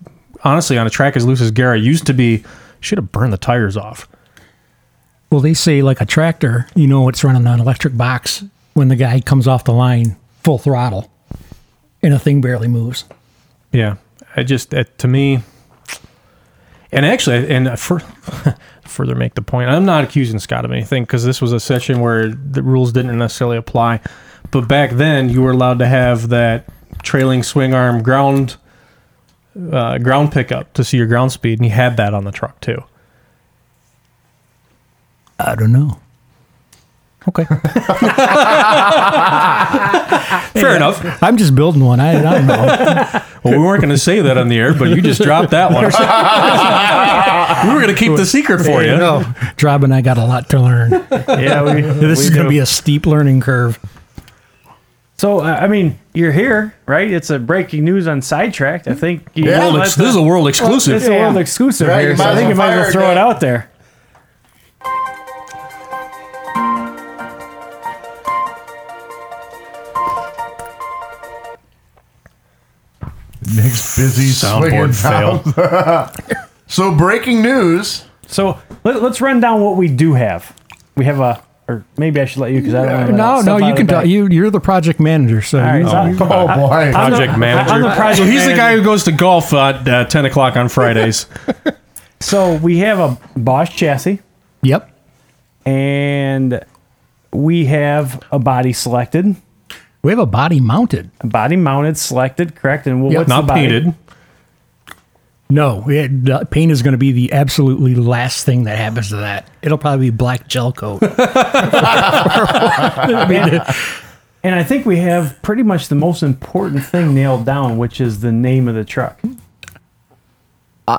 Speaker 8: honestly on a track as loose as Gara used to be should have burned the tires off.
Speaker 2: Well, they say like a tractor, you know, it's running on electric box when the guy comes off the line full throttle, and a thing barely moves.
Speaker 8: Yeah, I just it, to me, and actually, and I fur further make the point. I'm not accusing Scott of anything because this was a session where the rules didn't necessarily apply. But back then, you were allowed to have that trailing swing arm ground uh, ground pickup to see your ground speed, and he had that on the truck too.
Speaker 2: I don't know. Okay.
Speaker 8: Fair enough.
Speaker 2: I'm just building one. I, I don't know.
Speaker 8: Well, we weren't going to say that on the air, but you just dropped that one. we were going to keep the secret for you.
Speaker 2: Rob and I got a lot to learn.
Speaker 6: Yeah, we-
Speaker 2: this
Speaker 6: we
Speaker 2: is going
Speaker 6: do.
Speaker 2: to be a steep learning curve.
Speaker 6: So uh, I I mean, you're here, right? It's a breaking news on sidetracked. I think you
Speaker 8: Yeah. World ex- this is a world exclusive.
Speaker 6: It's a world
Speaker 8: Yeah.
Speaker 6: exclusive
Speaker 8: Right,
Speaker 6: here,
Speaker 8: you
Speaker 6: so
Speaker 8: might
Speaker 6: I
Speaker 8: as
Speaker 6: think
Speaker 8: well
Speaker 6: you might as
Speaker 8: fire
Speaker 6: well
Speaker 8: it
Speaker 6: throw
Speaker 8: down.
Speaker 6: it out there.
Speaker 3: Nick's busy
Speaker 6: Soundboard
Speaker 3: swinging fail. so breaking news.
Speaker 6: So let, let's run down what we do have. We have a, or maybe I should let you because I don't. remember
Speaker 2: No,
Speaker 6: that
Speaker 2: no,
Speaker 6: stuff out
Speaker 2: you
Speaker 6: of
Speaker 2: can.
Speaker 6: the
Speaker 2: Talk,
Speaker 6: bag.
Speaker 2: you you're the project manager, so.
Speaker 6: All right,
Speaker 2: you-
Speaker 6: so I'm-
Speaker 3: Oh,
Speaker 6: I'm- I'm the-
Speaker 8: project manager.
Speaker 6: I'm the project
Speaker 8: so he's the
Speaker 6: manager.
Speaker 8: guy who goes to golf at uh, 10 o'clock on Fridays.
Speaker 6: So we have a Bosch chassis.
Speaker 2: Yep.
Speaker 6: And we have a body selected.
Speaker 2: We have a body mounted.
Speaker 6: A body mounted, selected, correct. And what's the body?
Speaker 2: No, it, uh, paint is going to be the absolutely last thing that happens to that. It'll probably be black gel coat.
Speaker 6: And I think we have pretty much the most important thing nailed down, which is the name of the truck.
Speaker 3: All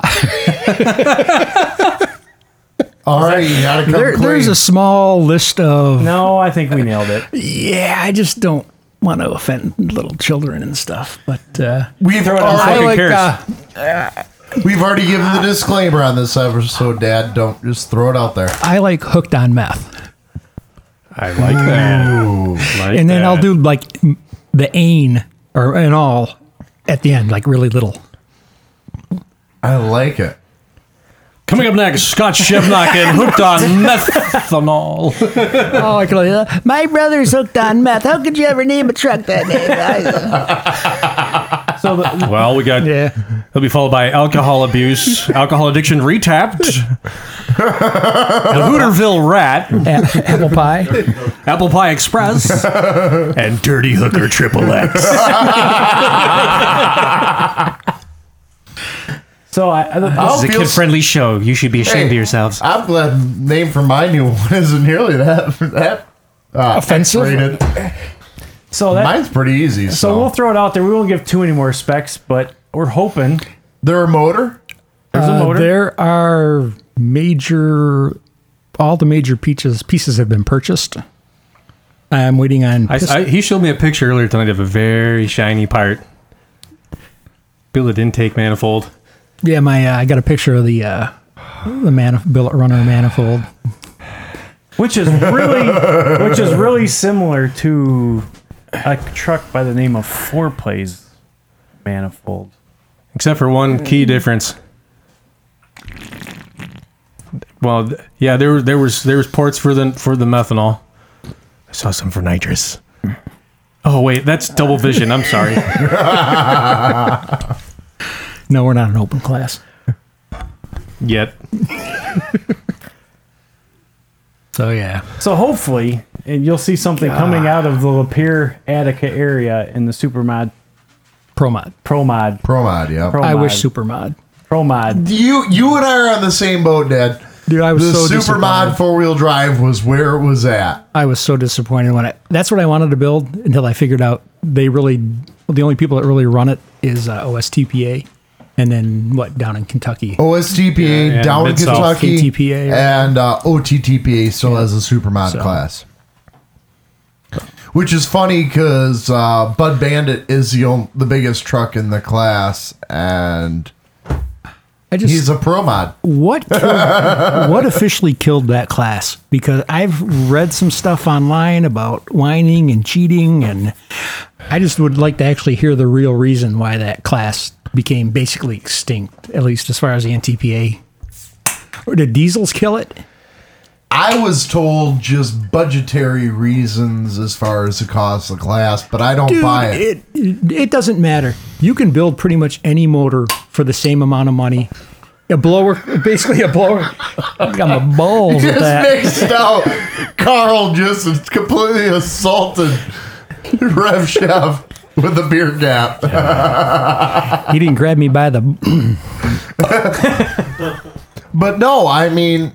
Speaker 3: right, you gotta come
Speaker 2: There-
Speaker 3: clean.
Speaker 2: there's a small list of.
Speaker 6: No, I think we nailed it.
Speaker 2: Yeah, I just don't want to offend little children and stuff, but uh,
Speaker 3: We've
Speaker 2: throw it out
Speaker 3: already,
Speaker 2: there. Like, uh,
Speaker 3: We've already given the disclaimer on this episode, Dad. Don't just throw it out there.
Speaker 2: I like hooked on meth.
Speaker 8: I like that. Like
Speaker 2: and then I'll
Speaker 8: that.
Speaker 2: do like m- the ain or and all at the end, like really little.
Speaker 3: I like it.
Speaker 8: Coming up next, Scott Shevnock and hooked on methanol.
Speaker 31: oh, I can only, my brother's hooked on meth. How could you ever name a truck that name?
Speaker 6: So the,
Speaker 8: Well, we got. Yeah. He'll be followed by alcohol abuse, alcohol addiction retapped, the Hooterville rat,
Speaker 2: apple pie,
Speaker 8: apple pie express, and dirty hooker triple X.
Speaker 6: So I, I
Speaker 3: I'll
Speaker 32: This is a
Speaker 3: feel
Speaker 32: kid friendly show. You should be ashamed
Speaker 3: Hey,
Speaker 32: of yourselves.
Speaker 3: I'm glad the name for my new one isn't nearly that that uh,
Speaker 2: offensive.
Speaker 6: So that,
Speaker 3: Mine's pretty easy. So,
Speaker 6: So we'll throw it out there. We won't give too many more specs, but we're hoping.
Speaker 3: There a motor?
Speaker 6: There's a
Speaker 2: Uh,
Speaker 6: motor.
Speaker 2: there are major, all the major pieces pieces have been purchased. I'm waiting on.
Speaker 8: I,
Speaker 2: pist-
Speaker 8: I- he showed me a picture earlier tonight of a very shiny part. Billet intake manifold.
Speaker 2: yeah, my uh, I got a picture of the uh, the manif- billet runner manifold.
Speaker 6: which is really which is really similar to a truck by the name of Four Plays Manifold.
Speaker 8: Except for one key difference. Well, th- yeah, there were- there was there was ports for the for the methanol. I saw some for nitrous. Oh wait, that's double vision. I'm sorry.
Speaker 2: No, we're not an open class.
Speaker 8: Yet.
Speaker 2: So yeah.
Speaker 6: So hopefully, and you'll see something coming out of the Lapeer Attica area in the Supermod
Speaker 2: Promod
Speaker 6: Promod
Speaker 3: Promod. Yeah.
Speaker 2: I wish Supermod.
Speaker 6: Promod.
Speaker 3: You you and I are on the same boat, Dad.
Speaker 2: Dude, I was
Speaker 3: the
Speaker 2: so
Speaker 3: super mod
Speaker 2: disappointed.
Speaker 3: four wheel drive was where it was at.
Speaker 2: I was so disappointed when I. That's what I wanted to build until I figured out they really. Well, the only people that really run it is uh, OSTPA, and then what down in Kentucky.
Speaker 3: Oh, OSTPA
Speaker 2: Yeah,
Speaker 3: down in
Speaker 2: Mid-South.
Speaker 3: Kentucky,
Speaker 2: KTPA, right?
Speaker 3: and uh, OTTPA still has a supermod
Speaker 2: So.
Speaker 3: class. which is funny because uh, Bud Bandit is the on- the biggest truck in the class, and he's a pro mod.
Speaker 2: What killed, what officially killed that class? Because I've read some stuff online about whining and cheating, and I just would like to actually hear the real reason why that class became basically extinct, at least as far as the NTPA. Or did diesels kill it?
Speaker 3: I was told just budgetary reasons as far as the cost of the class, but I don't
Speaker 2: Dude,
Speaker 3: buy it.
Speaker 2: it. it. doesn't matter. You can build pretty much any motor for the same amount of money. A blower, basically a blower. I'm a balls at
Speaker 3: just
Speaker 2: that.
Speaker 3: mixed out. Carl just completely assaulted Rev Chef with a beer gap.
Speaker 2: He didn't grab me by the.
Speaker 3: but no, I mean,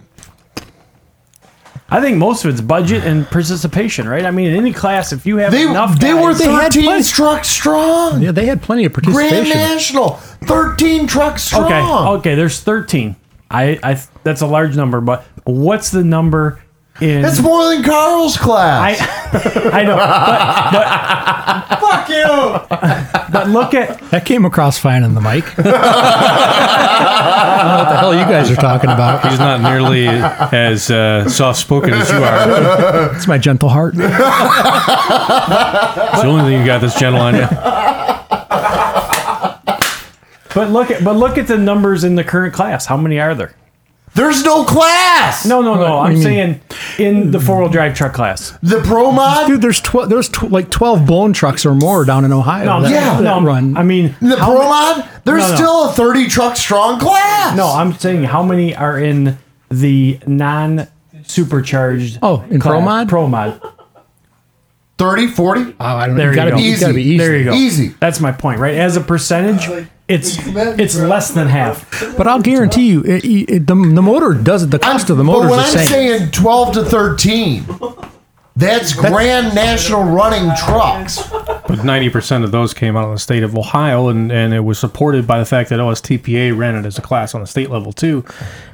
Speaker 6: I think most of it's budget and participation, right? I mean, in any class, if you have
Speaker 3: They-
Speaker 6: enough,
Speaker 3: they were
Speaker 6: guys-
Speaker 3: 13 trucks strong.
Speaker 2: Yeah, they had plenty of
Speaker 3: Grand National, 13 trucks strong.
Speaker 6: Okay, okay, there's 13. I, I, that's a large number, but what's the number in?
Speaker 3: It's more than Carl's class.
Speaker 6: I know, but, but fuck you. But look at
Speaker 2: That came across fine on the mic. I don't know what the hell you guys are talking about.
Speaker 8: He's not nearly as uh, soft spoken as you are.
Speaker 2: It's my gentle heart.
Speaker 8: It's the only thing you got this gentle on you.
Speaker 6: but look at but look at the numbers in the current class. How many are there?
Speaker 3: There's no class.
Speaker 6: No, no, no.
Speaker 2: What do
Speaker 6: I'm
Speaker 2: you
Speaker 6: saying in
Speaker 2: mm.
Speaker 6: the four wheel drive truck class.
Speaker 3: The pro mod?
Speaker 2: Dude, there's tw- there's tw- like 12 blown trucks or more down in Ohio.
Speaker 6: No,
Speaker 2: that,
Speaker 6: yeah,
Speaker 2: that
Speaker 6: no.
Speaker 2: run.
Speaker 6: I mean,
Speaker 3: The
Speaker 6: how
Speaker 3: pro
Speaker 6: ma-
Speaker 3: mod, there's
Speaker 6: No, no.
Speaker 3: still a 30 truck strong class.
Speaker 6: No, I'm saying how many are in the non supercharged.
Speaker 2: Oh, in pro mod?
Speaker 6: Pro mod.
Speaker 3: 30, 40?
Speaker 2: Oh, I don't
Speaker 6: There
Speaker 2: know.
Speaker 6: you
Speaker 2: Gotta
Speaker 6: go.
Speaker 2: be, easy. Gotta be easy.
Speaker 6: There you go.
Speaker 3: Easy.
Speaker 6: That's my point, right? As a percentage, it's it's less than half.
Speaker 2: But I'll guarantee you, it, it, it- the, the motor does the cost of the motor
Speaker 3: but when
Speaker 2: is the
Speaker 3: I'm
Speaker 2: same.
Speaker 3: saying 12 to 13, that's Grand National running trucks.
Speaker 8: But 90% of those came out of the state of Ohio, and, and it was supported by the fact that OSTPA ran it as a class on the state level, too.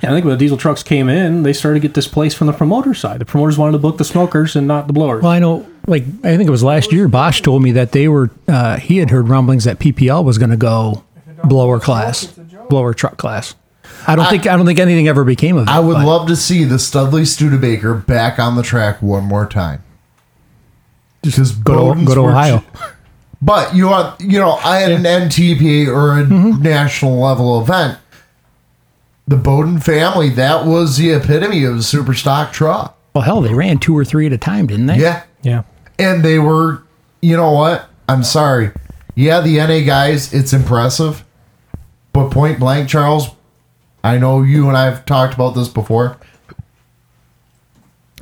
Speaker 8: And I think when the diesel trucks came in, they started to get displaced from the promoter side. The promoters wanted to book the smokers and not the blowers.
Speaker 2: Well, I know, like, I think it was last year, Bosch told me that they were, uh, he had heard rumblings that PPL was going to go blower class, blower truck class. I don't think, I don't think anything ever became of it.
Speaker 3: I would
Speaker 2: but-
Speaker 3: love to see the Studley Studebaker back on the track one more time. Because
Speaker 2: go to,
Speaker 3: Bowden's
Speaker 2: go to
Speaker 3: were-
Speaker 2: Ohio.
Speaker 3: But you want you know, I had an NTPA or a
Speaker 2: Mm-hmm.
Speaker 3: national level event. The Bowden family, that was the epitome of a super stock truck.
Speaker 2: Well, hell, they ran two or three at a time, didn't they?
Speaker 3: Yeah.
Speaker 8: yeah.
Speaker 3: And they were you know what? I'm sorry. Yeah, the NA guys, it's impressive. But point blank, Charles, I know you and I have talked about this before.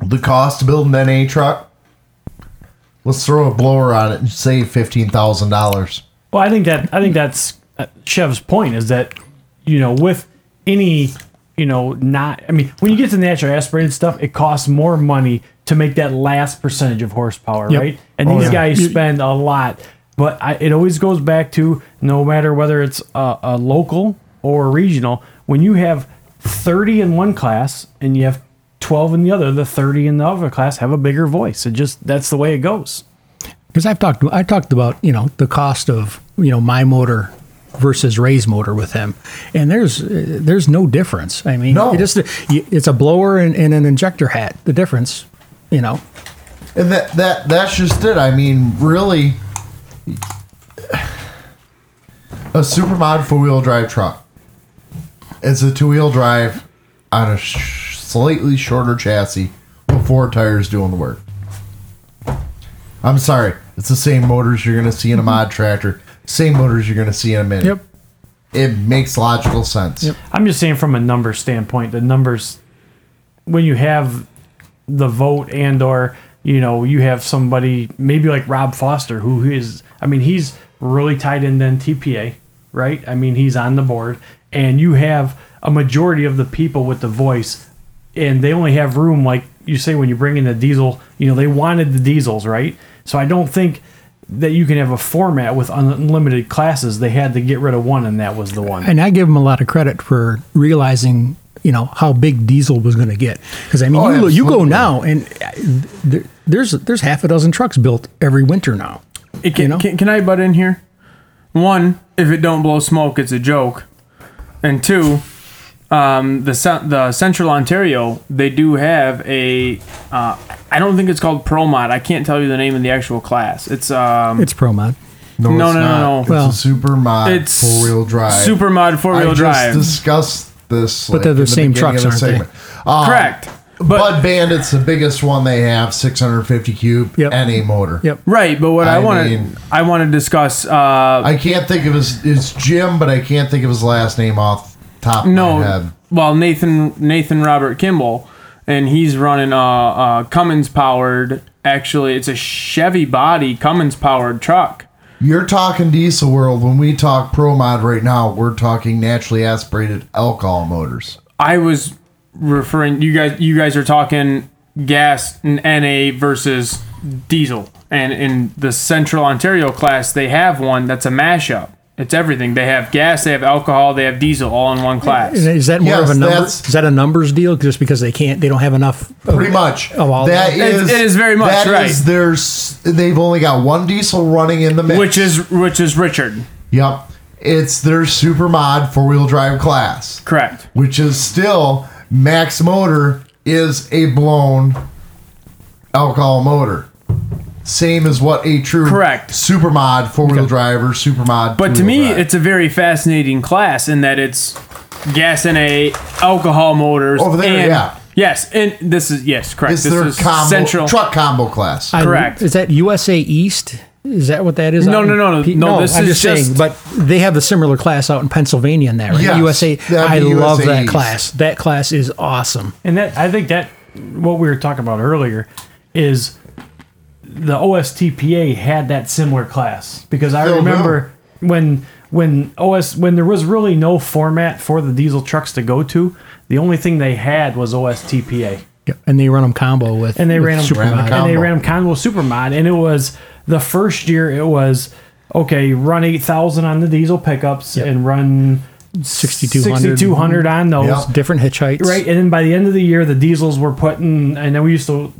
Speaker 3: The cost to build an NA truck. Let's throw a blower on it and save fifteen thousand dollars.
Speaker 6: Well, I think that I think that's uh, Chev's point is that you know with any you know not I mean when you get to natural aspirated stuff, it costs more money to make that last percentage of horsepower,
Speaker 2: Yep.
Speaker 6: right? And
Speaker 2: Oh,
Speaker 6: these
Speaker 2: yeah.
Speaker 6: guys
Speaker 2: You-
Speaker 6: spend a lot, but I, it always goes back to no matter whether it's a, a local or a regional, when you have thirty in one class and you have twelve in the other, the thirty in the other class have a bigger voice. It just that's the way it goes.
Speaker 2: Because I've talked, I talked about you know the cost of you know my motor versus Ray's motor with him, and there's uh, there's no difference. I mean,
Speaker 3: No.
Speaker 2: it just you- it's a blower and, and an injector hat. The difference, you know,
Speaker 3: And that that that's just it. I mean, really, a supermod four wheel drive truck. It's a two wheel drive on a sh- slightly shorter chassis with four tires doing the work. I'm sorry, it's the same motors you're gonna see in a mod tractor, same motors you're gonna see in a mini.
Speaker 2: Yep.
Speaker 3: It makes logical sense.
Speaker 6: I'm just saying from a number standpoint, the numbers when you have the vote and or you know you have somebody maybe like Rob Foster who is I mean he's really tied in then TPA right I mean he's on the board and you have a majority of the people with the voice and they only have room like you say when you bring in the diesel you know they wanted the diesels right so I don't think that you can have a format with unlimited classes they had to get rid of one and that was the one
Speaker 2: and I give him a lot of credit for realizing you know how big diesel was going to get. Because I mean,
Speaker 3: Oh,
Speaker 2: you, lo- you go
Speaker 3: absolutely.
Speaker 2: now and uh, th- there's there's half a dozen trucks built every winter now.
Speaker 9: It can, can can I butt in here? One, if it don't blow smoke, it's a joke. And two, um, the cen- the Central Ontario they do have a. Uh, I don't think it's called Pro Mod. I can't tell you the name of the actual class. It's um.
Speaker 2: It's pro mod.
Speaker 9: No, no, no, no, no.
Speaker 3: It's a super mod
Speaker 9: It's
Speaker 3: four wheel drive.
Speaker 9: super mod four-wheel
Speaker 3: I just
Speaker 9: drive.
Speaker 3: discussed this.
Speaker 2: But they're the
Speaker 3: in
Speaker 2: same
Speaker 3: beginning
Speaker 2: trucks,
Speaker 3: of the
Speaker 2: aren't they?
Speaker 3: segment. Um,
Speaker 9: Correct.
Speaker 3: But Bud Bandit's the biggest one they have, 650 cube, NA motor.
Speaker 2: Yep.
Speaker 9: Right, but what I,
Speaker 3: I
Speaker 9: want
Speaker 3: mean-
Speaker 9: to I want to discuss. Uh,
Speaker 3: I can't think of his. It's Jim, but I can't think of his last name off top of my head.
Speaker 9: no, well Nathan Nathan Robert Kimball, and he's running a, a Cummins powered. Actually, it's a Chevy body Cummins powered truck.
Speaker 3: You're talking diesel world. When we talk pro mod right now, we're talking naturally aspirated alcohol motors.
Speaker 9: I was referring you guys. You guys are talking gas and NA versus diesel, and in the Central Ontario class, they have one that's a mashup. It's everything. They have gas, they have alcohol, they have diesel, all in one class.
Speaker 2: And is that more
Speaker 9: Yes,
Speaker 2: of a number?
Speaker 9: that's-
Speaker 2: Is that a numbers deal? Just because they can't, they don't have enough. of-
Speaker 3: Pretty much.
Speaker 2: Of all
Speaker 3: That
Speaker 9: It-
Speaker 3: is,
Speaker 9: it is very much,
Speaker 3: that is
Speaker 9: right.
Speaker 3: their s- they've only got one diesel running in the mix.
Speaker 9: which is which is Richard.
Speaker 3: Yep. It's their super mod four wheel drive class.
Speaker 9: Correct.
Speaker 3: Which is still max motor is a blown alcohol motor. Same as what a true
Speaker 9: Correct.
Speaker 3: super mod four wheel drive or super mod.
Speaker 9: But to
Speaker 3: two-wheel
Speaker 9: me,
Speaker 3: drive.
Speaker 9: it's a very fascinating class in that it's gas and a alcohol motors.
Speaker 3: Over there,
Speaker 9: and-
Speaker 3: yeah.
Speaker 9: Yes, and this is yes, correct.
Speaker 3: it's
Speaker 9: this
Speaker 3: their
Speaker 9: is
Speaker 3: combo,
Speaker 9: central
Speaker 3: truck combo class.
Speaker 2: I-
Speaker 9: Correct.
Speaker 2: Is that USA East? Is that what that is?
Speaker 9: No,
Speaker 2: out in
Speaker 9: no, no, no,
Speaker 2: P-
Speaker 9: no, this
Speaker 2: I'm
Speaker 9: is
Speaker 2: just saying.
Speaker 9: just-
Speaker 2: But they have a similar class out in Pennsylvania in that, right?
Speaker 6: Yes,
Speaker 2: USA.
Speaker 6: that'd
Speaker 2: I
Speaker 6: be
Speaker 2: love
Speaker 6: USA
Speaker 2: that
Speaker 6: East.
Speaker 2: class. That class is awesome.
Speaker 6: And that I think that what we were talking about earlier is the OSTPA had that similar class because I
Speaker 3: Still do.
Speaker 6: remember when when OS when there was really no format for the diesel trucks to go to, the only thing they had was OSTPA.
Speaker 2: Yep. And they run them combo with
Speaker 6: And they
Speaker 2: with
Speaker 6: ran them
Speaker 2: Supermod.
Speaker 6: and they ran them combo supermod and it was the first year it was okay, run 8000 on the diesel pickups and run
Speaker 2: 6200
Speaker 6: 6200 on those.
Speaker 2: Yep. different hitch heights.
Speaker 6: Right, and then by the end of the year, the diesels were putting, and then we used to,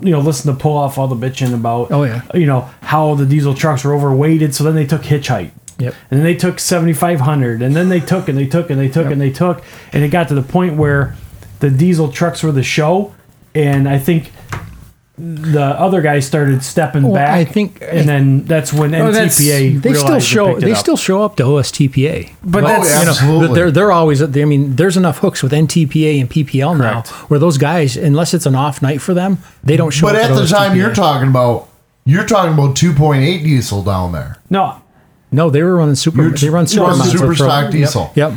Speaker 6: you know, listen to pull off all the bitching about,
Speaker 2: Oh, yeah.
Speaker 6: you know, how the diesel trucks were overweighted. So then they took hitch height,
Speaker 2: Yep.
Speaker 6: and then they took seventy five hundred, and then they took and they took and they took and they took, and it got to the point where the diesel trucks were the show, and I think. The other guy started stepping
Speaker 2: Well,
Speaker 6: back.
Speaker 2: I think-
Speaker 6: and then that's when
Speaker 2: Oh, that's-
Speaker 6: NTPA.
Speaker 2: they still
Speaker 6: realized
Speaker 2: show
Speaker 6: picked it
Speaker 2: they
Speaker 6: up.
Speaker 2: still show up to OSTPA,
Speaker 6: But Oh, that's-
Speaker 2: you know,
Speaker 6: absolutely.
Speaker 2: they're they're always. I mean, there's enough hooks with NTPA and PPL now where those guys, unless it's an off night for them, they don't show.
Speaker 3: But
Speaker 2: up
Speaker 3: at the time
Speaker 2: OSTPA.
Speaker 3: you're talking about, you're talking about 2.8 diesel down there.
Speaker 6: No,
Speaker 2: no, they were running super.
Speaker 3: You're-
Speaker 2: They run super,
Speaker 3: no,
Speaker 2: mods
Speaker 3: super
Speaker 2: with-
Speaker 3: stock
Speaker 2: yep,
Speaker 3: diesel.
Speaker 2: Yep.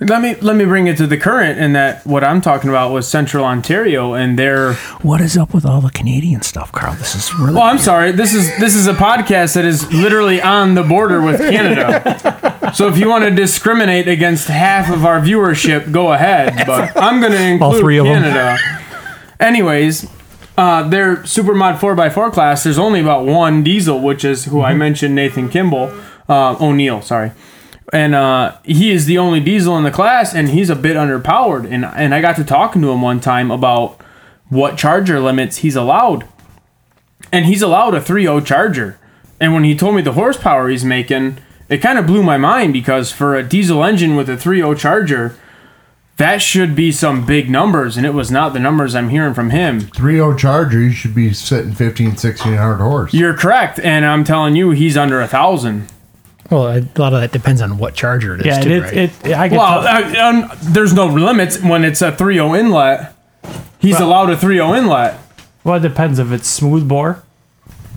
Speaker 9: Let me let me bring it to the current in that what I'm talking about was Central Ontario and their
Speaker 2: What is up with all the Canadian stuff, Carl? This is really.
Speaker 9: Well, Oh, I'm sorry. This is this is a podcast that is literally on the border with Canada. so if you want to discriminate against half of our viewership, go ahead. But I'm going to include
Speaker 2: All three of 'em.
Speaker 9: Canada. Anyways, uh, their Supermod 4x4 class, there's only about one diesel, which is who I
Speaker 2: Mm-hmm.
Speaker 9: mentioned, Nathan Kimball, uh, O'Neill, sorry. And uh, he is the only diesel in the class, and he's a bit underpowered. And, and I got to talking to him one time about what charger limits he's allowed and he's allowed a 3.0 charger. And when he told me the horsepower he's making, it kind of blew my mind because for a diesel engine with a 3.0 charger, that should be some big numbers, and it was not the numbers I'm hearing from him.
Speaker 3: 3.0 Charger, you should be sitting 15, 1600 horse.
Speaker 9: You're correct, and I'm telling you, he's under a thousand.
Speaker 2: Well, a lot of that depends on what charger it is.
Speaker 6: Yeah,
Speaker 2: too,
Speaker 6: it-
Speaker 2: right?
Speaker 6: it- I can
Speaker 9: well,
Speaker 6: tell-
Speaker 9: I, um, there's no limits when it's a 3.0 inlet. He's allowed a 3.0 inlet.
Speaker 6: Well, it depends if it's smooth bore.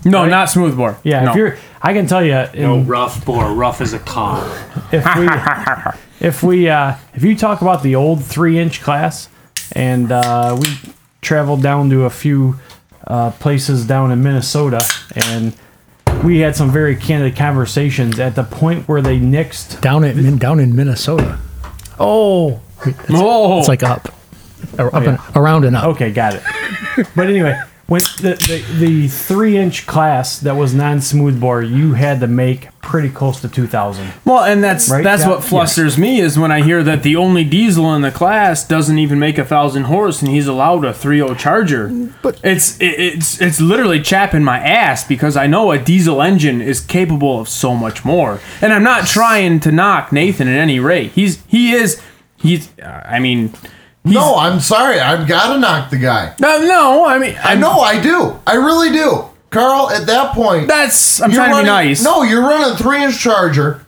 Speaker 9: No, not smooth bore.
Speaker 6: Yeah,
Speaker 9: No.
Speaker 6: if you're, I can tell you. in-
Speaker 33: No Oh, rough bore, rough as a cob.
Speaker 6: if we if we uh, if you talk about the old three inch class and uh, we traveled down to a few uh, places down in Minnesota and we had some very candid conversations at the point where they nixed
Speaker 2: down at Min- down in Minnesota. Oh, it's,
Speaker 9: oh.
Speaker 2: it's like up, Or up
Speaker 6: yeah.
Speaker 2: and, around and up.
Speaker 6: Okay, got it. but anyway, When the, the, the three inch class that was non smooth bore, you had to make pretty close to 2,000.
Speaker 9: Well, and that's
Speaker 6: Right,
Speaker 9: that's
Speaker 6: Jack?
Speaker 9: what flusters me is when I hear that the only diesel in the class doesn't even make a thousand horse, and he's allowed a 3.0 Charger. But it's it, it's it's literally chapping my ass because I know a diesel engine is capable of so much more, and I'm not trying to knock Nathan at any rate. He's he is he's uh, I mean.
Speaker 3: No, I'm sorry. I've got to knock the guy.
Speaker 9: No, no. I mean,
Speaker 3: I know I do. I really do, Carl. At that point,
Speaker 9: that's I'm
Speaker 3: you're
Speaker 9: trying to be
Speaker 3: running-
Speaker 9: nice.
Speaker 3: No, you're running a three inch charger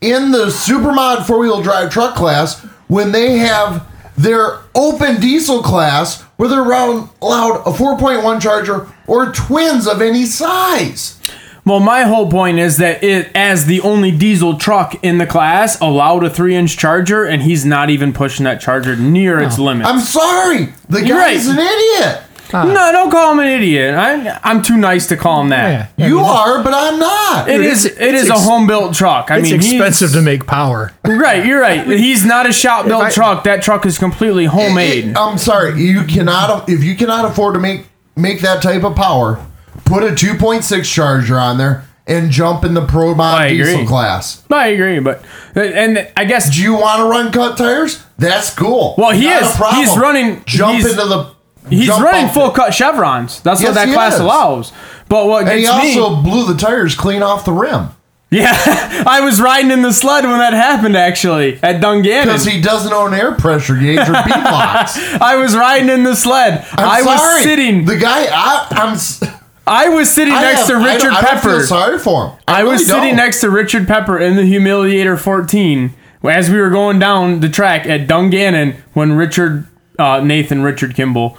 Speaker 3: in the supermod four wheel drive truck class when they have their open diesel class where they're round, allowed a 4.1 charger or twins of any size.
Speaker 9: Well, my whole point is that it, as the only diesel truck in the class, allowed a three-inch charger, and he's not even pushing that charger near its limit.
Speaker 3: I'm sorry, the
Speaker 9: You're
Speaker 3: guy's
Speaker 9: right.
Speaker 3: an idiot.
Speaker 9: no, don't call him an idiot. I, I'm too nice to call him that.
Speaker 3: You are, but I'm not.
Speaker 9: It is. It is a home-built truck. I
Speaker 20: it's
Speaker 9: mean, he's-
Speaker 20: expensive to make power.
Speaker 9: Right, you're right. He's not a shop-built truck. That truck is completely homemade.
Speaker 3: I'm sorry, you cannot if you cannot afford to make make that type of power, put a 2.6 charger on there and jump in the pro mod
Speaker 9: agree.
Speaker 3: diesel class.
Speaker 9: I agree, but and I guess
Speaker 3: do you want to run cut tires? That's cool.
Speaker 9: Well, he
Speaker 3: Not a
Speaker 9: is.
Speaker 3: problem.
Speaker 9: He's running.
Speaker 3: Jump
Speaker 9: he's-
Speaker 3: into the.
Speaker 9: He's
Speaker 3: jump
Speaker 9: running
Speaker 3: off
Speaker 9: full cut chevrons. That's
Speaker 3: Yes,
Speaker 9: what that
Speaker 3: he
Speaker 9: class
Speaker 3: is.
Speaker 9: allows. But what
Speaker 3: And he
Speaker 9: gets me-
Speaker 3: also blew the tires clean off the rim
Speaker 9: Yeah, I was riding in the sled when that happened. Actually, at Dungannon,
Speaker 3: because he doesn't own air pressure gauge or beat box.
Speaker 9: I was riding in the sled.
Speaker 3: I'm
Speaker 9: I
Speaker 3: sorry.
Speaker 9: was sitting.
Speaker 3: The guy, I, I'm. s-
Speaker 9: I was sitting
Speaker 3: I
Speaker 9: next
Speaker 3: have-
Speaker 9: to
Speaker 3: I don't-
Speaker 9: Richard
Speaker 3: I don't
Speaker 9: Pepper.
Speaker 3: feel sorry for him.
Speaker 9: I, was
Speaker 3: really
Speaker 9: sitting
Speaker 3: don't.
Speaker 9: next to Richard Pepper in the Humiliator 14 as we were going down the track at Dungannon when Richard uh, Nathan Richard Kimball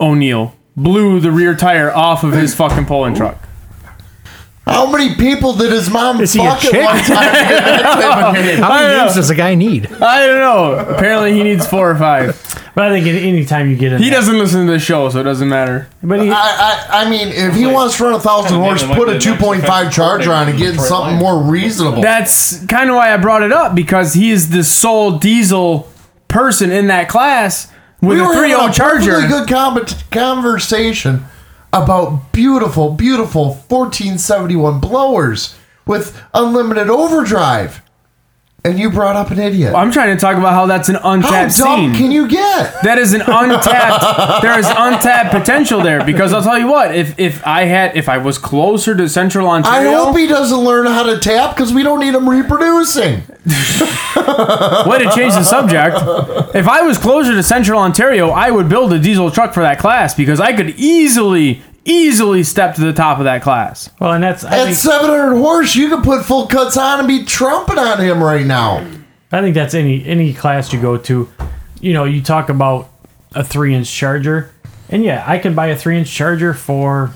Speaker 9: O'Neill blew the rear tire off of his fucking pulling truck.
Speaker 3: How many people did his mom
Speaker 9: Is he a
Speaker 3: fuck at one
Speaker 9: chick?
Speaker 20: How
Speaker 3: time?
Speaker 20: many
Speaker 9: I
Speaker 20: names does a guy need?
Speaker 9: I don't know. Apparently, he needs four or five.
Speaker 6: But I think at any time you get in,
Speaker 9: He doesn't listen to the show, so it doesn't matter.
Speaker 6: But he,
Speaker 3: I, I, I mean, if he wants to run a thousand horse, put a 2.5 charger on and get something more reasonable.
Speaker 9: That's kind of why I brought it up because he is the sole diesel person in that class with
Speaker 3: we
Speaker 9: a
Speaker 3: were having
Speaker 9: 3.0
Speaker 3: a
Speaker 9: charger.
Speaker 3: perfectly good com- conversation about beautiful, beautiful 1471 blowers with unlimited overdrive, and you brought up an idiot.
Speaker 9: I'm trying to talk about how that's an
Speaker 3: How dumb
Speaker 9: untapped scene.
Speaker 3: can you get?
Speaker 9: That is an untapped. there is untapped potential there because I'll tell you what. If if I had if I was closer to Central
Speaker 3: I
Speaker 9: Ontario,
Speaker 3: hope he doesn't learn how to tap because we don't need him reproducing.
Speaker 9: way to change the subject. If I was closer to Central Ontario, I would build a diesel truck for that class because I could easily easily step to the top of that class.
Speaker 6: Well, and that's I
Speaker 3: At
Speaker 6: think,
Speaker 3: 700 horse, you could put full cuts on and be trumping on him right now.
Speaker 6: I think that's any any class you go to. You know, you talk about a three inch charger, and yeah, I can buy a three inch charger for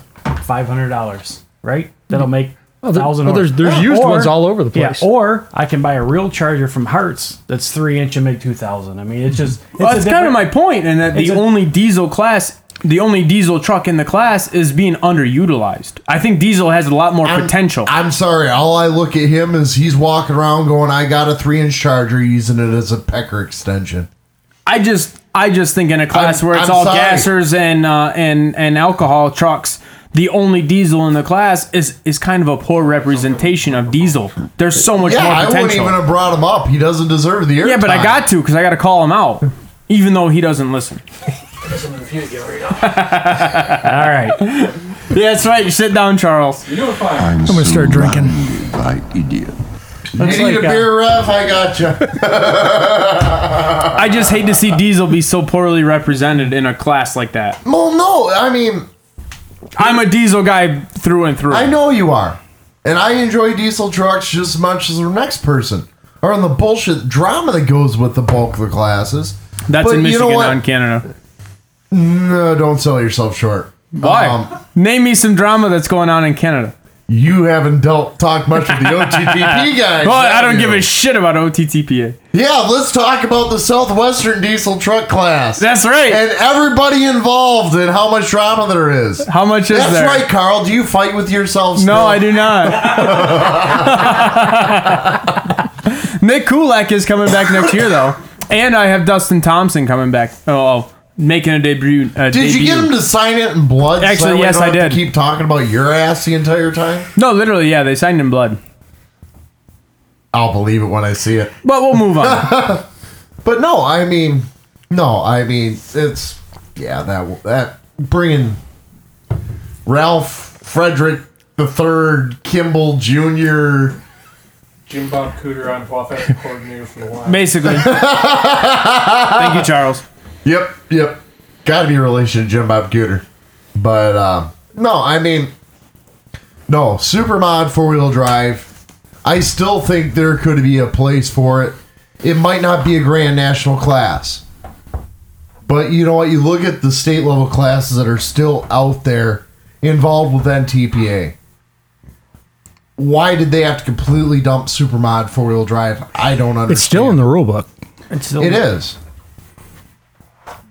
Speaker 6: five hundred dollars. Right? That'll make
Speaker 2: Well,
Speaker 6: a
Speaker 2: there-
Speaker 6: thousand.
Speaker 2: well,
Speaker 6: horse-
Speaker 2: there's- there's used
Speaker 6: Or-
Speaker 2: ones all over the place.
Speaker 6: Yeah, or I can buy a real charger from Hertz that's three inch and make two thousand. I mean,
Speaker 2: Mm-hmm.
Speaker 6: it's just it's
Speaker 9: Well,
Speaker 6: a
Speaker 9: that's kind of
Speaker 6: different-
Speaker 9: my point, and that the
Speaker 6: it's a-
Speaker 9: only diesel class, the only diesel truck in the class, is being underutilized. I think diesel has a lot more potential.
Speaker 3: I'm sorry. All I look at him is he's walking around going, I got a three inch charger using it as a pecker extension.
Speaker 9: I just I just think in a class
Speaker 3: I'm-
Speaker 9: where it's
Speaker 3: I'm
Speaker 9: all
Speaker 3: sorry.
Speaker 9: gassers and uh, and and alcohol trucks, the only diesel in the class is is kind of a poor representation of diesel. There's so much
Speaker 3: yeah,
Speaker 9: more
Speaker 3: I
Speaker 9: potential.
Speaker 3: wouldn't even have brought him up. He doesn't deserve the air.
Speaker 9: yeah, but I got to because I got to call him out, even though he doesn't listen. all
Speaker 6: right.
Speaker 9: Yeah, that's right. You sit down, Charles.
Speaker 34: I'm,
Speaker 9: gonna start drinking.
Speaker 34: surrounded by idiots.
Speaker 3: You need a beer
Speaker 9: uh,
Speaker 3: ref? I got you.
Speaker 9: I just hate to see Diesel be so poorly represented in a class like that.
Speaker 3: Well, no. I mean,
Speaker 9: I'm a Diesel guy through and through.
Speaker 3: I know you are. And I enjoy diesel trucks just as much as the next person. Or in the bullshit drama that goes with the bulk of the classes.
Speaker 9: That's
Speaker 3: But
Speaker 9: in
Speaker 3: you know
Speaker 9: Michigan,
Speaker 3: what?
Speaker 9: not in Canada.
Speaker 3: No, don't sell yourself short. Um,
Speaker 9: Why? Name me some drama that's going on in Canada.
Speaker 3: You haven't dealt talked much with the OTTP guys.
Speaker 9: Well, I
Speaker 3: have
Speaker 9: don't
Speaker 3: you?
Speaker 9: give a shit about OTTPA.
Speaker 3: Yeah, let's talk about the Southwestern diesel truck class.
Speaker 9: That's right.
Speaker 3: And everybody involved and how much drama there is.
Speaker 9: How much is
Speaker 3: That's
Speaker 9: there?
Speaker 3: right, Carl. Do you fight with yourself still?
Speaker 9: No, I do not. Nick Kulak is coming back next year, though. And I have Dustin Thompson coming back. Oh, oh, making a debut. A
Speaker 3: Did you
Speaker 9: debut.
Speaker 3: get him to sign it in blood? so that
Speaker 9: Actually,
Speaker 3: way
Speaker 9: yes,
Speaker 3: you don't
Speaker 9: I
Speaker 3: have to
Speaker 9: did.
Speaker 3: Keep talking about your ass the entire time.
Speaker 9: No, literally, yeah, they signed in blood.
Speaker 3: I'll believe it when I see it.
Speaker 9: But we'll move on.
Speaker 3: but no, I mean, no, I mean, it's yeah that that bringing Ralph Frederick the Third Kimball Junior.
Speaker 35: Jim Bob Cooter, I'm offensive coordinator for the Lions.
Speaker 9: Basically.
Speaker 3: Thank
Speaker 9: you, Charles.
Speaker 3: Yep, yep. Got to be a relation to Jim Bob Cooter, but um, no, I mean, no super mod four wheel drive. I still think there could be a place for it. It might not be a grand national class. But you know what? You look at the state level classes that are still out there involved with NTPA. Why did they have to completely dump Supermod four wheel drive? I don't understand.
Speaker 2: It's still in the rule book.
Speaker 6: It's still
Speaker 3: It is.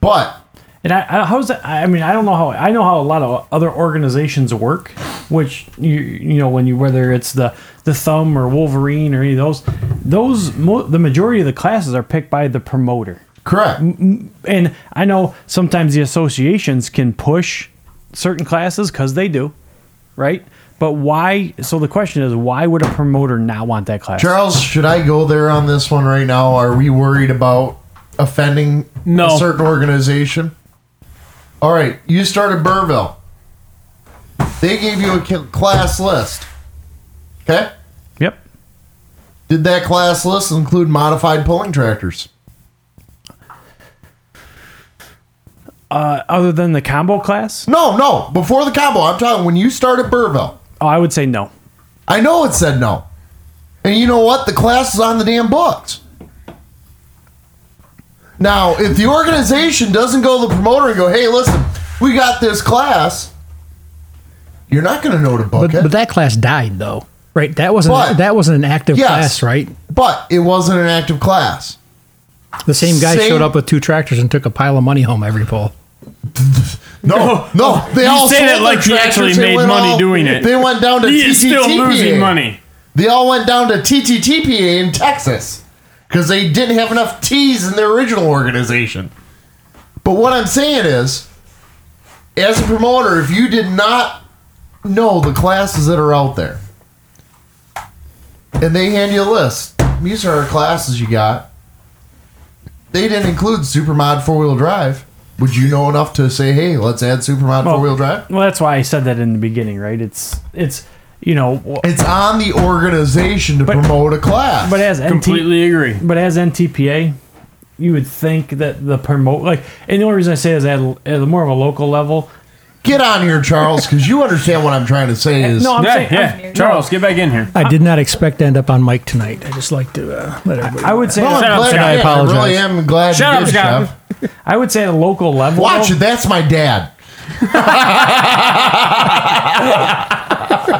Speaker 3: But
Speaker 6: and I, I, how's that? I mean, I don't know how I know how a lot of other organizations work. Which you you know when you whether it's the the thumb or Wolverine or any of those, those mo- the majority of the classes are picked by the promoter.
Speaker 3: Correct.
Speaker 6: And I know sometimes the associations can push certain classes because they do, right? But why? So the question is, why would a promoter not want that class?
Speaker 3: Charles, should I go there on this one right now? Are we worried about offending
Speaker 9: no.
Speaker 3: a certain organization? All right, you started Burville. They gave you a ki- class list. Okay?
Speaker 6: Yep.
Speaker 3: Did that class list include modified pulling tractors?
Speaker 6: Uh, other than the combo class?
Speaker 3: No, no. Before the combo, I'm talking when you started Burville.
Speaker 6: Oh, I would say no.
Speaker 3: I know it said no. And you know what? The class is on the damn books. Now, if the organization doesn't go to the promoter and go, hey, listen, we got this class, you're not going to know to book
Speaker 2: But,
Speaker 3: it.
Speaker 2: but that class died though, right? That wasn't
Speaker 3: But-
Speaker 2: that wasn't an active
Speaker 3: Yes.
Speaker 2: class, right?
Speaker 3: But it wasn't an active class.
Speaker 2: The same guy
Speaker 3: Same-
Speaker 2: showed up with two tractors and took a pile of money home every poll.
Speaker 3: No, no, they
Speaker 2: You
Speaker 3: all
Speaker 2: say
Speaker 3: sold
Speaker 2: that
Speaker 3: their
Speaker 2: like he
Speaker 3: tractors
Speaker 2: actually
Speaker 3: and
Speaker 2: made
Speaker 3: went
Speaker 2: money
Speaker 3: all-
Speaker 2: doing it.
Speaker 3: They went down to
Speaker 9: He is still
Speaker 3: TTTPA.
Speaker 9: losing money.
Speaker 3: They all went down to TTTPA in Texas because they didn't have enough T's in their original organization. But what I'm saying is, as a promoter, if you did not know the classes that are out there, and they hand you a list, these are our classes you got. They didn't include Supermod four wheel drive. Would you know enough to say, hey, let's add Supermod four wheel drive?
Speaker 6: Well, that's why I said that in the beginning, right? It's it's you know wh-
Speaker 3: It's on the organization to promote a class.
Speaker 6: but as NT,
Speaker 3: Completely
Speaker 9: agree.
Speaker 6: But as NTPA, you would think that the promote like and the only reason I say is at, a- at a more of a local level.
Speaker 3: Get on here, Charles, because you understand what I'm trying to say is
Speaker 6: no, I'm
Speaker 9: Yeah,
Speaker 6: saying
Speaker 9: yeah.
Speaker 6: I'm-
Speaker 9: Charles, get back in here.
Speaker 2: I did not expect to end up on mic tonight. I just like to uh, let everybody.
Speaker 6: I would say
Speaker 2: know. and I apologize.
Speaker 3: am glad.
Speaker 2: Shut up, Scott.
Speaker 6: I would say at a local level.
Speaker 3: Watch it. That's my dad.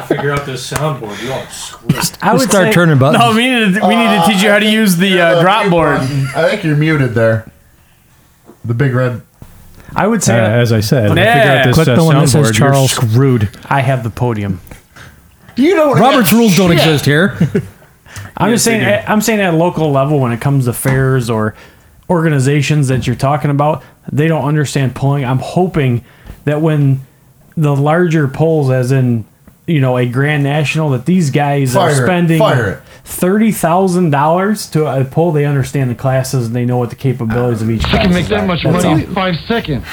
Speaker 35: Figure out this soundboard. You all screwed.
Speaker 6: I would say-
Speaker 9: No, we need to, we need to teach you how to use the uh, drop board.
Speaker 3: I think you're muted there. The big red.
Speaker 6: I would say
Speaker 8: Uh, as I said,
Speaker 6: Yeah.
Speaker 8: figure out this
Speaker 6: Click
Speaker 8: uh,
Speaker 6: the one that says
Speaker 8: soundboard, you're
Speaker 6: Charles.
Speaker 8: screwed.
Speaker 6: I have the podium.
Speaker 3: You don't.
Speaker 8: Robert's rules don't
Speaker 6: Shit.
Speaker 8: exist here.
Speaker 6: I'm
Speaker 8: Yes,
Speaker 6: just saying.
Speaker 8: they do.
Speaker 6: I'm saying at a local level when it comes to fairs or organizations that you're talking about, they don't understand polling. I'm hoping that when the larger polls, as in you know a grand national, that these guys
Speaker 3: Fire
Speaker 6: are
Speaker 3: it.
Speaker 6: spending
Speaker 3: Fire it.
Speaker 6: thirty thousand dollars to a poll. They understand the classes and they know what the capabilities of each.
Speaker 7: You can
Speaker 6: class
Speaker 7: make
Speaker 6: are.
Speaker 7: that much
Speaker 6: That's
Speaker 7: money
Speaker 6: all.
Speaker 7: in five seconds.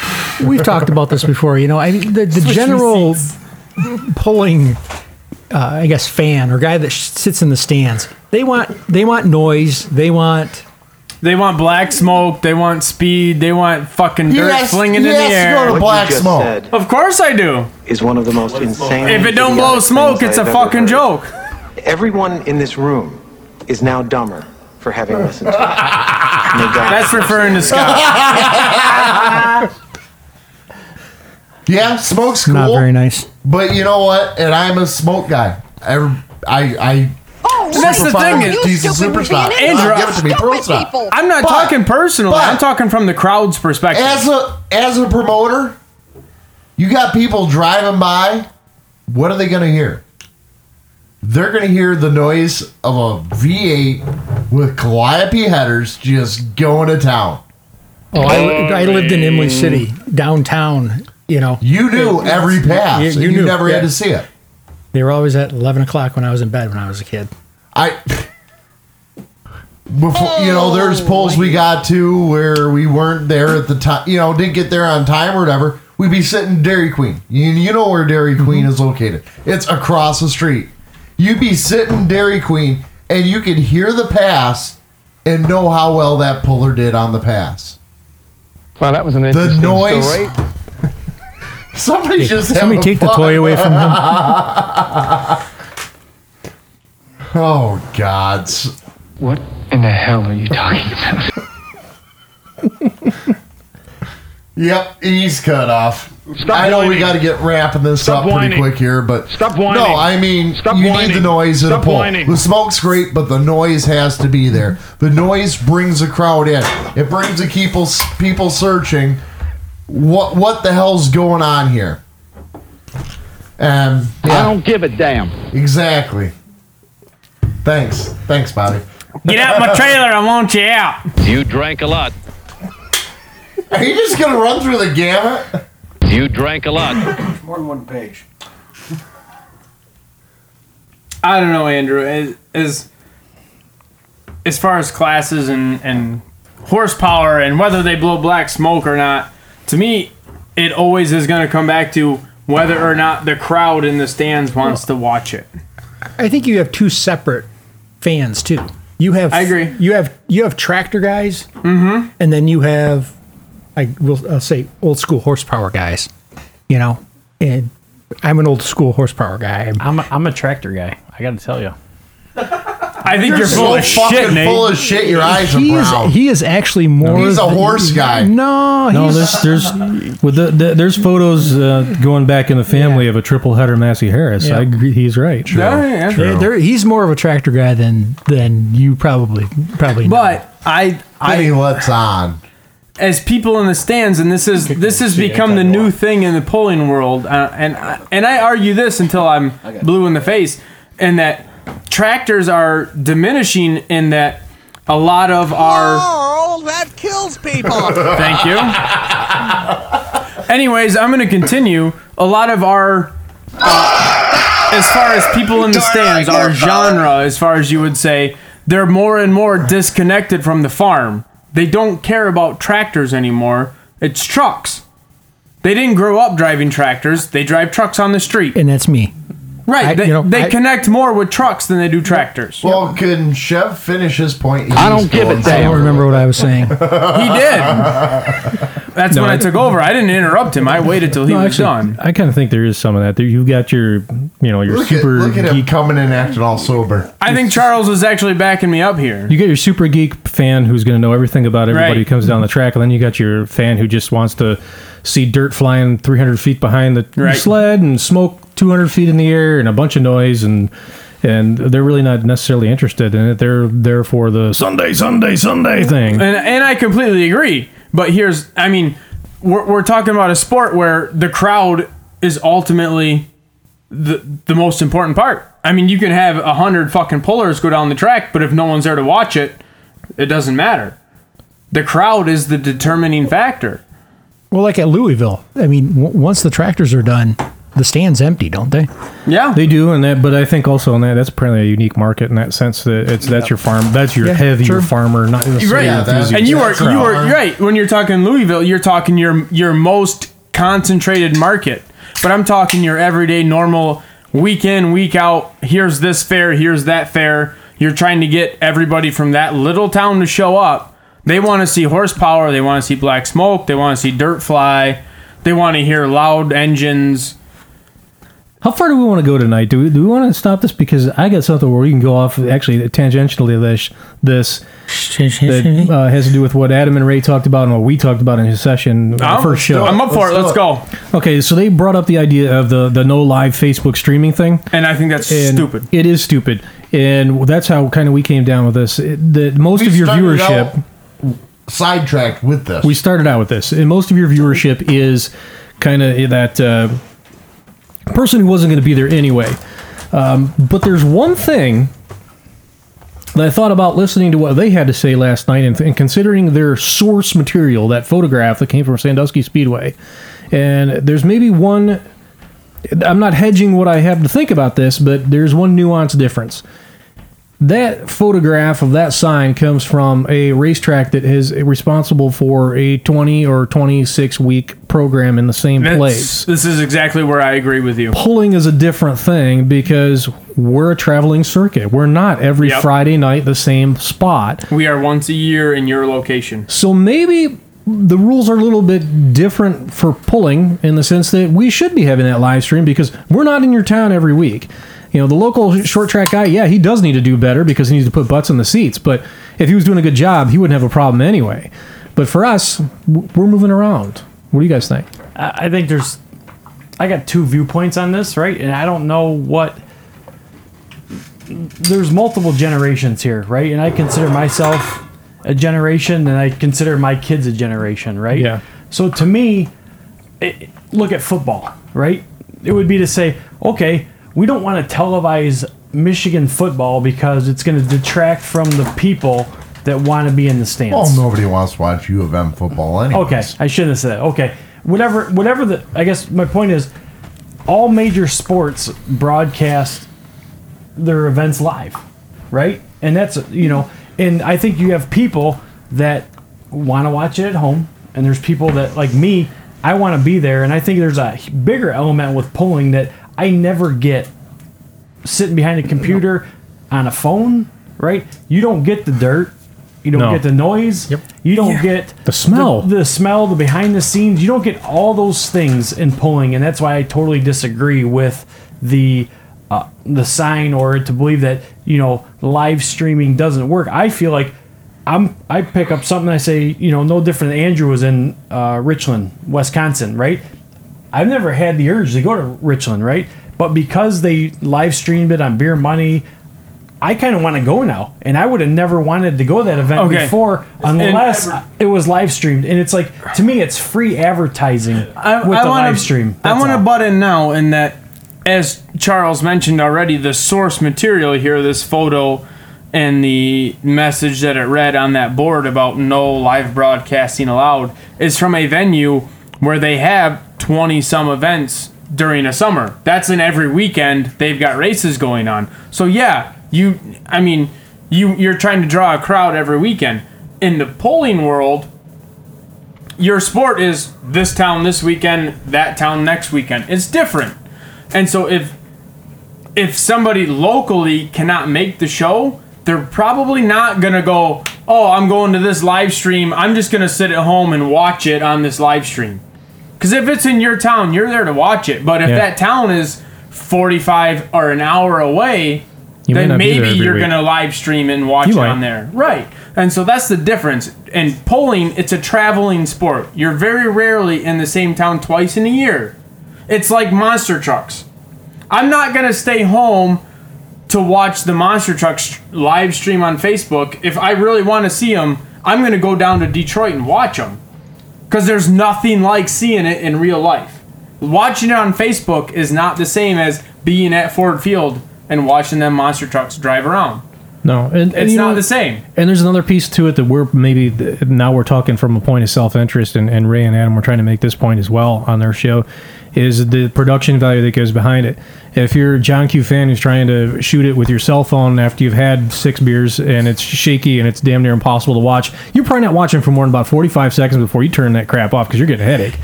Speaker 2: We've talked about this before. You know, I mean, the, the general pulling, uh, I guess, fan or guy that sh- sits in the stands. They want they want noise. They want
Speaker 9: They want black smoke. They want speed. They want fucking
Speaker 2: He
Speaker 9: dirt
Speaker 2: has-
Speaker 9: flinging
Speaker 2: he
Speaker 9: in the
Speaker 2: has to
Speaker 9: air.
Speaker 2: go to What you black just smoke. said
Speaker 9: Of course I do.
Speaker 36: Is one of the most insane.
Speaker 9: If it don't blow
Speaker 36: idiotic
Speaker 9: smoke,
Speaker 36: things
Speaker 9: it's a
Speaker 36: I've ever
Speaker 9: fucking
Speaker 36: heard.
Speaker 9: joke.
Speaker 36: Everyone in this room is now dumber for having listened to it. May God
Speaker 9: That's
Speaker 36: have mercy.
Speaker 9: referring to Scott.
Speaker 3: Yeah, smoke's cool.
Speaker 2: Not very nice.
Speaker 3: But you know what? And I'm a smoke guy. I, I, I
Speaker 9: Oh, that's the thing is,
Speaker 3: he's a superstar.
Speaker 9: Andrew,
Speaker 3: give it to me. Pro stop.
Speaker 9: I'm not
Speaker 3: But-
Speaker 9: talking personally. I'm talking from the crowd's perspective.
Speaker 3: as a as a promoter, you got people driving by. What are they going to hear? They're going to hear the noise of a V8 with calliope headers just going to town.
Speaker 2: Oh, I, I lived in Imlay City, downtown. You know,
Speaker 3: You knew every pass, and you never had to see it.
Speaker 2: They were always at eleven o'clock when I was in bed when I was a kid.
Speaker 3: I Before, you know, there's polls we got to where we weren't there at the time, you know, didn't get there on time or whatever. We'd be sitting Dairy Queen. You, you know where Dairy Queen is located, it's across the street. You'd be sitting Dairy Queen and you could hear the pass and know how well that puller did on the pass.
Speaker 4: Well, that was an
Speaker 3: The
Speaker 4: interesting
Speaker 3: noise.
Speaker 4: story.
Speaker 3: Somebody
Speaker 4: Hey,
Speaker 3: just
Speaker 4: somebody
Speaker 3: having
Speaker 4: take the
Speaker 3: fun.
Speaker 4: toy away from him.
Speaker 3: oh gods.
Speaker 4: What in the hell are you talking about?
Speaker 3: Yep, he's cut off.
Speaker 4: Stop
Speaker 3: I know we
Speaker 4: whining.
Speaker 3: got to get wrapping this
Speaker 4: Stop
Speaker 3: up pretty
Speaker 4: whining.
Speaker 3: quick here, but
Speaker 4: Stop whining.
Speaker 3: No, I mean
Speaker 4: Stop
Speaker 3: you need
Speaker 4: whining.
Speaker 3: the noise in a
Speaker 4: Stop
Speaker 3: poll.
Speaker 4: whining.
Speaker 3: The smoke's great, but the noise has to be there. The noise brings the crowd in. It brings the people people searching. What what the hell's going on here? And I don't give a damn. Exactly. Thanks, thanks, Bobby.
Speaker 9: Get out my trailer. I want you out.
Speaker 37: You drank a lot.
Speaker 3: Are you just gonna run through the gamut?
Speaker 37: You drank a lot.
Speaker 29: There's more than one page.
Speaker 9: I don't know, Andrew. As as, as far as classes and, and horsepower and whether they blow black smoke or not, to me, it always is going to come back to whether or not the crowd in the stands wants to watch it.
Speaker 2: I think you have two separate fans too. You have I agree. You have you have tractor guys, mm-hmm. and then you have I will I'll say old school horsepower guys. You know, and I'm an old school horsepower guy. I'm a, I'm a tractor guy. I got to tell you.
Speaker 9: I think
Speaker 3: You're
Speaker 9: you're,
Speaker 3: so
Speaker 9: full of
Speaker 3: fucking
Speaker 9: shit, Nate.
Speaker 3: full of shit, your eyes are
Speaker 2: he is,
Speaker 3: brown.
Speaker 2: He is actually more.
Speaker 3: He's a
Speaker 2: than-
Speaker 3: horse guy.
Speaker 2: No,
Speaker 8: No,
Speaker 2: he's-
Speaker 8: there's there's with the, the, there's photos uh, going back in the family of a triple header Massey Harris.
Speaker 2: Yeah.
Speaker 8: I agree, he's right.
Speaker 2: They're- they're- he's more of a tractor guy than than you probably probably. know.
Speaker 9: But I, I
Speaker 3: mean, what's on?
Speaker 9: As people in the stands, and this is this has become the new thing in the polling world, uh, and I, and I argue this until I'm blue in the face, and that tractors are diminishing in that a lot of our
Speaker 28: Carl, that kills people.
Speaker 9: thank you. Anyways, I'm going to continue. A lot of our as far as people in the stands, our genre, as far as you would say, they're more and more disconnected from the farm. They don't care about tractors anymore. It's trucks. They didn't grow up driving tractors. They drive trucks on the street.
Speaker 2: And that's me.
Speaker 9: Right.
Speaker 2: I-
Speaker 9: they
Speaker 2: you know,
Speaker 9: they
Speaker 2: I-
Speaker 9: connect more with trucks than they do tractors.
Speaker 3: Well, can Chev finish his point?
Speaker 9: I don't give a
Speaker 2: I don't remember what I was saying.
Speaker 9: He did. That's
Speaker 8: No,
Speaker 9: when I,
Speaker 8: I-
Speaker 9: took over. I didn't interrupt him. I waited till he
Speaker 8: No,
Speaker 9: was
Speaker 8: actually,
Speaker 9: done.
Speaker 8: I kind of think there is some of that. There, you've got your, you know, your
Speaker 9: Look at-
Speaker 8: super
Speaker 9: look at him
Speaker 8: geek
Speaker 3: coming in acting all sober.
Speaker 9: I think Charles was actually backing me up here.
Speaker 8: You got your super geek fan who's going to know everything about everybody
Speaker 9: Right. Mm-hmm.
Speaker 8: who comes down the track, and then you got your fan who just wants to see dirt flying 300 feet behind the
Speaker 9: Right.
Speaker 8: sled and smoke 200 feet in the air and a bunch of noise and and they're really not necessarily interested in it. They're there for the Sunday, Sunday, Sunday thing.
Speaker 9: And, and I completely agree. But here's, I mean, we're, we're talking about a sport where the crowd is ultimately the, the most important part. I mean, you can have a hundred fucking pullers go down the track, but if no one's there to watch it, it doesn't matter. The crowd is the determining factor.
Speaker 2: Well, like at Louisville, I mean, w- once the tractors are done, the stands empty, don't they?
Speaker 9: Yeah,
Speaker 8: they do, and that. But I think also on that, that's apparently a unique market in that sense that it's that's your farm, that's your
Speaker 9: Yeah,
Speaker 8: heavier
Speaker 9: true.
Speaker 8: farmer, not
Speaker 9: You're
Speaker 8: necessarily
Speaker 9: right.
Speaker 8: your enthusiast
Speaker 9: and you are
Speaker 8: crowd.
Speaker 9: you are you're right. When you're talking Louisville, you're talking your your most concentrated market. But I'm talking your everyday normal week in, week out, here's this fair, here's that fair. You're trying to get everybody from that little town to show up. They want to see horsepower, they want to see black smoke, they want to see dirt fly, they want to hear loud engines.
Speaker 8: How far do we want to go tonight? Do we, do we want to stop this because I got something where we can go off actually tangentially to this this
Speaker 3: Mm-hmm.
Speaker 8: that uh, has to do with what Adam and Ray talked about and what we talked about in his session uh,
Speaker 3: Oh,
Speaker 9: I'm-
Speaker 8: first show.
Speaker 9: I'm up Oh, for it. Let's go.
Speaker 8: Okay, so they brought up the idea of the the no live Facebook streaming thing.
Speaker 9: And I think that's
Speaker 8: And
Speaker 9: stupid.
Speaker 8: It is stupid, and that's how kind of we came down with this. It, that most
Speaker 3: We
Speaker 8: of your
Speaker 3: started
Speaker 8: viewership
Speaker 3: out sidetracked with this.
Speaker 8: we started out with this, and most of your viewership is kind of that uh, person who wasn't going to be there anyway. Um, but there's one thing that I thought about listening to what they had to say last night and, and considering their source material, that photograph that came from Sandusky Speedway. And there's maybe one, I'm not hedging what I have to think about this, but there's one nuance difference. That photograph of that sign comes from a racetrack that is responsible for a 20 or 26 week program in the same place
Speaker 9: That's- This is exactly where I agree with you.
Speaker 8: pulling is a different thing because we're a traveling circuit. We're not every
Speaker 9: Yep.
Speaker 8: Friday night the same spot.
Speaker 9: We are once a year in your location.
Speaker 8: So maybe the rules are a little bit different for pulling in the sense that we should be having that live stream because we're not in your town every week. You know, the local short track guy, yeah, he does need to do better because he needs to put butts in the seats. But if he was doing a good job, he wouldn't have a problem anyway. But for us, w- we're moving around. What do you guys think?
Speaker 6: I I think there's, I got two viewpoints on this, right? And I don't know what. There's multiple generations here, right? And I consider myself a generation, and I consider my kids a generation, right? Yeah. So to me, it, look at football, right? It would be to say, okay, we don't want to televise Michigan football because it's going to detract from the people that want to be in the stands.
Speaker 3: Well, Oh, nobody wants to watch U of M football anyway.
Speaker 6: Okay, I shouldn't have said that. Okay, whatever, whatever the. I guess my point is, all major sports broadcast their events live, right? And that's you know, and I think you have people that want to watch it at home, and there's people that like me, I want to be there, and I think there's a bigger element with polling that I never get sitting behind a computer on a phone, right? You don't get the dirt. You don't
Speaker 8: No.
Speaker 6: get the noise. You don't get the smell. The, smell, the behind the scenes. You don't get all those things in pulling, and that's why I totally disagree with the uh, the sign or to believe that you know live streaming doesn't work. I feel like I'm I pick up something I say you know no different than Andrew was in uh, Richland, Wisconsin, right? I've never had the urge to go to Richland, right? But because they live streamed it on Beer Money, I kind of want to go now, and I would have never wanted to go to that event
Speaker 9: Okay.
Speaker 6: before
Speaker 9: And-
Speaker 6: unless it was live streamed. And it's like to me, it's free advertising
Speaker 9: I,
Speaker 6: with
Speaker 9: I
Speaker 6: the
Speaker 9: wanna,
Speaker 6: live stream.
Speaker 9: I
Speaker 6: That's
Speaker 9: want
Speaker 6: all.
Speaker 9: to butt in now in that, as Charles mentioned already, the source material here, this photo and the message that it read on that board about no live broadcasting allowed is from a venue where they have 20 some events during a summer. That's in every weekend they've got races going on. So yeah, you I mean, you you're trying to draw a crowd every weekend. In the polling world, your sport is this town this weekend, that town next weekend. It's different. And so if if somebody locally cannot make the show, they're probably not gonna go, oh, I'm going to this live stream. I'm just gonna sit at home and watch it on this live stream. Because if it's in your town, you're there to watch it. But if
Speaker 8: Yeah.
Speaker 9: that town is 45 or an hour away,
Speaker 8: You may
Speaker 9: then
Speaker 8: not be there
Speaker 9: maybe
Speaker 8: every
Speaker 9: you're
Speaker 8: week.
Speaker 9: gonna live stream and watch
Speaker 8: You
Speaker 9: it
Speaker 8: might.
Speaker 9: on there. Right. And so that's the difference. And polling, it's a traveling sport. You're very rarely in the same town twice in a year. It's like monster trucks. I'm not going to stay home to watch the monster trucks live stream on Facebook. If I really want to see them, I'm going to go down to Detroit and watch them. Because there's nothing like seeing it in real life. Watching it on Facebook is not the same as being at Ford Field and watching them monster trucks drive around.
Speaker 8: No, and, and
Speaker 9: It's
Speaker 8: you
Speaker 9: not
Speaker 8: know-
Speaker 9: the same.
Speaker 8: And there's another piece to it that we're maybe now we're talking from a point of self interest, and, and Ray and Adam were trying to make this point as well on their show, is the production value that goes behind it. If you're a John Q fan who's trying to shoot it with your cell phone after you've had six beers and it's shaky and it's damn near impossible to watch, you're probably not watching for more than about 45 seconds before you turn that crap off because you're getting a headache.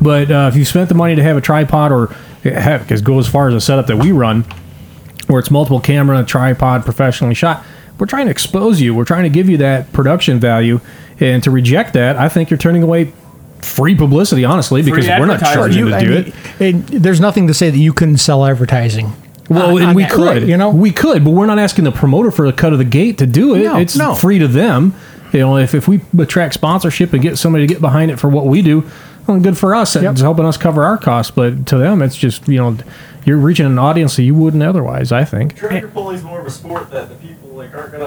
Speaker 8: But uh, if you spent the money to have a tripod or heck, as go as far as a setup that we run, where it's multiple camera, tripod, professionally shot. We're trying to expose you. We're trying to give you that production value, and to reject that, I think you're turning away free publicity, honestly, because we're not charging to do it.
Speaker 2: And there's nothing to say that you couldn't sell advertising.
Speaker 8: Well,
Speaker 2: on-
Speaker 8: and
Speaker 2: on
Speaker 8: we
Speaker 2: that,
Speaker 8: could,
Speaker 2: Uh, right?
Speaker 8: you know, we could, but we're not asking the promoter for a cut of the gate to do it.
Speaker 2: No,
Speaker 8: it's
Speaker 2: no.
Speaker 8: free to them. You know, if, if we attract sponsorship and get somebody to get behind it for what we do, well, good for us. It's helping us cover our costs, but to them, it's just you know, you're reaching an audience that you wouldn't otherwise. I think.
Speaker 1: Tractor pulling is more of a sport that the people like aren't gonna.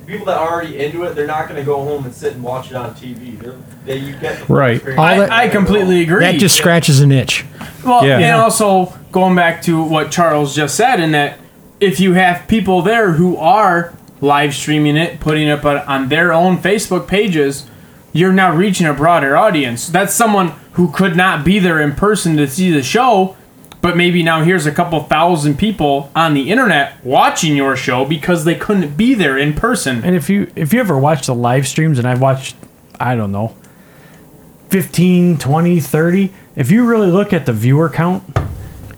Speaker 1: the People that are already into it, they're not gonna go home and sit and watch it on TV. They're, they you get the
Speaker 2: Right.
Speaker 1: experience.
Speaker 2: All that-
Speaker 9: I, I completely agree.
Speaker 2: That just scratches an itch.
Speaker 9: Well,
Speaker 2: Yeah.
Speaker 9: and also going back to what Charles just said, in that if you have people there who are live streaming it, putting it up on, on their own Facebook pages, you're now reaching a broader audience. That's someone who could not be there in person to see the show, but maybe now here's a couple thousand people on the internet watching your show because they couldn't be there in person.
Speaker 6: And if you if you ever watch the live streams, and I've watched, I don't know, 15, 20, 30, if you really look at the viewer count,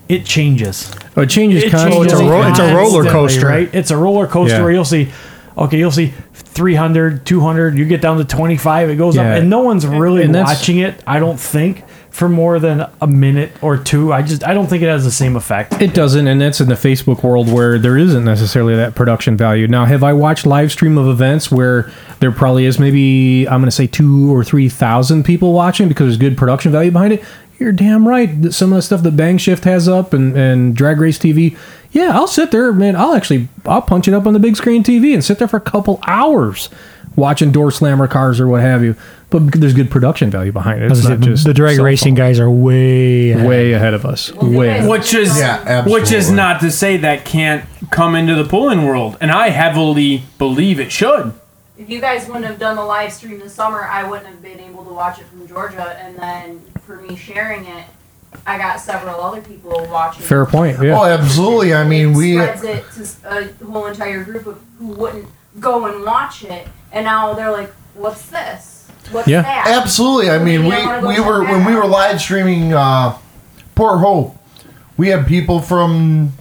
Speaker 6: it changes.
Speaker 8: Oh, it changes constantly.
Speaker 6: changes
Speaker 8: It's a ro- it's a roller
Speaker 6: constantly,
Speaker 8: coaster.
Speaker 6: Right? It's a roller coaster
Speaker 8: Yeah.
Speaker 6: where you'll see, okay, you'll see 300, 200, you get down to 25, it goes
Speaker 8: Yeah.
Speaker 6: up, and no one's really
Speaker 8: and that's-
Speaker 6: watching it, I don't think, for more than a minute or two. I just, I don't think it has the same effect.
Speaker 8: It doesn't, and that's in the Facebook world where there isn't necessarily that production value. Now, have I watched live stream of events where there probably is maybe I'm going to say two or three thousand people watching because there's good production value behind it? You're damn right. that Some of the stuff that Bang Shift has up and, and Drag Race TV, yeah, I'll sit there, man. I'll actually I'll punch it up on the big screen TV and sit there for a couple hours watching door slammer cars or what have you. But there's good production value behind it. It's
Speaker 1: As I
Speaker 8: not
Speaker 1: said,
Speaker 8: just
Speaker 1: the drag
Speaker 8: cell
Speaker 1: racing guys are way
Speaker 8: phone. way ahead of us. Way ahead.
Speaker 9: Which is which is not to say that can't come into the pulling world, and I heavily believe it should.
Speaker 13: If you guys wouldn't have done the live stream this summer, I wouldn't have been able to watch it from Georgia. And then for me sharing it, I got several other people watching.
Speaker 8: Fair point. Yeah.
Speaker 3: Oh, absolutely. I mean, we.
Speaker 13: spreads it to a whole entire group of who wouldn't go and watch it, and now they're like, "What's this? What's that?"
Speaker 3: absolutely. I mean,
Speaker 13: I wanna
Speaker 3: we
Speaker 13: go
Speaker 3: we
Speaker 13: check
Speaker 3: were
Speaker 13: that
Speaker 3: when we
Speaker 13: out.
Speaker 3: were live streaming uh, Port Hope. We had people from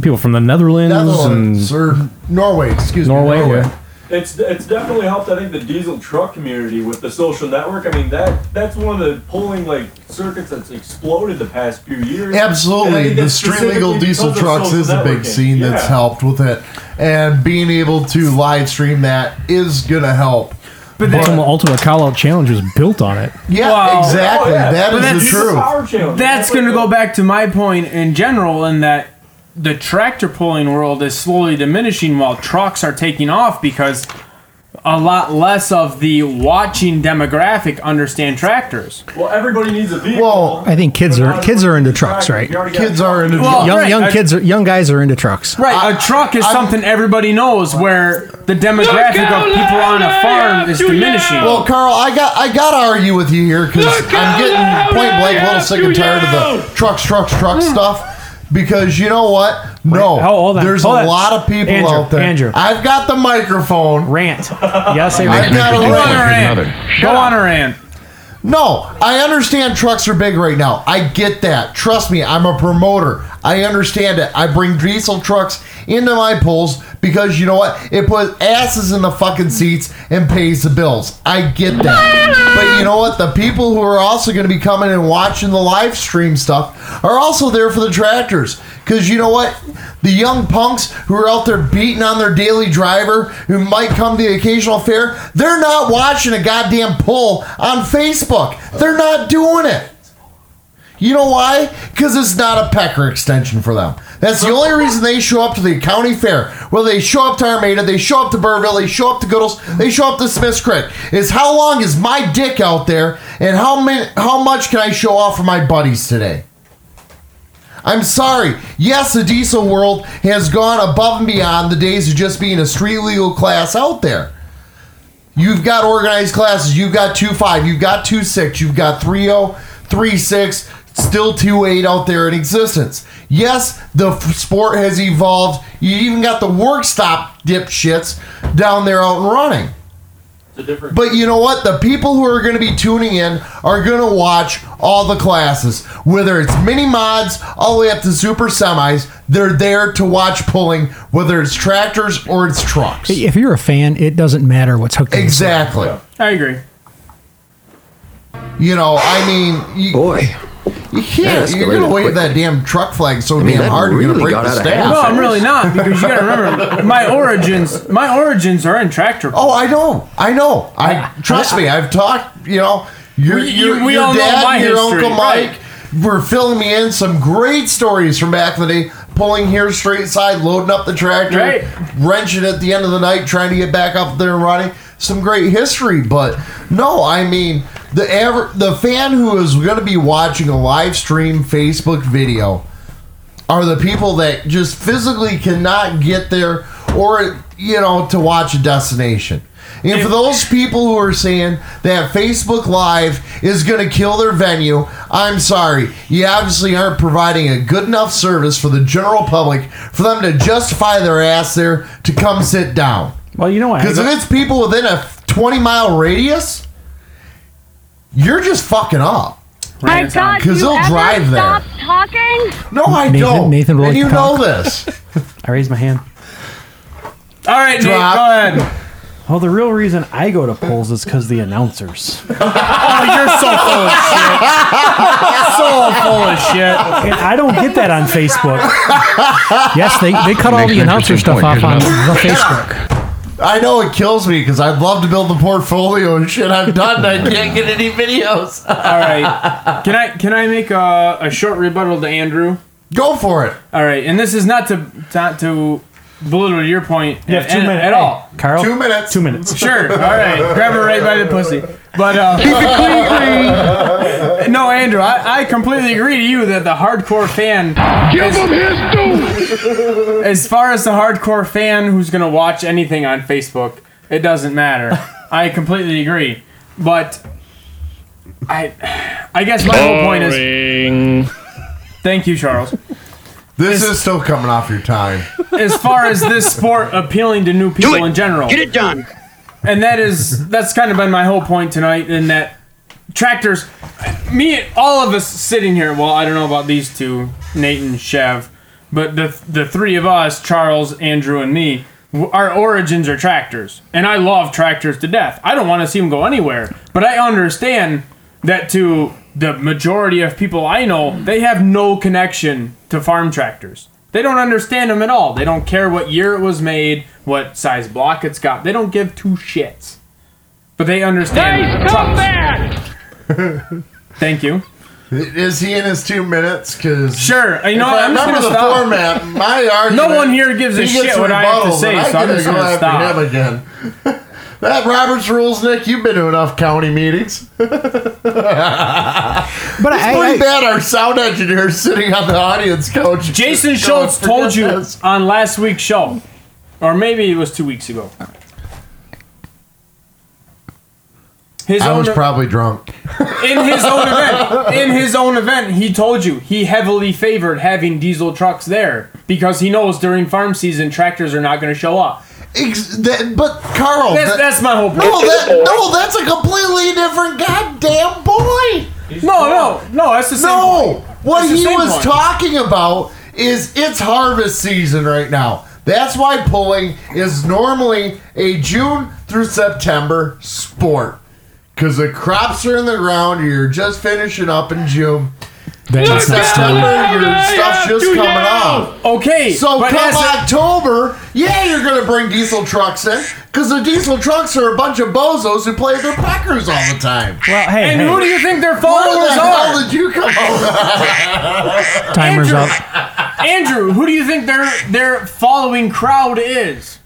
Speaker 8: People from the Netherlands,
Speaker 3: Netherlands
Speaker 8: and
Speaker 3: or Norway. Excuse
Speaker 8: Norway,
Speaker 3: me,
Speaker 8: yeah.
Speaker 2: It's it's definitely helped. I think the diesel truck community with the social network. I mean that that's one of the polling like circuits that's exploded the past few years. And I
Speaker 3: Absolutely,
Speaker 2: think
Speaker 3: the
Speaker 2: that's
Speaker 3: Street
Speaker 2: specifically
Speaker 3: Legal
Speaker 2: because
Speaker 3: Diesel
Speaker 2: of
Speaker 3: Trucks
Speaker 2: social
Speaker 3: is a big
Speaker 2: networking.
Speaker 3: scene that's
Speaker 2: Yeah.
Speaker 3: helped with it, and being able to live stream that is gonna help.
Speaker 8: But ultimate, ultimate call out challenge was built on it.
Speaker 3: Yeah, exactly. That is the truth.
Speaker 9: That's going to go back to my point in general, in that the tractor pulling world is slowly diminishing while trucks are taking off because a lot less of the watching demographic understand tractors.
Speaker 2: Well, everybody needs a vehicle.
Speaker 3: Well,
Speaker 1: I think kids are kids are into trucks, right?
Speaker 3: Kids are into
Speaker 9: Well,
Speaker 1: young
Speaker 9: right,
Speaker 1: young
Speaker 9: I-
Speaker 1: kids are, young guys are into trucks.
Speaker 9: Right, a truck is something everybody knows where the demographic of people on a farm is diminishing.
Speaker 3: Well, Carl, I got I gotta argue with you here because I'm getting point blank a little sick and tired of the trucks, trucks, trucks
Speaker 6: Hmm.
Speaker 3: stuff. Because you know what? No,
Speaker 6: on,
Speaker 3: there's
Speaker 6: hold
Speaker 3: a
Speaker 6: on.
Speaker 3: lot of people
Speaker 6: Andrew,
Speaker 3: out there.
Speaker 6: Andrew.
Speaker 3: I've got the microphone.
Speaker 6: Rant. Yes, I
Speaker 3: I've
Speaker 6: rant.
Speaker 3: got a
Speaker 6: Go on
Speaker 3: rant.
Speaker 6: a rant.
Speaker 9: Go on a rant.
Speaker 3: No, I understand trucks are big right now. I get that. Trust me, I'm a promoter. I understand it. I bring diesel trucks into my polls because you know what? It puts asses in the fucking seats and pays the bills. I get that. But you know what? The people who are also going to be coming and watching the live stream stuff are also there for the tractors. Because you know what? The young punks who are out there beating on their daily driver, who might come to the occasional fair, they're not watching a goddamn poll on Facebook. They're not doing it. You know why? Because it's not a pecker extension for them. That's the only reason they show up to the county fair. Well, they show up to Armada, they show up to Burville, they show up to Goodles, they show up to Smith's Creek. Is how long is my dick out there, and how min- how much can I show off for my buddies today? I'm sorry. Yes, the diesel world has gone above and beyond the days of just being a street legal class out there. You've got organized classes. You've got two five. You've got two six. You've got three zero, three six. Still two eight out there in existence. Yes, the f- sport has evolved. You even got the work stop dipshits down there out and running. But you know what? The people who are going to be tuning in are going to watch all the classes, whether it's mini mods all the way up to super semis. They're there to watch pulling, whether it's tractors or it's trucks.
Speaker 1: If you're a fan, it doesn't matter what's hooked. in.
Speaker 3: Exactly.
Speaker 9: I agree.
Speaker 3: You know, I mean, you, boy, you
Speaker 9: Oh, That
Speaker 3: can't.
Speaker 9: escalated
Speaker 3: You're gonna wave
Speaker 9: quickly.
Speaker 3: that damn truck flag so
Speaker 9: I mean,
Speaker 3: damn
Speaker 9: that
Speaker 3: hard. you're gonna
Speaker 9: really
Speaker 3: break
Speaker 9: got
Speaker 3: the
Speaker 9: out of
Speaker 3: staff.
Speaker 9: hand. No, Oh, I'm really not because you gotta remember my origins. My origins are in tractor.
Speaker 3: Oh, I know, I know. I trust me. I've talked. You know, your
Speaker 9: We-
Speaker 3: your,
Speaker 9: you- we
Speaker 3: your
Speaker 9: all know
Speaker 3: dad,
Speaker 9: my
Speaker 3: and your
Speaker 9: history,
Speaker 3: uncle
Speaker 9: right.
Speaker 3: Mike were filling me in some great stories from back in the day. Pulling here straight side, loading up the tractor,
Speaker 9: Right.
Speaker 3: wrenching at the end of the night, trying to get back up there and running. Some great history, but no, I mean the ever the fan who is going to be watching a live stream Facebook video are the people that just physically cannot get there or you know to watch Destination. And for those people who are saying that Facebook Live is going to kill their venue, I'm sorry. You obviously aren't providing a good enough service for the general public for them to justify their ass there to come sit down.
Speaker 33: Well, you know what?
Speaker 3: Because if it's people within a 20 mile radius, you're just fucking up.
Speaker 24: My God,
Speaker 3: Because
Speaker 24: you
Speaker 3: they'll
Speaker 24: ever
Speaker 3: drive there.
Speaker 24: Stop talking.
Speaker 3: No, I
Speaker 33: Nathan-
Speaker 3: don't.
Speaker 33: Nathan
Speaker 3: and
Speaker 33: Rourke
Speaker 3: you
Speaker 33: talk.
Speaker 3: know this.
Speaker 33: I raised my hand.
Speaker 9: All right, Nate, go ahead.
Speaker 33: Well, the real reason I go to polls is because the announcers.
Speaker 9: Oh, you're so full of shit. so full of shit.
Speaker 33: And I don't get that on Facebook.
Speaker 2: Yes, they, they cut all
Speaker 3: Makes
Speaker 2: the
Speaker 3: an
Speaker 2: announcer
Speaker 3: interesting
Speaker 2: stuff
Speaker 3: point.
Speaker 2: off
Speaker 3: Here's
Speaker 2: on
Speaker 3: another-
Speaker 2: the Facebook.
Speaker 3: I know it kills me because I'd love to build the portfolio and shit I've done. I can't get any videos.
Speaker 9: All right. Can I can I make a, a short rebuttal to Andrew?
Speaker 3: Go for it.
Speaker 9: All right, and this is not to not to belittle your point
Speaker 33: You have two
Speaker 9: at,
Speaker 33: minutes
Speaker 9: at all.
Speaker 33: Carl.
Speaker 3: Two minutes.
Speaker 33: Two minutes.
Speaker 9: Sure. All right. Grab her right by the pussy. But uh, keep it clean, clean. No, Andrew, I, I completely agree to you that the hardcore fan. Give him his due. As far as the hardcore fan who's gonna watch anything on Facebook, it doesn't matter. I completely agree. But I, I guess my whole point is. Thank you, Charles
Speaker 3: This is still coming off your time.
Speaker 9: as far as this sport appealing to new people in general. Get it done. And that is that's kind of been my whole point tonight in that tractors me all of us sitting here, well, I don't know about these two, Nate and Chev, but the the three of us, Charles, Andrew and me, w- our origins are tractors. And I love tractors to death. I don't want to see them go anywhere, but I understand that to the majority of people I know, they have no connection to farm tractors. They don't understand them at all. They don't care what year it was made, what size block it's got. They don't give two shits. But they understand. trucks. Thank you.
Speaker 3: Is he in his two minutes? Because
Speaker 9: sure, you know
Speaker 3: if
Speaker 9: what,
Speaker 3: I
Speaker 9: I'm just
Speaker 3: remember
Speaker 9: gonna
Speaker 3: the
Speaker 9: stop.
Speaker 3: format. My argument.
Speaker 9: No one here gives a
Speaker 3: he gets
Speaker 9: shit what I have to
Speaker 3: rebuttals,
Speaker 9: say,
Speaker 3: and I
Speaker 9: so I'm
Speaker 3: get
Speaker 9: just
Speaker 3: go
Speaker 9: gonna
Speaker 3: after
Speaker 9: stop.
Speaker 3: him again. that Roberts rules, Nick. You've been to enough county meetings. but
Speaker 2: But
Speaker 3: it's
Speaker 9: I-
Speaker 3: pretty
Speaker 9: I-
Speaker 3: bad. Our sound engineer is sitting on the audience couch.
Speaker 9: Jason
Speaker 3: Just
Speaker 9: Schultz
Speaker 3: going,
Speaker 9: told you
Speaker 3: "Forget
Speaker 9: on last week's show, or maybe it was two weeks ago. His
Speaker 3: I
Speaker 9: own
Speaker 3: was probably drunk.
Speaker 9: in his own event. In his own event, he told you he heavily favored having diesel trucks there because he knows during farm season tractors are not going to show up.
Speaker 3: Ex- that, but Carl,
Speaker 9: that's,
Speaker 3: Oh, that-
Speaker 9: that's my whole point.
Speaker 3: No, that, no, that's a completely different goddamn boy.
Speaker 9: No, no, no, that's the same
Speaker 3: No, what
Speaker 9: It's the
Speaker 3: he
Speaker 9: same
Speaker 3: was
Speaker 9: point.
Speaker 3: talking about is it's harvest season right now. That's why pulling is normally a June through September sport. Because the crops are in the ground, you're just finishing up in June.
Speaker 2: That
Speaker 3: In
Speaker 2: is not
Speaker 3: September,
Speaker 2: true.
Speaker 3: your stuff's just
Speaker 2: to
Speaker 3: coming
Speaker 2: now.
Speaker 3: off.
Speaker 9: Okay,
Speaker 3: So
Speaker 9: but
Speaker 3: come
Speaker 9: as a-
Speaker 3: October, yeah, you're gonna bring diesel trucks in because the diesel trucks are a bunch of bozos who play their Packers all the time.
Speaker 33: Well, hey,
Speaker 9: and
Speaker 33: hey.
Speaker 9: who do you think their
Speaker 3: Where
Speaker 9: followers
Speaker 3: the hell
Speaker 9: are?
Speaker 3: did you come from?
Speaker 9: Timer's Andrew, who do you think their their following crowd is?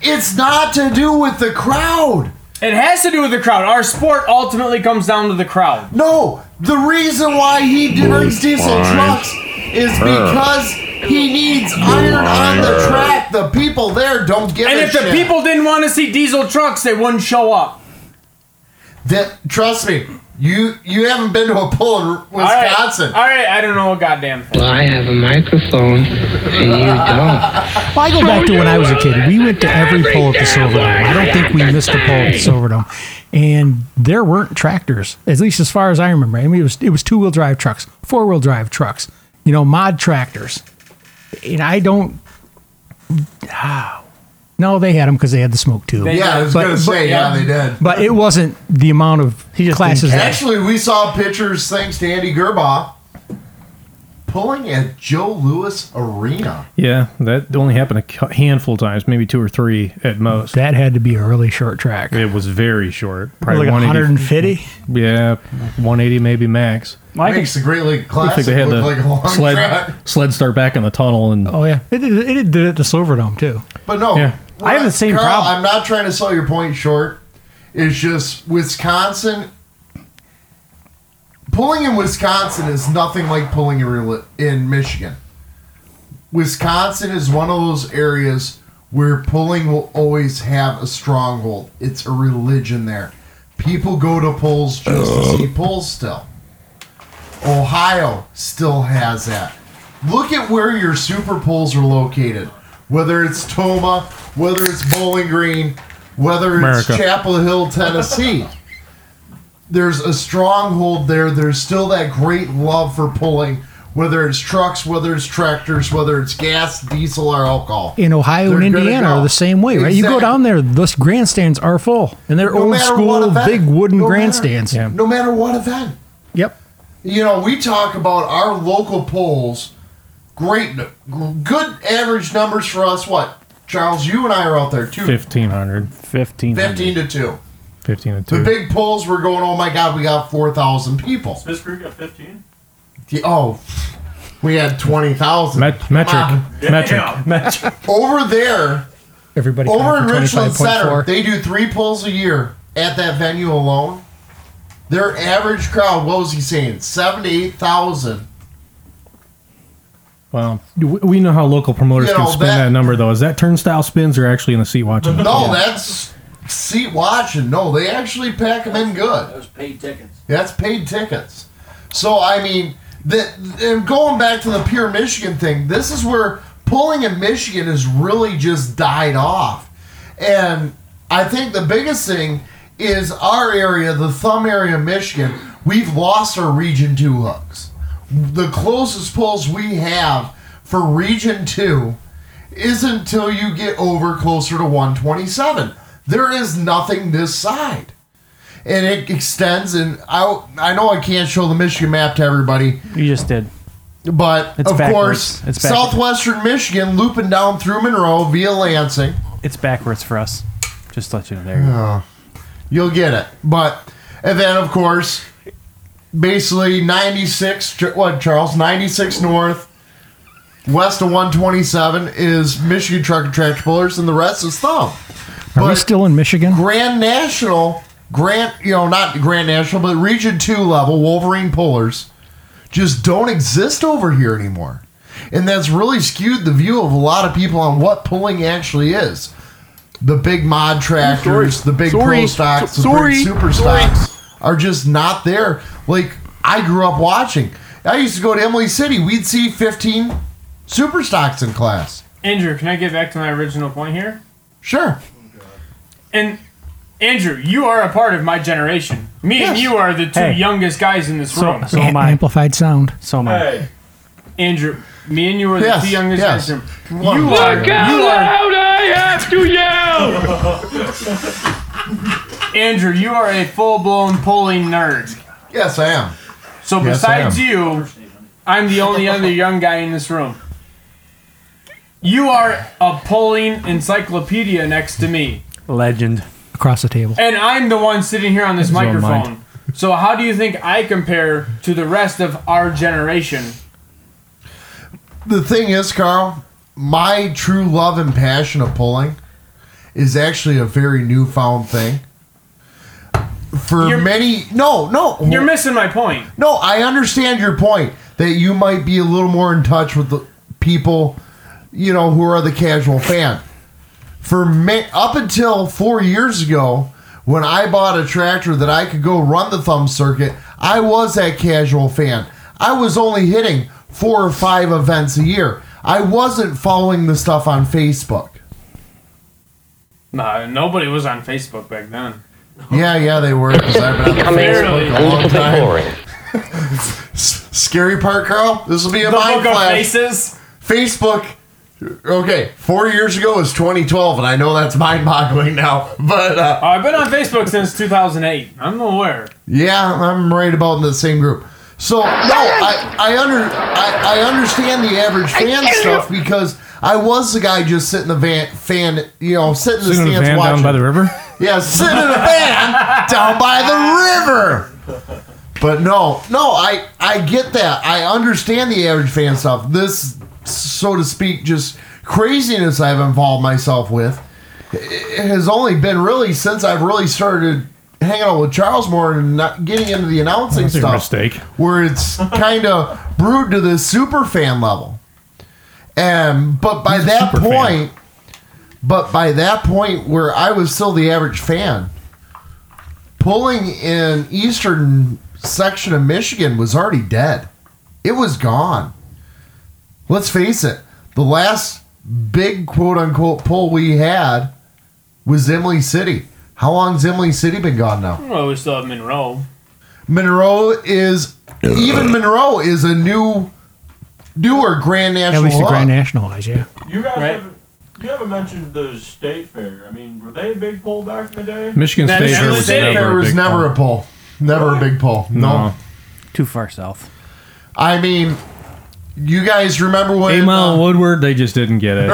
Speaker 3: It's not to do with the crowd.
Speaker 9: It has to do with the crowd. Our sport ultimately comes down to the crowd.
Speaker 3: No, the reason why he brings diesel
Speaker 9: Fine.
Speaker 3: trucks is because he needs iron on the track. The people there don't give
Speaker 9: And
Speaker 3: a
Speaker 9: if the
Speaker 3: shit.
Speaker 9: people didn't want to see diesel trucks, they wouldn't show up.
Speaker 3: That trust me, you you haven't been to a poll in Wisconsin.
Speaker 9: All right, I don't know a goddamn thing.
Speaker 4: I have a microphone and you don't.
Speaker 2: Well, I go back to when I was a kid. We went to every poll at the Silverdome. I don't think we missed a poll at the Silverdome. And there weren't tractors, at least as far as I remember. I mean, it was it was two wheel drive trucks, four wheel drive trucks, you know, mod tractors. And I don't. Ah, no, they had them because they had the smoke tube.
Speaker 3: They- Yeah, I was gonna say, yeah, they did.
Speaker 2: But it wasn't the amount of classes. that-
Speaker 3: Actually, we saw pictures thanks to Andy Gerbaugh pulling at Joe Lewis Arena.
Speaker 20: Yeah, that only happened a cou- handful of times, maybe two or three at most.
Speaker 2: That had to be a really short track.
Speaker 20: It was very short.
Speaker 2: Like
Speaker 20: 180 Yeah, 180 maybe max.
Speaker 3: Makes the Great League
Speaker 20: I
Speaker 3: Classic
Speaker 20: think they had
Speaker 3: look
Speaker 20: the
Speaker 3: like a long
Speaker 20: sled,
Speaker 3: track.
Speaker 20: sled start back in the tunnel and
Speaker 2: Oh yeah, it, it, it did it at the Silverdome too.
Speaker 3: But no,
Speaker 20: Yeah.
Speaker 3: I have the
Speaker 2: same
Speaker 3: Carl,
Speaker 2: problem.
Speaker 3: I'm not trying to sell your point short. It's just Wisconsin. Pulling in Wisconsin is nothing like pulling in, real- in Michigan. Wisconsin is one of those areas where polling will always have a stronghold. It's a religion there. People go to polls just to see polls still. Ohio still has that. Look at where your super polls are located. Whether it's Toma, whether it's Bowling Green, whether it's
Speaker 8: America.
Speaker 3: Chapel Hill, Tennessee. There's a stronghold there. There's still that great love for pulling, whether it's trucks, whether it's tractors, whether it's gas, diesel, or alcohol.
Speaker 2: in Ohio and
Speaker 3: They're gonna
Speaker 2: Indiana
Speaker 3: go.
Speaker 2: are the same way, right? You go
Speaker 3: Exactly.
Speaker 2: down there, those grandstands are full, and they're
Speaker 3: No
Speaker 2: old
Speaker 3: matter what
Speaker 2: school,
Speaker 3: event.
Speaker 2: big wooden
Speaker 3: No matter-
Speaker 2: grandstands.
Speaker 3: No matter what event.
Speaker 2: Yep.
Speaker 3: You know, we talk about our local polls. Great, good average numbers for us. What, Charles? You and I are out there too.
Speaker 8: 1500
Speaker 3: Fifteen to two.
Speaker 8: 15 and 2
Speaker 3: The big polls were going. Oh my God, we got four thousand people.
Speaker 1: Smith Creek got 15?
Speaker 3: Yeah, Oh, we had twenty thousand.
Speaker 8: Met- metric. Metric. Metric.
Speaker 3: Over there,
Speaker 2: everybody.
Speaker 3: over in Richland Center, they do three polls a year at that venue alone. Their average crowd, what was he saying? Seven to eight thousand.
Speaker 8: Well, we- we know how local promoters
Speaker 3: You
Speaker 8: can
Speaker 3: know,
Speaker 8: spin
Speaker 3: that-
Speaker 8: that, number, though. Is that turnstile spins or actually in the seat watching?
Speaker 3: No, that's seat watching. No, they actually pack them in good.
Speaker 15: Those paid tickets.
Speaker 3: That's paid tickets. So I mean, that and going back to the pure Michigan thing, this is where pulling in Michigan has really just died off. And I think the biggest thing is our area, the thumb area of Michigan, we've lost our region two hooks. The closest pulls we have for region two is until you get over closer to 127. There is nothing this side and it extends and I I know I can't show the Michigan map to everybody.
Speaker 33: You just did.
Speaker 3: But
Speaker 33: It's
Speaker 3: of
Speaker 33: backwards.
Speaker 3: course,
Speaker 33: It's backwards.
Speaker 3: southwestern Michigan looping down through Monroe via Lansing.
Speaker 33: It's backwards for us. Just to let you know there.
Speaker 3: Yeah. You'll get it. But and then of course, basically 96 Ch- what Charles 96 north west of 127 is Michigan truck and tractor pullers and the rest is thumb.
Speaker 2: Are we still in Michigan?
Speaker 3: Grand National, Grand, you know, not Grand National, but Region 2 level Wolverine pullers just don't exist over here anymore. And that's really skewed the view of a lot of people on what pulling actually is. The big mod tractors, the big
Speaker 8: Sorry.
Speaker 3: pro stocks, the
Speaker 8: Sorry.
Speaker 3: big super
Speaker 8: Sorry.
Speaker 3: stocks are just not there. Like I grew up watching. I used to go to Emily City. We'd see 15 super stocks in class.
Speaker 9: Andrew, can I get back to my original point here?
Speaker 3: Sure.
Speaker 9: And Andrew, you are a part of my generation. Me and you are the two
Speaker 2: Hey.
Speaker 9: youngest guys in this
Speaker 33: Oh.
Speaker 9: room.
Speaker 2: Am- Amplified sound. So am
Speaker 9: Andrew, me and you are
Speaker 2: Yes,
Speaker 9: the two youngest
Speaker 2: yes.
Speaker 9: guys in this room.
Speaker 2: Look
Speaker 9: You are,
Speaker 2: out
Speaker 9: you are,
Speaker 37: I have to yell!
Speaker 9: Andrew, you are a full blown polling nerd.
Speaker 3: Yes, I am.
Speaker 9: So
Speaker 3: Yes, I
Speaker 9: besides
Speaker 3: am.
Speaker 9: you, I'm the only other young guy in this room. You are a polling encyclopedia next to me,
Speaker 33: Legend.
Speaker 2: Across the table.
Speaker 9: and I'm the one sitting here on this
Speaker 33: His own
Speaker 9: microphone.
Speaker 33: mind.
Speaker 9: So how do you think I compare to the rest of our generation?
Speaker 3: the thing is, Carl, my true love and passion of pulling is actually a very newfound thing. For many, no, no,
Speaker 9: You're missing my point.
Speaker 3: no, I understand your point that you might be a little more in touch with the people, you know, who are the casual fan. For me, up until four years ago, when I bought a tractor that I could go run the thumb circuit, I was that casual fan. I was only hitting four or five events a year. I wasn't following the stuff on Facebook.
Speaker 9: Nah, nobody was on Facebook back then.
Speaker 3: Yeah, yeah, they were. 'cause I've been on
Speaker 9: Becoming
Speaker 3: Facebook
Speaker 9: a
Speaker 3: a long
Speaker 9: little bit
Speaker 3: time.
Speaker 9: boring.
Speaker 3: S- Scary part, Carl. This will be a
Speaker 9: The
Speaker 3: mind
Speaker 9: book of
Speaker 3: flash.
Speaker 9: faces.
Speaker 3: Facebook. Okay, four years ago was 2012, and I know that's mind-boggling now. But uh,
Speaker 9: I've been on Facebook since 2008. I'm aware.
Speaker 3: yeah, I'm right about in the same group. So no, I I under I, I understand the average fan stuff because I was the guy just sitting in the van fan you know sitting in the
Speaker 8: Sitting in a
Speaker 3: stands
Speaker 8: van
Speaker 3: watching.
Speaker 8: down by the river?
Speaker 3: Yeah, sit in a van down by the river. But no, no, I I get that. I understand the average fan stuff. This, so to speak, just craziness I've involved myself with it has only been really since I've really started hanging out with Charles more and not getting into the announcing
Speaker 8: That's your
Speaker 3: stuff.
Speaker 8: mistake.
Speaker 3: Where it's kind of brewed to the super fan level. And but by that point, But by that point, where I was still the average fan, pulling in eastern section of Michigan was already dead. It was gone. Let's face it, the last big quote unquote pull we had was Emily City. How long's Emily City been gone now?
Speaker 9: Well, we still have Monroe.
Speaker 3: Monroe is even Monroe is a new newer Grand National.
Speaker 2: At least the
Speaker 3: hub.
Speaker 2: Grand National is, yeah.
Speaker 1: You guys haven't you haven't mentioned the state fair. I mean, were they a big pull back in the day?
Speaker 3: Fair was never a poll. Never a big poll. No.
Speaker 1: No.
Speaker 3: Too far south. I mean, you guys remember when
Speaker 8: Amon Woodward, they just didn't get it.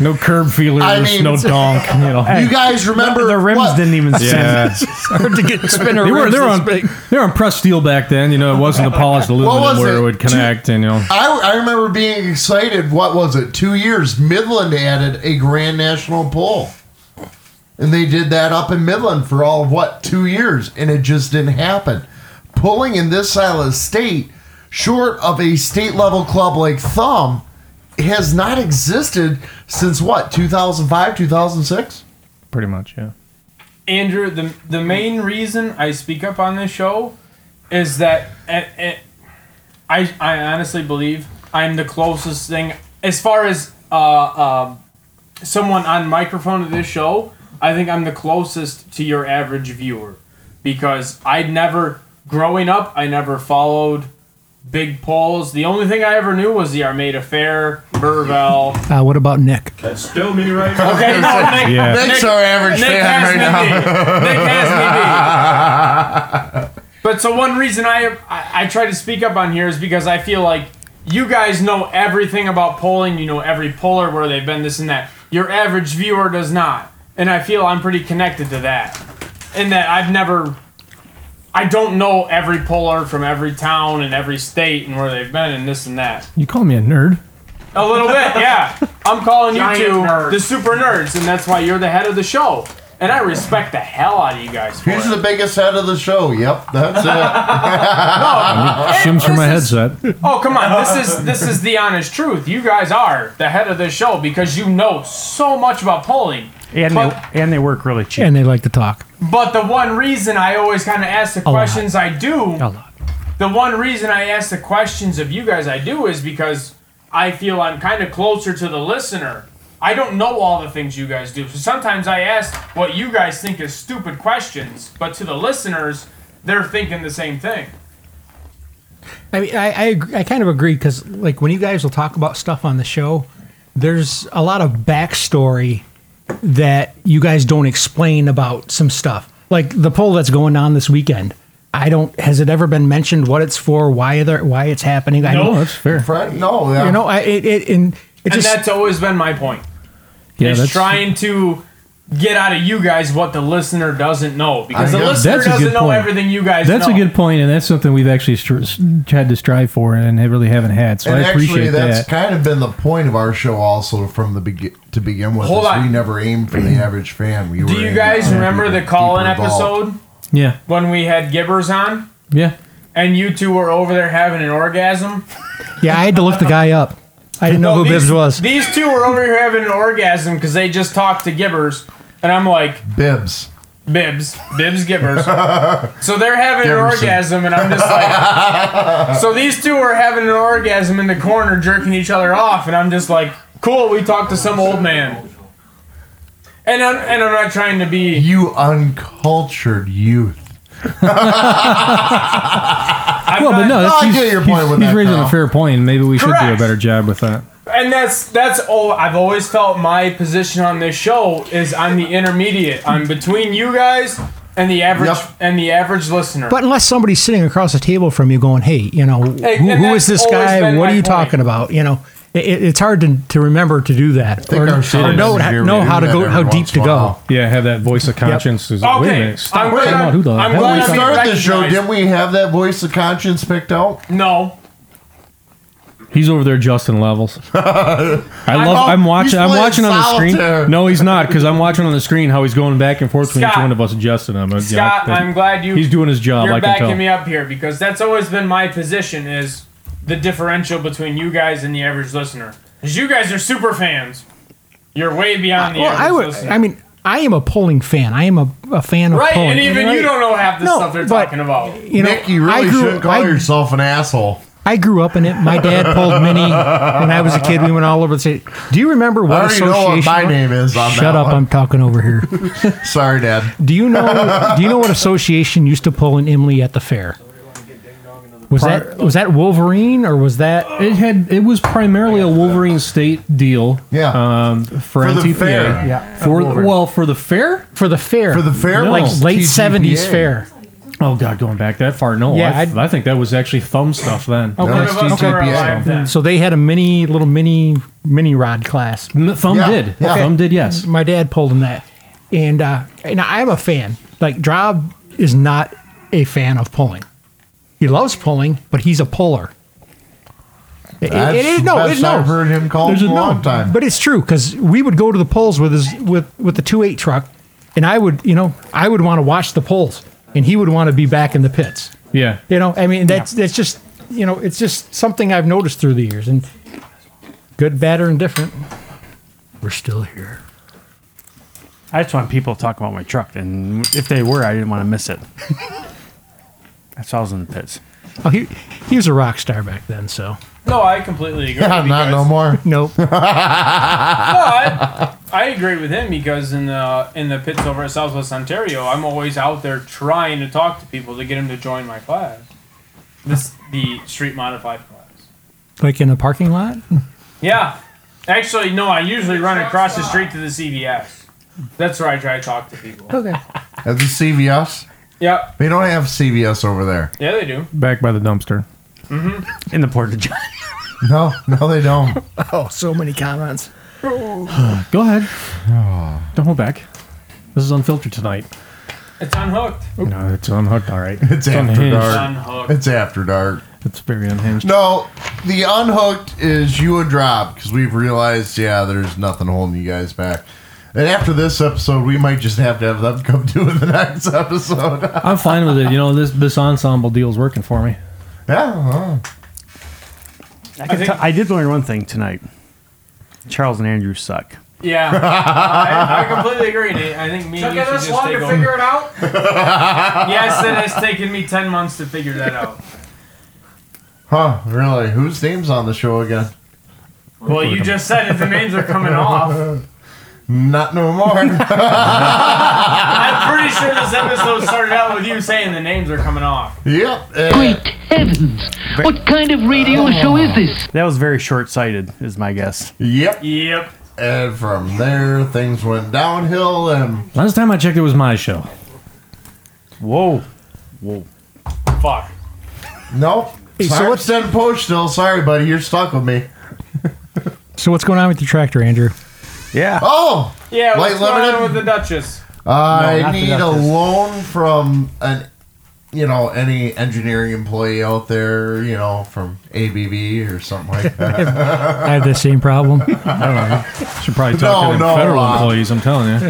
Speaker 8: no, no curb feelers,
Speaker 3: I mean-
Speaker 8: no donk. You, know.
Speaker 3: You guys remember
Speaker 8: the rims didn't even
Speaker 20: send.
Speaker 2: to get spinner
Speaker 8: they were
Speaker 2: rims
Speaker 8: they were
Speaker 2: this
Speaker 8: on they were on pressed steel back then. You know, it wasn't the polished
Speaker 3: was
Speaker 8: aluminum where
Speaker 3: it?
Speaker 8: it would connect. And you know,
Speaker 3: I, I remember being excited. What was it? Two years. Midland added a Grand National poll. And they did that up in Midland for all of what? Two years. And it just didn't happen. Pulling in this side of the state, short of a state level club like Thumb, has not existed since what? 2005, 2006?
Speaker 8: pretty much, yeah.
Speaker 9: Andrew, the the main reason I speak up on this show is that eh, eh, I I honestly believe I'm the closest thing as far as uh, um someone on microphone of this show. I think I'm the closest to your average viewer because I never growing up I never followed big polls. The only thing I ever knew was the Armada Fair, Burvell,
Speaker 2: Uh, what about Nick?
Speaker 1: That's still me right now.
Speaker 9: Okay, no, Nick,
Speaker 2: Yeah.
Speaker 9: Nick-
Speaker 2: Nick's our average
Speaker 9: Nick
Speaker 2: fan
Speaker 9: has
Speaker 2: right
Speaker 9: me
Speaker 2: now.
Speaker 9: beat. Nick has me beat. But so one reason I, I I try to speak up on here is because I feel like you guys know everything about polling. You know every poller where they've been, this and that. Your average viewer does not, and I feel I'm pretty connected to that. In that I've never, I don't know every poller from every town and every state and where they've been and this and that.
Speaker 8: You call me a nerd?
Speaker 9: A little bit, yeah. I'm calling you
Speaker 37: Giant
Speaker 9: two
Speaker 37: nerds.
Speaker 9: the super nerds, and that's why you're the head of the show. And I respect the hell out of you guys. For
Speaker 3: Who's the biggest head of the show? Yep, that's
Speaker 9: No,
Speaker 3: it.
Speaker 9: it- Shims for my this
Speaker 8: headset.
Speaker 9: it. Oh come on, this is this is the honest truth. You guys are the head of the show because you know so much about polling.
Speaker 33: And
Speaker 9: but,
Speaker 33: they, and they work really cheap.
Speaker 2: And they like to talk.
Speaker 9: but the one reason I always kind of ask the
Speaker 2: lot.
Speaker 9: questions I do
Speaker 2: A lot.
Speaker 9: the one reason I ask the questions of you guys I do is because I feel I'm kind of closer to the listener. I don't know all the things you guys do. So sometimes I ask what you guys think is stupid questions, but to the listeners, they're thinking the same thing.
Speaker 2: I mean, I I, agree- I kind of agree because like when you guys will talk about stuff on the show, there's a lot of backstory that you guys don't explain about some stuff. Like the poll that's going on this weekend. I don't. Has it ever been mentioned what it's for? Why there? Why it's happening? I know
Speaker 8: fair.
Speaker 3: no, yeah.
Speaker 2: You know, I it, it and it
Speaker 9: and
Speaker 2: just
Speaker 9: that's always been my point.
Speaker 2: Yeah,
Speaker 9: Yeah, is
Speaker 2: that's-
Speaker 9: trying to get out of you guys what the listener doesn't know because
Speaker 8: I
Speaker 9: the
Speaker 8: know.
Speaker 9: listener
Speaker 8: That's a
Speaker 9: doesn't
Speaker 8: good
Speaker 9: know
Speaker 8: point.
Speaker 9: everything you guys
Speaker 8: that's
Speaker 9: know.
Speaker 8: a good point, and that's something we've actually str- tried to strive for, and really haven't had. So
Speaker 3: and
Speaker 8: I appreciate
Speaker 3: actually, that's
Speaker 8: that.
Speaker 3: kind of been the point of our show, also from the begin to begin with.
Speaker 9: Hold
Speaker 3: is
Speaker 9: on.
Speaker 3: We never aimed for the average fan. We
Speaker 9: Do you guys remember the call-in episode
Speaker 8: yeah,
Speaker 9: when we had Gibbers on
Speaker 8: yeah.
Speaker 9: and you two were over there having an orgasm?
Speaker 2: yeah. I had to look the guy up. I didn't know
Speaker 9: No,
Speaker 2: who
Speaker 9: these,
Speaker 2: Bibbs was.
Speaker 9: These two were over here having an orgasm because they just talked to Gibbers, and I'm like,
Speaker 3: Bibbs.
Speaker 9: Bibbs, Bibbs Gibbers. so they're having an
Speaker 37: Gibberson.
Speaker 9: orgasm, and I'm just like, so these two are having an orgasm in the corner, jerking each other off, and I'm just like, cool, we talked to some old man. And I'm, and I'm not trying to be.
Speaker 3: You uncultured youth.
Speaker 8: well, but no,
Speaker 9: not- No,
Speaker 8: that's,
Speaker 9: I
Speaker 8: he's,
Speaker 9: get your
Speaker 8: he's-
Speaker 9: point with
Speaker 8: he's
Speaker 9: that,
Speaker 8: raising
Speaker 9: Kyle.
Speaker 8: a fair point, and maybe we should do a
Speaker 9: Correct.
Speaker 8: better job with that.
Speaker 9: And that's that's all I've always felt my position on this show is I'm the intermediate. I'm between you guys and the average and the average listener.
Speaker 2: But unless somebody's sitting across the table from you going, hey, you know,
Speaker 9: Hey,
Speaker 2: who,
Speaker 9: and
Speaker 2: who is
Speaker 9: that's
Speaker 2: this
Speaker 9: always
Speaker 2: guy?
Speaker 9: been
Speaker 2: What
Speaker 9: my
Speaker 2: are you
Speaker 9: point.
Speaker 2: talking about? You know, it, it- it's hard to, to remember to do that or,
Speaker 8: our
Speaker 2: or
Speaker 8: citizens
Speaker 2: know,
Speaker 8: here
Speaker 2: know
Speaker 8: do
Speaker 2: how to
Speaker 8: that
Speaker 2: go,
Speaker 8: every
Speaker 2: how deep
Speaker 8: once
Speaker 2: to
Speaker 8: in a
Speaker 2: go.
Speaker 8: while. Yeah, have that voice of conscience. Is, Wait a minute, stop.
Speaker 9: glad
Speaker 8: talking
Speaker 9: I-
Speaker 8: about who the
Speaker 9: Oh. I'm
Speaker 8: hell
Speaker 9: glad
Speaker 8: is
Speaker 9: I
Speaker 8: that?
Speaker 3: Start this show.
Speaker 9: Recognized.
Speaker 3: Didn't we have that voice of conscience picked out?
Speaker 9: No.
Speaker 8: He's over there, Justin Levels. I love. I'm watching. I'm
Speaker 3: Oh, playing
Speaker 8: watching on the
Speaker 3: solitaire.
Speaker 8: screen. No, he's not, because I'm watching on the screen how he's going back and forth between each
Speaker 9: Scott.
Speaker 8: one of us, and Justin. I'm, yeah,
Speaker 9: Scott,
Speaker 8: that-
Speaker 9: I'm glad you
Speaker 8: He's doing his job.
Speaker 9: You're
Speaker 8: I can
Speaker 9: backing
Speaker 8: tell.
Speaker 9: me up here because that's always been my position is the differential between you guys and the average listener. Because you guys are super fans. You're way beyond the
Speaker 2: Well, I would.
Speaker 9: average listener.
Speaker 2: I mean, I am a polling fan. I am a, a fan of
Speaker 9: right,
Speaker 2: polling.
Speaker 9: and even you don't know half the
Speaker 2: No,
Speaker 9: stuff they're
Speaker 2: but,
Speaker 9: talking about.
Speaker 2: You know,
Speaker 3: Nick, you really
Speaker 2: I grew-
Speaker 3: shouldn't call
Speaker 2: I-
Speaker 3: yourself an asshole.
Speaker 2: I grew up in it. My dad pulled mini when I was a kid. We went all over the city. Do you remember what
Speaker 3: I already know
Speaker 2: association?
Speaker 3: what my name is on
Speaker 2: Shut
Speaker 3: that
Speaker 2: up!
Speaker 3: one.
Speaker 2: I'm talking over here.
Speaker 3: Sorry, Dad.
Speaker 2: Do you know? Do you know what association used to pull an Emily at the fair? Was that was that Wolverine or was that?
Speaker 20: It had it was primarily a Wolverine State deal. Yeah. Um, for,
Speaker 2: For the
Speaker 20: NTPA.
Speaker 2: fair.
Speaker 20: Yeah. For
Speaker 2: Wolverine.
Speaker 20: well, for the fair.
Speaker 2: For the fair.
Speaker 20: For the
Speaker 2: fair was Like late 70s fair.
Speaker 20: Oh God, going back that far? No.
Speaker 2: Yeah,
Speaker 20: I, I think that was actually thumb stuff then.
Speaker 2: Okay.
Speaker 20: That was
Speaker 2: Okay.
Speaker 20: TTPA.
Speaker 2: So they had a mini little mini mini rod class.
Speaker 20: Thumb Yeah. did. Yeah. Thumb did, yes.
Speaker 2: My dad pulled in that, and uh, and I am a fan. Like Drob is not a fan of pulling. He loves pulling, but he's a puller. It- it-
Speaker 3: That's
Speaker 2: it is-
Speaker 3: the
Speaker 2: no,
Speaker 3: best
Speaker 2: it- no.
Speaker 3: I've heard him call
Speaker 2: There's
Speaker 3: in a
Speaker 2: no.
Speaker 3: long time.
Speaker 2: But it's true because we would go to the polls with his with with the two eight truck, and I would you know I would want to watch the polls, and he would want to be back in the pits.
Speaker 20: Mm-hmm. Yeah.
Speaker 2: You know, I mean, that's that's just you know, it's just something I've noticed through the years, and good, bad, or indifferent, we're still here.
Speaker 33: I just want people to talk about my truck, and if they were, I didn't want to miss it. That's how I was in the pits.
Speaker 2: Oh, he he was a rock star back then, so
Speaker 9: No, I completely agree. with you guys.
Speaker 2: more. Nope.
Speaker 9: but I agree with him because in the in the pits over at Southwest Ontario, I'm always out there trying to talk to people to get them to join my class. This the street modified class.
Speaker 2: like in a parking lot.
Speaker 9: Yeah, actually, no. I usually run across the street to the CVS. That's where I try to talk to people.
Speaker 2: Okay.
Speaker 3: At the CVS?
Speaker 9: Yeah.
Speaker 3: They don't have CVS over there.
Speaker 9: Yeah, they do.
Speaker 20: Back by the dumpster.
Speaker 9: Mm-hmm.
Speaker 20: In the porta john.
Speaker 3: No, no, they don't.
Speaker 2: Oh, so many comments.
Speaker 20: Go ahead. Don't hold back. This is unfiltered tonight.
Speaker 9: It's unhooked.
Speaker 20: No, it's unhooked. All right.
Speaker 3: It's after
Speaker 20: unhinged.
Speaker 3: dark. It's after dark.
Speaker 20: It's very unhinged.
Speaker 3: No, the unhooked is you and Drop because we've realized, yeah, there's nothing holding you guys back. And after this episode, we might just have to have them come do it the next episode.
Speaker 20: I'm fine with it. You know, this this ensemble deal's working for me.
Speaker 3: Yeah.
Speaker 33: I, can tell- I did learn one thing tonight. Charles and Andrew suck.
Speaker 9: Yeah, I, I completely agree. Nate. I think me
Speaker 35: Took
Speaker 9: and you
Speaker 35: it
Speaker 9: should
Speaker 35: this
Speaker 9: just
Speaker 35: long
Speaker 9: take
Speaker 35: to
Speaker 9: over.
Speaker 35: figure it out?
Speaker 9: yes, it has taken me ten months to figure that out.
Speaker 3: Huh, really? Whose name's on the show again?
Speaker 9: Well, you just said it. The names are coming off.
Speaker 3: Not no more.
Speaker 9: I'm pretty sure this episode started out with you saying the names are coming off.
Speaker 3: Yep.
Speaker 7: Great heavens! What kind of radio show is this?
Speaker 33: That was very short-sighted, is my guess.
Speaker 3: Yep.
Speaker 9: Yep.
Speaker 3: And from there, things went downhill, and
Speaker 20: Last time I checked, it was my show.
Speaker 33: Whoa. Whoa.
Speaker 9: Fuck.
Speaker 3: nope.
Speaker 2: Hey, so
Speaker 3: so what's
Speaker 2: what's-
Speaker 3: that post still? Sorry, buddy, you're stuck with me.
Speaker 2: So what's going on with your tractor, Andrew?
Speaker 33: Yeah.
Speaker 3: Oh,
Speaker 9: Yeah,
Speaker 3: Light
Speaker 9: what's going
Speaker 3: lemonade?
Speaker 9: on with the Duchess?
Speaker 3: I
Speaker 9: No, not the
Speaker 3: need a
Speaker 9: Duchess.
Speaker 3: loan from an, you know, any engineering employee out there, you know, from ABB or something like that.
Speaker 2: I have the same problem.
Speaker 20: Should probably talk to
Speaker 3: talk to No, them no,
Speaker 20: federal
Speaker 3: federal uh,
Speaker 20: employees.
Speaker 3: employees,
Speaker 20: I'm telling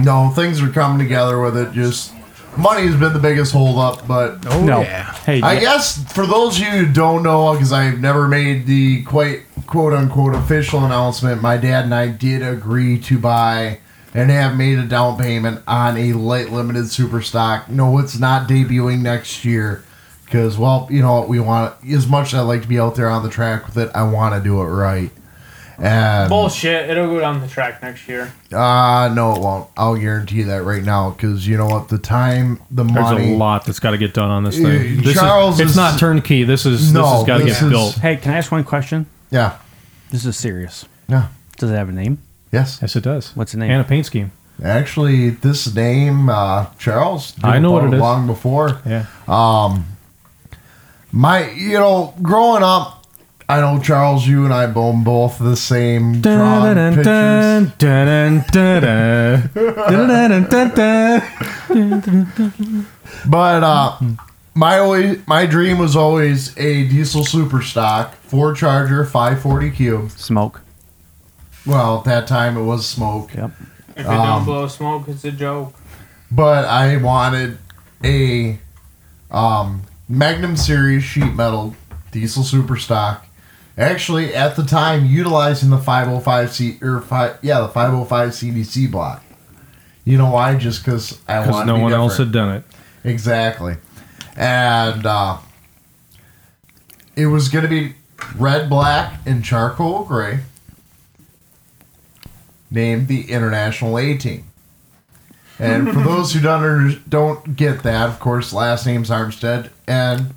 Speaker 20: you.
Speaker 3: no, things are coming together with it. Just money has been the biggest holdup, but
Speaker 33: Oh, No. yeah. Hey,
Speaker 3: I
Speaker 33: yeah.
Speaker 3: guess for those of you who don't know, because I've never made the quite quote unquote official announcement, my dad and I did agree to buy and have made a down payment on a light limited super stock. No, it's not debuting next year. Because, well, you know what, we want, as much as I like to be out there on the track with it, I want to do it right. And
Speaker 9: Bullshit. It'll go down the track next year.
Speaker 3: uh no, it won't. I'll guarantee you that right now because you know what? The time, the
Speaker 20: There's
Speaker 3: money.
Speaker 20: a lot that's got to get done on this
Speaker 3: Uh,
Speaker 20: thing. This
Speaker 3: Charles
Speaker 20: is, it's
Speaker 3: is-
Speaker 20: not turnkey. This is this has got to get built.
Speaker 33: Hey, can I ask one question?
Speaker 3: Yeah.
Speaker 33: This is serious.
Speaker 3: Yeah.
Speaker 33: Does it have a name?
Speaker 3: Yes.
Speaker 20: Yes, it does.
Speaker 33: What's the name?
Speaker 20: And a paint scheme.
Speaker 3: Actually, this name, uh, Charles,
Speaker 20: I know what
Speaker 3: about
Speaker 20: it is.
Speaker 3: Long before,
Speaker 20: Yeah.
Speaker 3: um, my, you know, growing up, I know Charles, you and I own both the same drawing pictures. But uh, my always my dream was always a diesel super stock four charger five forty cube
Speaker 33: smoke.
Speaker 3: Well, at that time it was smoke. Yep.
Speaker 9: If it don't blow smoke, it's a joke.
Speaker 3: but I wanted a um, Magnum Series sheet metal diesel super stock Actually, at the time, utilizing the 505C or five, yeah, the 505 CDC block. You know why? Just because I
Speaker 8: because
Speaker 3: want.
Speaker 8: no one else had done it.
Speaker 3: Exactly. And uh, it was going to be red, black, and charcoal gray, named the International A Team. And for those who don't, under- don't get that, of course, last name's Armstead. And of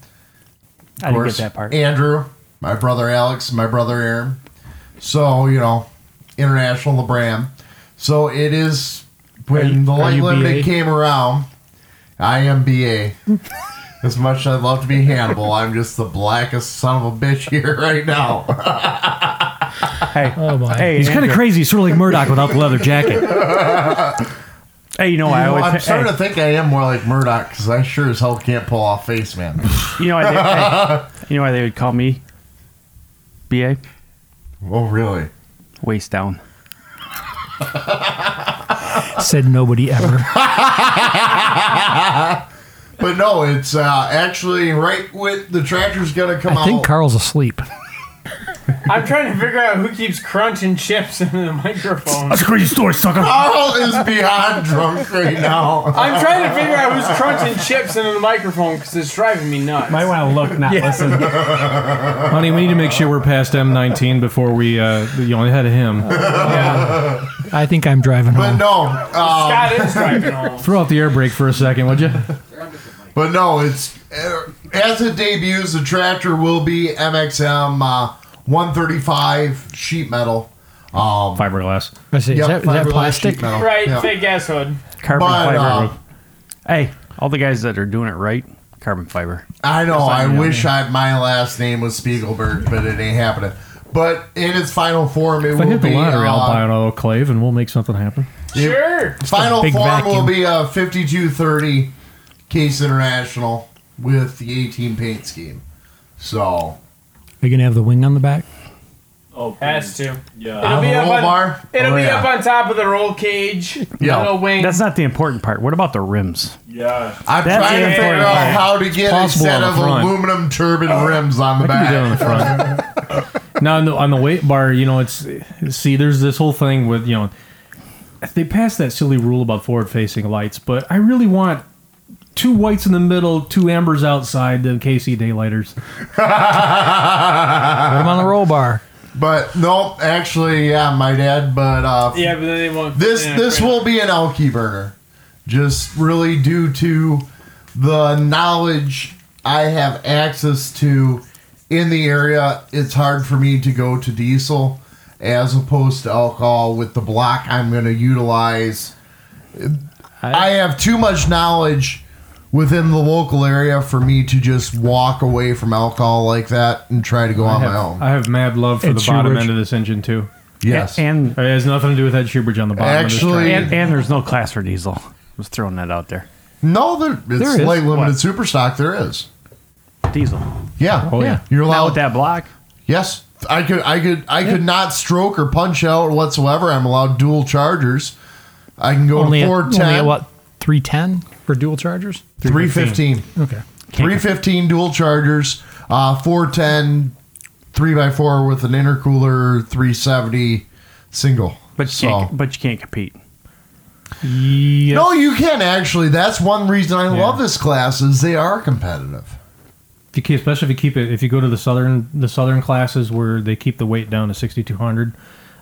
Speaker 33: I didn't get that part.
Speaker 3: Andrew, my brother Alex, my brother Aaron. So, you know, International LeBram. So it is when
Speaker 8: Are you-
Speaker 3: the
Speaker 8: are
Speaker 3: light
Speaker 8: you BA?
Speaker 3: limit came around, I am BA. as much as I'd love to be Hannibal, I'm just the blackest son of a bitch here right now.
Speaker 33: Hey, oh my. hey,
Speaker 20: He's kind of
Speaker 33: Andrew.
Speaker 20: crazy. He's sort of like Murdoch without the leather jacket.
Speaker 33: Hey, you know, I always.
Speaker 3: I'm starting
Speaker 33: hey,
Speaker 3: to think I am more like Murdoch because I sure as hell can't pull off face man.
Speaker 33: You know, why they, hey, you know why they would call me BA?
Speaker 3: Oh, really?
Speaker 33: Waist down.
Speaker 2: Said nobody
Speaker 3: but
Speaker 2: ever.
Speaker 3: no, it's uh, actually right with the tractor's gonna come
Speaker 2: I think
Speaker 3: out.
Speaker 2: Carl's asleep.
Speaker 9: I'm trying to figure out who keeps crunching chips into the microphone.
Speaker 2: That's a crazy story, sucker.
Speaker 3: Carl is beyond drunk right now.
Speaker 9: I'm trying to figure out who's crunching chips into the microphone because it's driving me nuts.
Speaker 20: Might want to look, not listen.
Speaker 8: Honey, we need to make sure we're past M19 before we uh, you know ahead of him.
Speaker 2: I think I'm driving
Speaker 3: But
Speaker 2: home.
Speaker 3: no, um, Scott is driving home.
Speaker 8: Throw out the air brake for a second, would you?
Speaker 3: But no, it's uh, as it debuts, the tractor will be MXM uh, 135 sheet metal. Um,
Speaker 8: fiberglass.
Speaker 2: I see. Is that- is that plastic?
Speaker 9: Right, fake ass hood.
Speaker 33: Carbon
Speaker 3: But,
Speaker 33: fiber.
Speaker 3: uh,
Speaker 33: hey, all the guys that are doing it right, carbon fiber.
Speaker 3: I know.
Speaker 33: Just
Speaker 3: I
Speaker 33: like me,
Speaker 3: wish I my last name was Spiegelberg, but it ain't happening. But in its final form, it
Speaker 8: If
Speaker 3: will
Speaker 8: I hit the
Speaker 3: be.
Speaker 8: lottery,
Speaker 3: uh,
Speaker 8: I'll buy an autoclave and we'll make something happen.
Speaker 3: Sure. Final
Speaker 8: Just a
Speaker 3: form
Speaker 8: big
Speaker 3: will
Speaker 8: vacuum.
Speaker 3: be a 5230 Case International with the 18 paint scheme. So
Speaker 2: Are you gonna have the wing on the back?
Speaker 1: Oh,
Speaker 9: has to.
Speaker 1: Yeah.
Speaker 9: It'll
Speaker 3: On the
Speaker 9: be up
Speaker 3: roll
Speaker 9: on,
Speaker 3: bar?
Speaker 9: It'll
Speaker 33: Oh,
Speaker 9: be
Speaker 33: yeah.
Speaker 9: up on top of the roll cage. Yeah. Little wing.
Speaker 33: That's not the important part. What about the rims?
Speaker 1: Yeah.
Speaker 3: I'm
Speaker 33: That's
Speaker 3: trying to
Speaker 33: the
Speaker 3: figure
Speaker 33: important
Speaker 3: out
Speaker 33: part.
Speaker 3: how to get a
Speaker 33: Possible
Speaker 3: set
Speaker 33: on
Speaker 3: of
Speaker 33: the front.
Speaker 3: aluminum turbine rims on the
Speaker 8: That
Speaker 3: back.
Speaker 8: could be done on the front. Now on the, on the weight bar, you know, it's see, there's this whole thing with you know, they passed that silly rule about forward-facing lights, but I really want two whites in the middle, two ambers outside, the KC daylighters.
Speaker 3: I'm
Speaker 20: Uh,
Speaker 2: on the roll bar.
Speaker 3: But no, actually, yeah, my dad. But uh,
Speaker 9: Yeah, but then they won't.
Speaker 3: this
Speaker 9: yeah,
Speaker 3: this
Speaker 9: great.
Speaker 3: will be an Elky burner, just really due to the knowledge I have access to in the area. It's hard for me to go to diesel as opposed to alcohol with the block I'm going to utilize. I have too much knowledge within the local area for me to just walk away from alcohol like that and try to go on
Speaker 8: I have,
Speaker 3: my own.
Speaker 8: I have mad love for
Speaker 3: Ed
Speaker 8: the bottom
Speaker 3: Shoebridge.
Speaker 8: end of this engine too.
Speaker 3: Yes.
Speaker 33: and
Speaker 8: it has nothing to do with that shoe bridge on the bottom.
Speaker 3: Actually-
Speaker 8: of
Speaker 33: and,
Speaker 8: this
Speaker 33: and there's no class for diesel. I was throwing that out there.
Speaker 3: No, there, it's
Speaker 33: There is.
Speaker 3: light limited
Speaker 33: What?
Speaker 3: super stock. There is.
Speaker 33: Diesel.
Speaker 3: Yeah.
Speaker 33: Oh, yeah.
Speaker 3: You're allowed
Speaker 33: with that block.
Speaker 3: Yes, I could. I could. I could not stroke or punch out whatsoever. I'm allowed dual chargers. I can go
Speaker 2: Only
Speaker 3: to
Speaker 2: at,
Speaker 3: four
Speaker 2: only at
Speaker 3: ten.
Speaker 2: what? Three ten for dual chargers.
Speaker 3: 315.
Speaker 2: Okay.
Speaker 3: 315 dual chargers, uh, 410, 3x4 with an intercooler, 370 single.
Speaker 33: But you, can't, but you can't compete.
Speaker 3: No, you can actually. That's one reason I love this class is they are competitive.
Speaker 8: If you keep, especially if you keep it, if you go to the southern the southern classes where they keep the weight down to 6,200,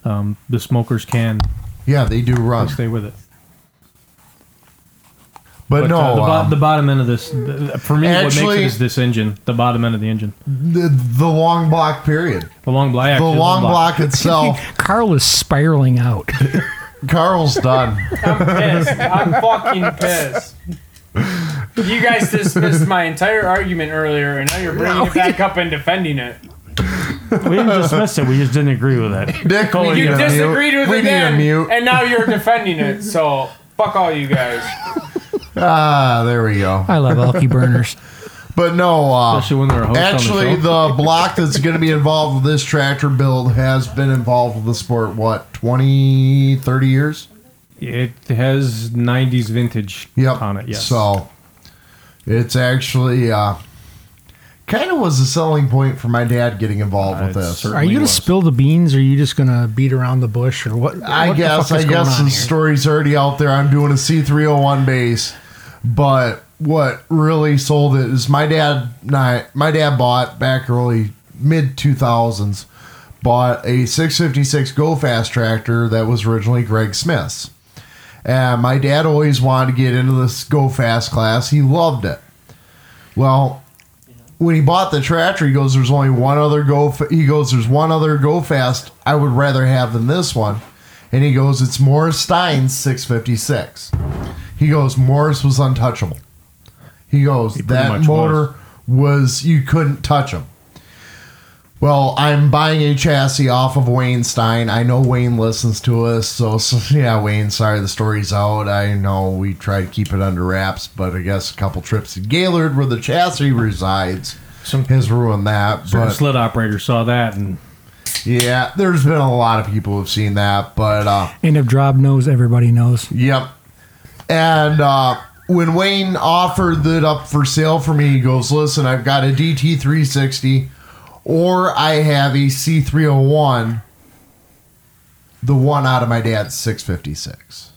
Speaker 8: um, the smokers can
Speaker 3: Yeah, they do run.
Speaker 8: stay with it.
Speaker 3: But, no,
Speaker 8: uh, the, bo-
Speaker 3: um,
Speaker 8: the bottom end of this th- for me, what
Speaker 3: Actually-
Speaker 8: makes it is this engine, the bottom end of the engine,
Speaker 3: the, the long block period.
Speaker 8: the long block,
Speaker 3: The
Speaker 8: actually,
Speaker 3: long block itself.
Speaker 2: Carl is spiraling out.
Speaker 3: Carl's done.
Speaker 9: pissed. I'm fucking pissed. You guys dismissed my entire argument earlier, and now you're bringing it back up and defending it.
Speaker 33: We didn't dismiss it. We just didn't agree with it.
Speaker 3: Dick,
Speaker 33: Oh,
Speaker 9: you
Speaker 33: yeah.
Speaker 9: disagreed with
Speaker 3: We
Speaker 9: it
Speaker 3: need a
Speaker 9: then,
Speaker 3: mute.
Speaker 9: and now you're defending it. So fuck all you guys.
Speaker 3: Ah, there we go.
Speaker 2: I love Elky burners.
Speaker 3: But no, uh,
Speaker 8: Especially when they're a host on the
Speaker 3: actually the, block that's going to be involved with this tractor build has been involved with the sport what 20, 30 years.
Speaker 8: It has 90s vintage
Speaker 3: Yep.
Speaker 8: on it. Yes.
Speaker 3: So it's actually uh, kind of was the selling point for my dad getting involved with this.
Speaker 2: Are you going to spill the beans? Or are you just going to beat around the bush? Or what?
Speaker 3: I
Speaker 2: what the
Speaker 3: guess
Speaker 2: fuck
Speaker 3: I
Speaker 2: is going
Speaker 3: guess
Speaker 2: on
Speaker 3: the
Speaker 2: here?
Speaker 3: story's already out there. I'm doing a C301 base, but what really sold it is my dad. and I- My dad bought back early mid 2000s, bought a 656 Go Fast tractor that was originally Greg Smith's. And my dad always wanted to get into this Go Fast class. He loved it. Well, when he bought the tractor, he goes, "There's only one other go." F-. He goes, "There's one other go fast I would rather have than this one," and he goes, "It's Morris Stein's 656." He goes, "Morris was untouchable." He goes,
Speaker 15: pretty
Speaker 3: "That
Speaker 15: much
Speaker 3: motor was you couldn't touch him." Well, I'm buying a chassis off of Wayne Stein. I know Wayne listens to us, so, so yeah, Wayne. Sorry, the story's out. I know we try to keep it under wraps, but I guess a couple trips to Gaylord, where the chassis resides, has ruined that.
Speaker 8: Certain
Speaker 3: but
Speaker 8: sled operator saw that, and
Speaker 3: yeah, there's been a lot of people who've seen that, but uh,
Speaker 2: And if Drob knows, everybody knows.
Speaker 3: Yep. And uh, when Wayne offered it up for sale for me, he goes, "Listen, I've got a DT 360, or I have a C 301, the one out of my dad's 656."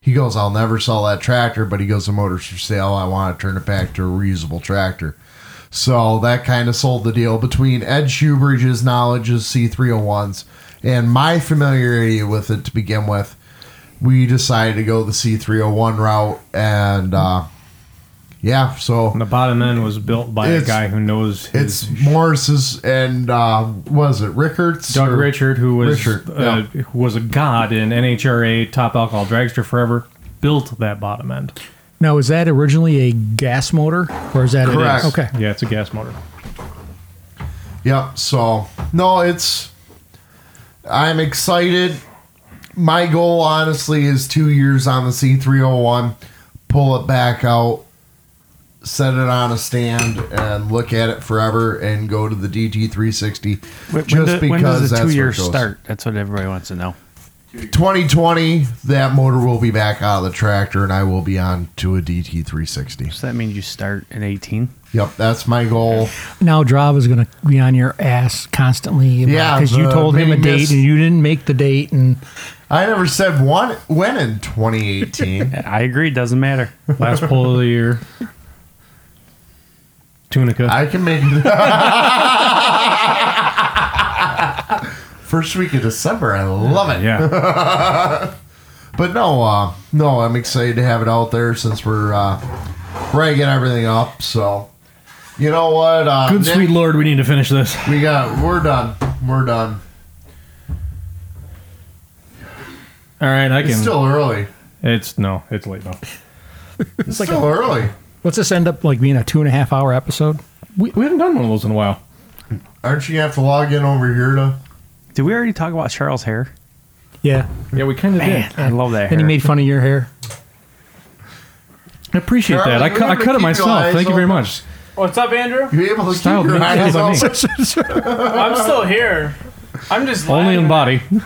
Speaker 3: He goes, "I'll never sell that tractor," but he goes, "The motor's for sale. I want to turn it back to a reusable tractor." So that kind of sold the deal between Ed Shoebridge's knowledge of C301s and my familiarity with it to begin with we decided to go the C301 route, and uh, yeah, so
Speaker 8: the bottom end was built by a
Speaker 3: It's-
Speaker 8: guy who knows his
Speaker 3: it's Morris's and uh, was it Rickards?
Speaker 8: Doug
Speaker 3: or-
Speaker 8: Richard, who was
Speaker 3: Richard,
Speaker 8: uh, who was a god in NHRA top alcohol dragster forever, built that bottom end.
Speaker 2: Now, is that originally a gas motor, or is that a-
Speaker 3: Correct.
Speaker 2: okay?
Speaker 8: Yeah, it's a gas motor.
Speaker 3: Yep. So no, it's. I'm excited. My goal, honestly, is two years on the C301, pull it back out, set it on a stand, and look at it forever, and go to the DT360.
Speaker 33: When,
Speaker 3: just
Speaker 33: do-
Speaker 3: because
Speaker 33: when does the
Speaker 3: that's
Speaker 33: two
Speaker 3: where
Speaker 33: year
Speaker 3: it goes.
Speaker 33: start? That's what everybody wants to know.
Speaker 3: 2020, that motor will be back out of the tractor, and I will be on to a DT360.
Speaker 33: So that means you start in 18.
Speaker 3: Yep, that's my goal.
Speaker 2: Now Drav is going to be on your ass constantly.
Speaker 3: Yeah,
Speaker 2: because you
Speaker 3: the-
Speaker 2: told him a
Speaker 3: maybe
Speaker 2: date
Speaker 3: miss-
Speaker 2: and you didn't make the date, and
Speaker 3: I never said one when in 2018.
Speaker 33: I agree. Doesn't matter.
Speaker 8: Last pull of the year. Tunica.
Speaker 3: I can make it. First week of December, I love it.
Speaker 8: Yeah.
Speaker 3: but no, uh, no, I'm excited to have it out there since we're uh, ragging everything up. So, you know what? Uh,
Speaker 8: Good
Speaker 3: Nick-
Speaker 8: sweet lord, we need to finish this.
Speaker 3: We got. We're done. We're done.
Speaker 8: All right, I can.
Speaker 3: It's still early.
Speaker 8: It's no, it's late now.
Speaker 3: It's still early.
Speaker 2: What's this end up like being a two and a half hour episode?
Speaker 8: We, we haven't done one of those in a while.
Speaker 3: Aren't you gonna have to log in over here to?
Speaker 33: Did we already talk about Charles' hair?
Speaker 2: Yeah.
Speaker 8: Yeah, we kind of
Speaker 33: Man,
Speaker 8: did.
Speaker 33: I love that.
Speaker 2: And he
Speaker 33: hair.
Speaker 2: made fun of your hair.
Speaker 8: I appreciate
Speaker 33: Charlie,
Speaker 8: that. I,
Speaker 33: we're
Speaker 8: cu- I
Speaker 33: gonna
Speaker 8: cut it
Speaker 33: keep your
Speaker 8: myself.
Speaker 33: eyes
Speaker 8: Thank you very
Speaker 33: open.
Speaker 8: much.
Speaker 9: What's up, Andrew?
Speaker 3: You able to
Speaker 8: Styled keep your me, eyes styled me.
Speaker 9: I'm still here. I'm just
Speaker 8: Only
Speaker 9: lying.
Speaker 8: in body.
Speaker 9: No,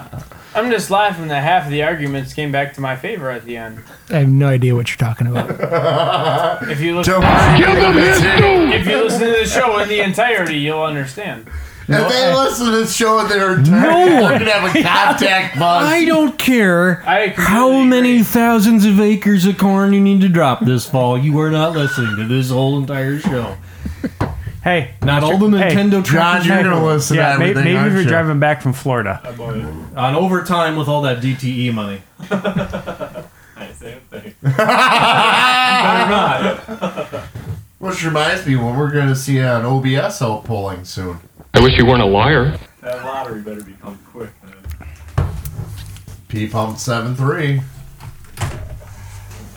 Speaker 9: seriously. I'm just laughing that half of the arguments came back to my favor at the end.
Speaker 2: I have no idea what you're talking about.
Speaker 9: If you listen,
Speaker 2: Kill them, it's you!
Speaker 9: if you listen to the show in the entirety, you'll understand.
Speaker 3: If they listen to this show in their entirety,
Speaker 8: No.
Speaker 3: we're gonna have a contact bus.
Speaker 8: I don't care how many thousands of acres of corn you need to drop this fall. You are not listening to this whole entire show.
Speaker 33: Hey,
Speaker 8: not all the
Speaker 33: Hey,
Speaker 8: Nintendo. trackers ever.
Speaker 33: yeah, may- Maybe, if you're driving back from Florida.
Speaker 8: on overtime with all that DTE money.
Speaker 1: Same thing.
Speaker 3: Which reminds me, when we're gonna see an OBS out polling soon.
Speaker 4: I wish you weren't a liar.
Speaker 1: That lottery better become quick.
Speaker 3: P Pump seven three.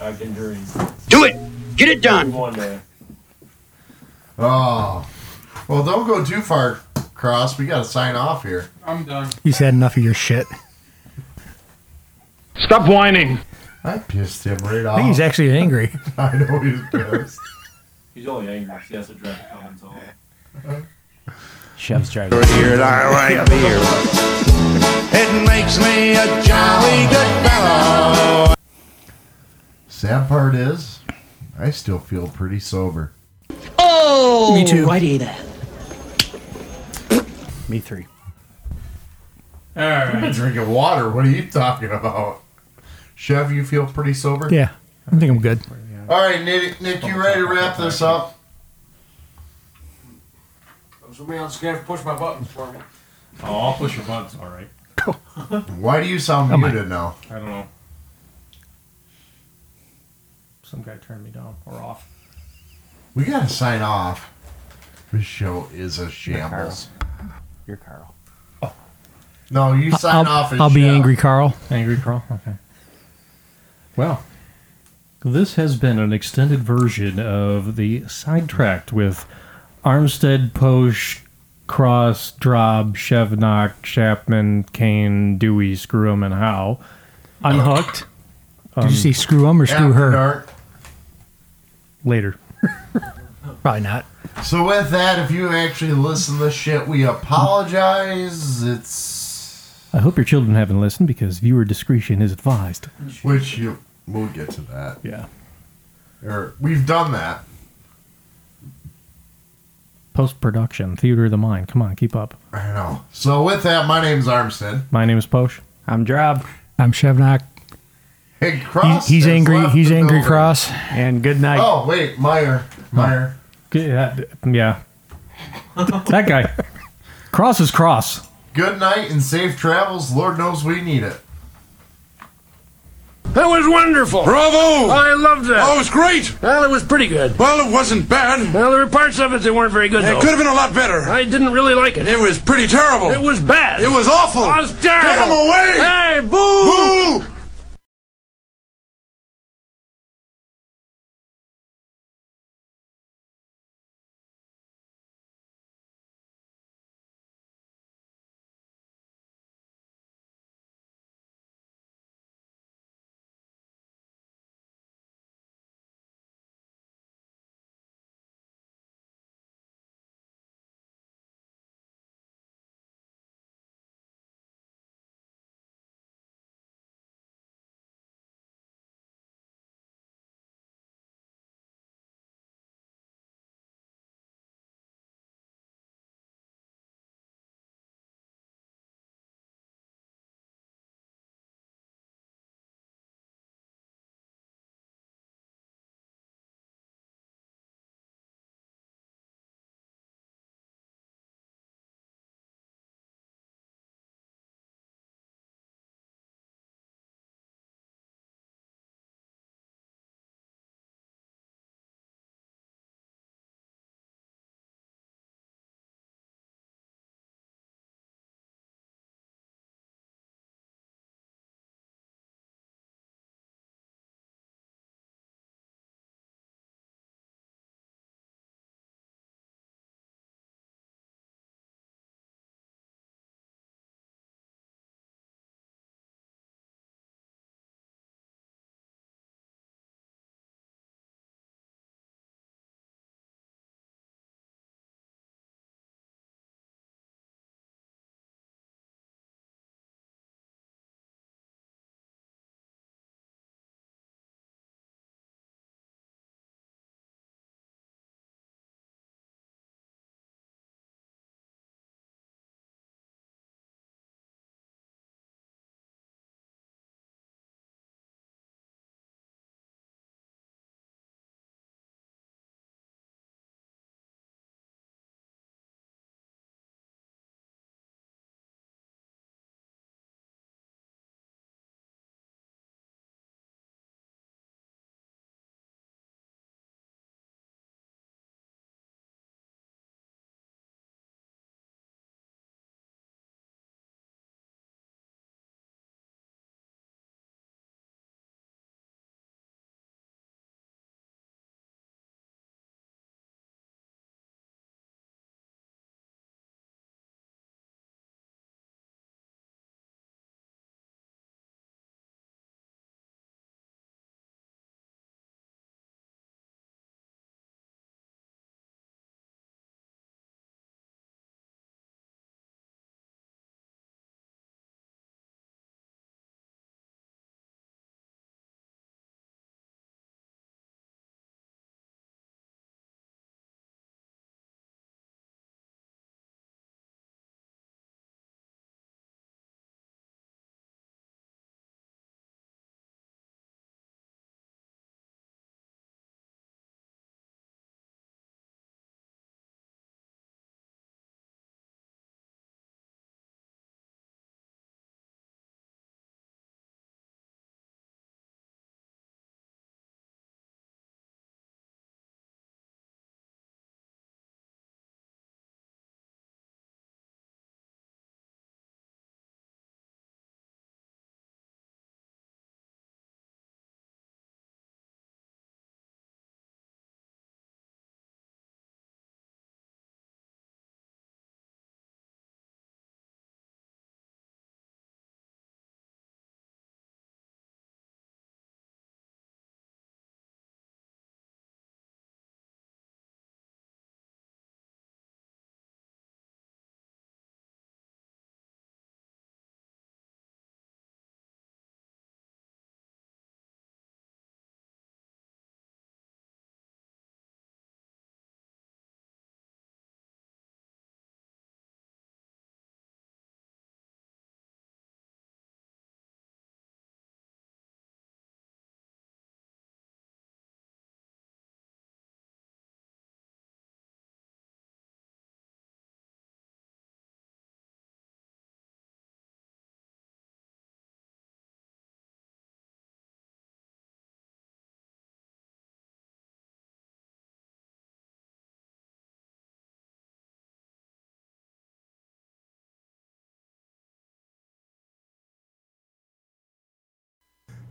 Speaker 1: I've been hearing.
Speaker 3: Do it. Get it done.
Speaker 1: One day.
Speaker 3: Oh, well, don't go too far, Cross. We gotta sign off here.
Speaker 9: I'm done.
Speaker 2: He's had enough of your shit.
Speaker 3: Stop whining. I pissed him right
Speaker 2: I
Speaker 3: off.
Speaker 2: think he's actually angry.
Speaker 3: I know he's pissed.
Speaker 1: He's only angry because he has to drive the Cummins home.
Speaker 33: Chef's driving.
Speaker 30: Here I right here. It makes me a jolly good fellow.
Speaker 3: Sad part is, I still feel pretty sober.
Speaker 31: Oh,
Speaker 3: Me too.
Speaker 31: White eater.
Speaker 33: Me three.
Speaker 3: All right. I've been drinking water. What are you talking about? Chev, you feel pretty sober?
Speaker 2: Yeah, I think I'm good.
Speaker 3: All right, Nick, Nick you ready to wrap this up?
Speaker 35: Somebody else is gonna have to push my buttons for me.
Speaker 3: Oh, I'll push your buttons. All right. Why do you sound
Speaker 35: Oh, my-
Speaker 3: muted now?
Speaker 35: I don't know.
Speaker 8: Some guy turned me down or off.
Speaker 3: We gotta sign off. This show is a shambles.
Speaker 33: You're Carl.
Speaker 3: No, you sign
Speaker 2: I'll,
Speaker 3: off. And
Speaker 2: I'll be
Speaker 3: Chev.
Speaker 2: angry, Carl.
Speaker 8: Angry Carl. Okay. Well, this has been an extended version of the sidetracked with Armstead, Posh, Cross, Drob, Shevnock, Chapman, Kane, Dewey, Screwham, and Howe. Unhooked.
Speaker 2: Did
Speaker 3: Um,
Speaker 2: you say screw him or screw her?
Speaker 8: Later.
Speaker 2: Probably not.
Speaker 3: So with that, if you actually listen to this shit, we apologize. It's
Speaker 8: I hope your children haven't listened because viewer discretion is advised.
Speaker 3: which you we'll get to that.
Speaker 8: Yeah.
Speaker 3: Or we've done that.
Speaker 8: Post production, theater of the mind. Come on, keep up.
Speaker 3: I know. So with that, my name's Armstead.
Speaker 8: My name is Posh.
Speaker 33: I'm Drob.
Speaker 2: I'm Shevnak.
Speaker 3: Hey, Cross.
Speaker 2: he's
Speaker 3: has
Speaker 2: angry.
Speaker 3: left
Speaker 2: He's
Speaker 3: the
Speaker 2: angry.
Speaker 3: building.
Speaker 2: Cross.
Speaker 33: And good night.
Speaker 3: Oh wait, Meyer. Meyer.
Speaker 8: Yeah. yeah. that guy. Cross is cross.
Speaker 3: Good night and safe travels. Lord knows we need it.
Speaker 5: That was wonderful. Uh,
Speaker 3: Bravo.
Speaker 5: I loved that.
Speaker 3: Oh, it was
Speaker 5: great. Well, it was pretty good. Well, it wasn't bad. Well, there were parts of it that weren't very good.
Speaker 30: It
Speaker 5: though.
Speaker 30: could have been a lot better.
Speaker 5: I didn't really like it.
Speaker 30: It was pretty terrible.
Speaker 5: It was bad.
Speaker 30: It was awful.
Speaker 5: It was
Speaker 30: Get
Speaker 5: terrible.
Speaker 30: 'em away.
Speaker 5: Hey,
Speaker 30: Boo!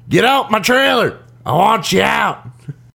Speaker 15: Get out my trailer. I want you out.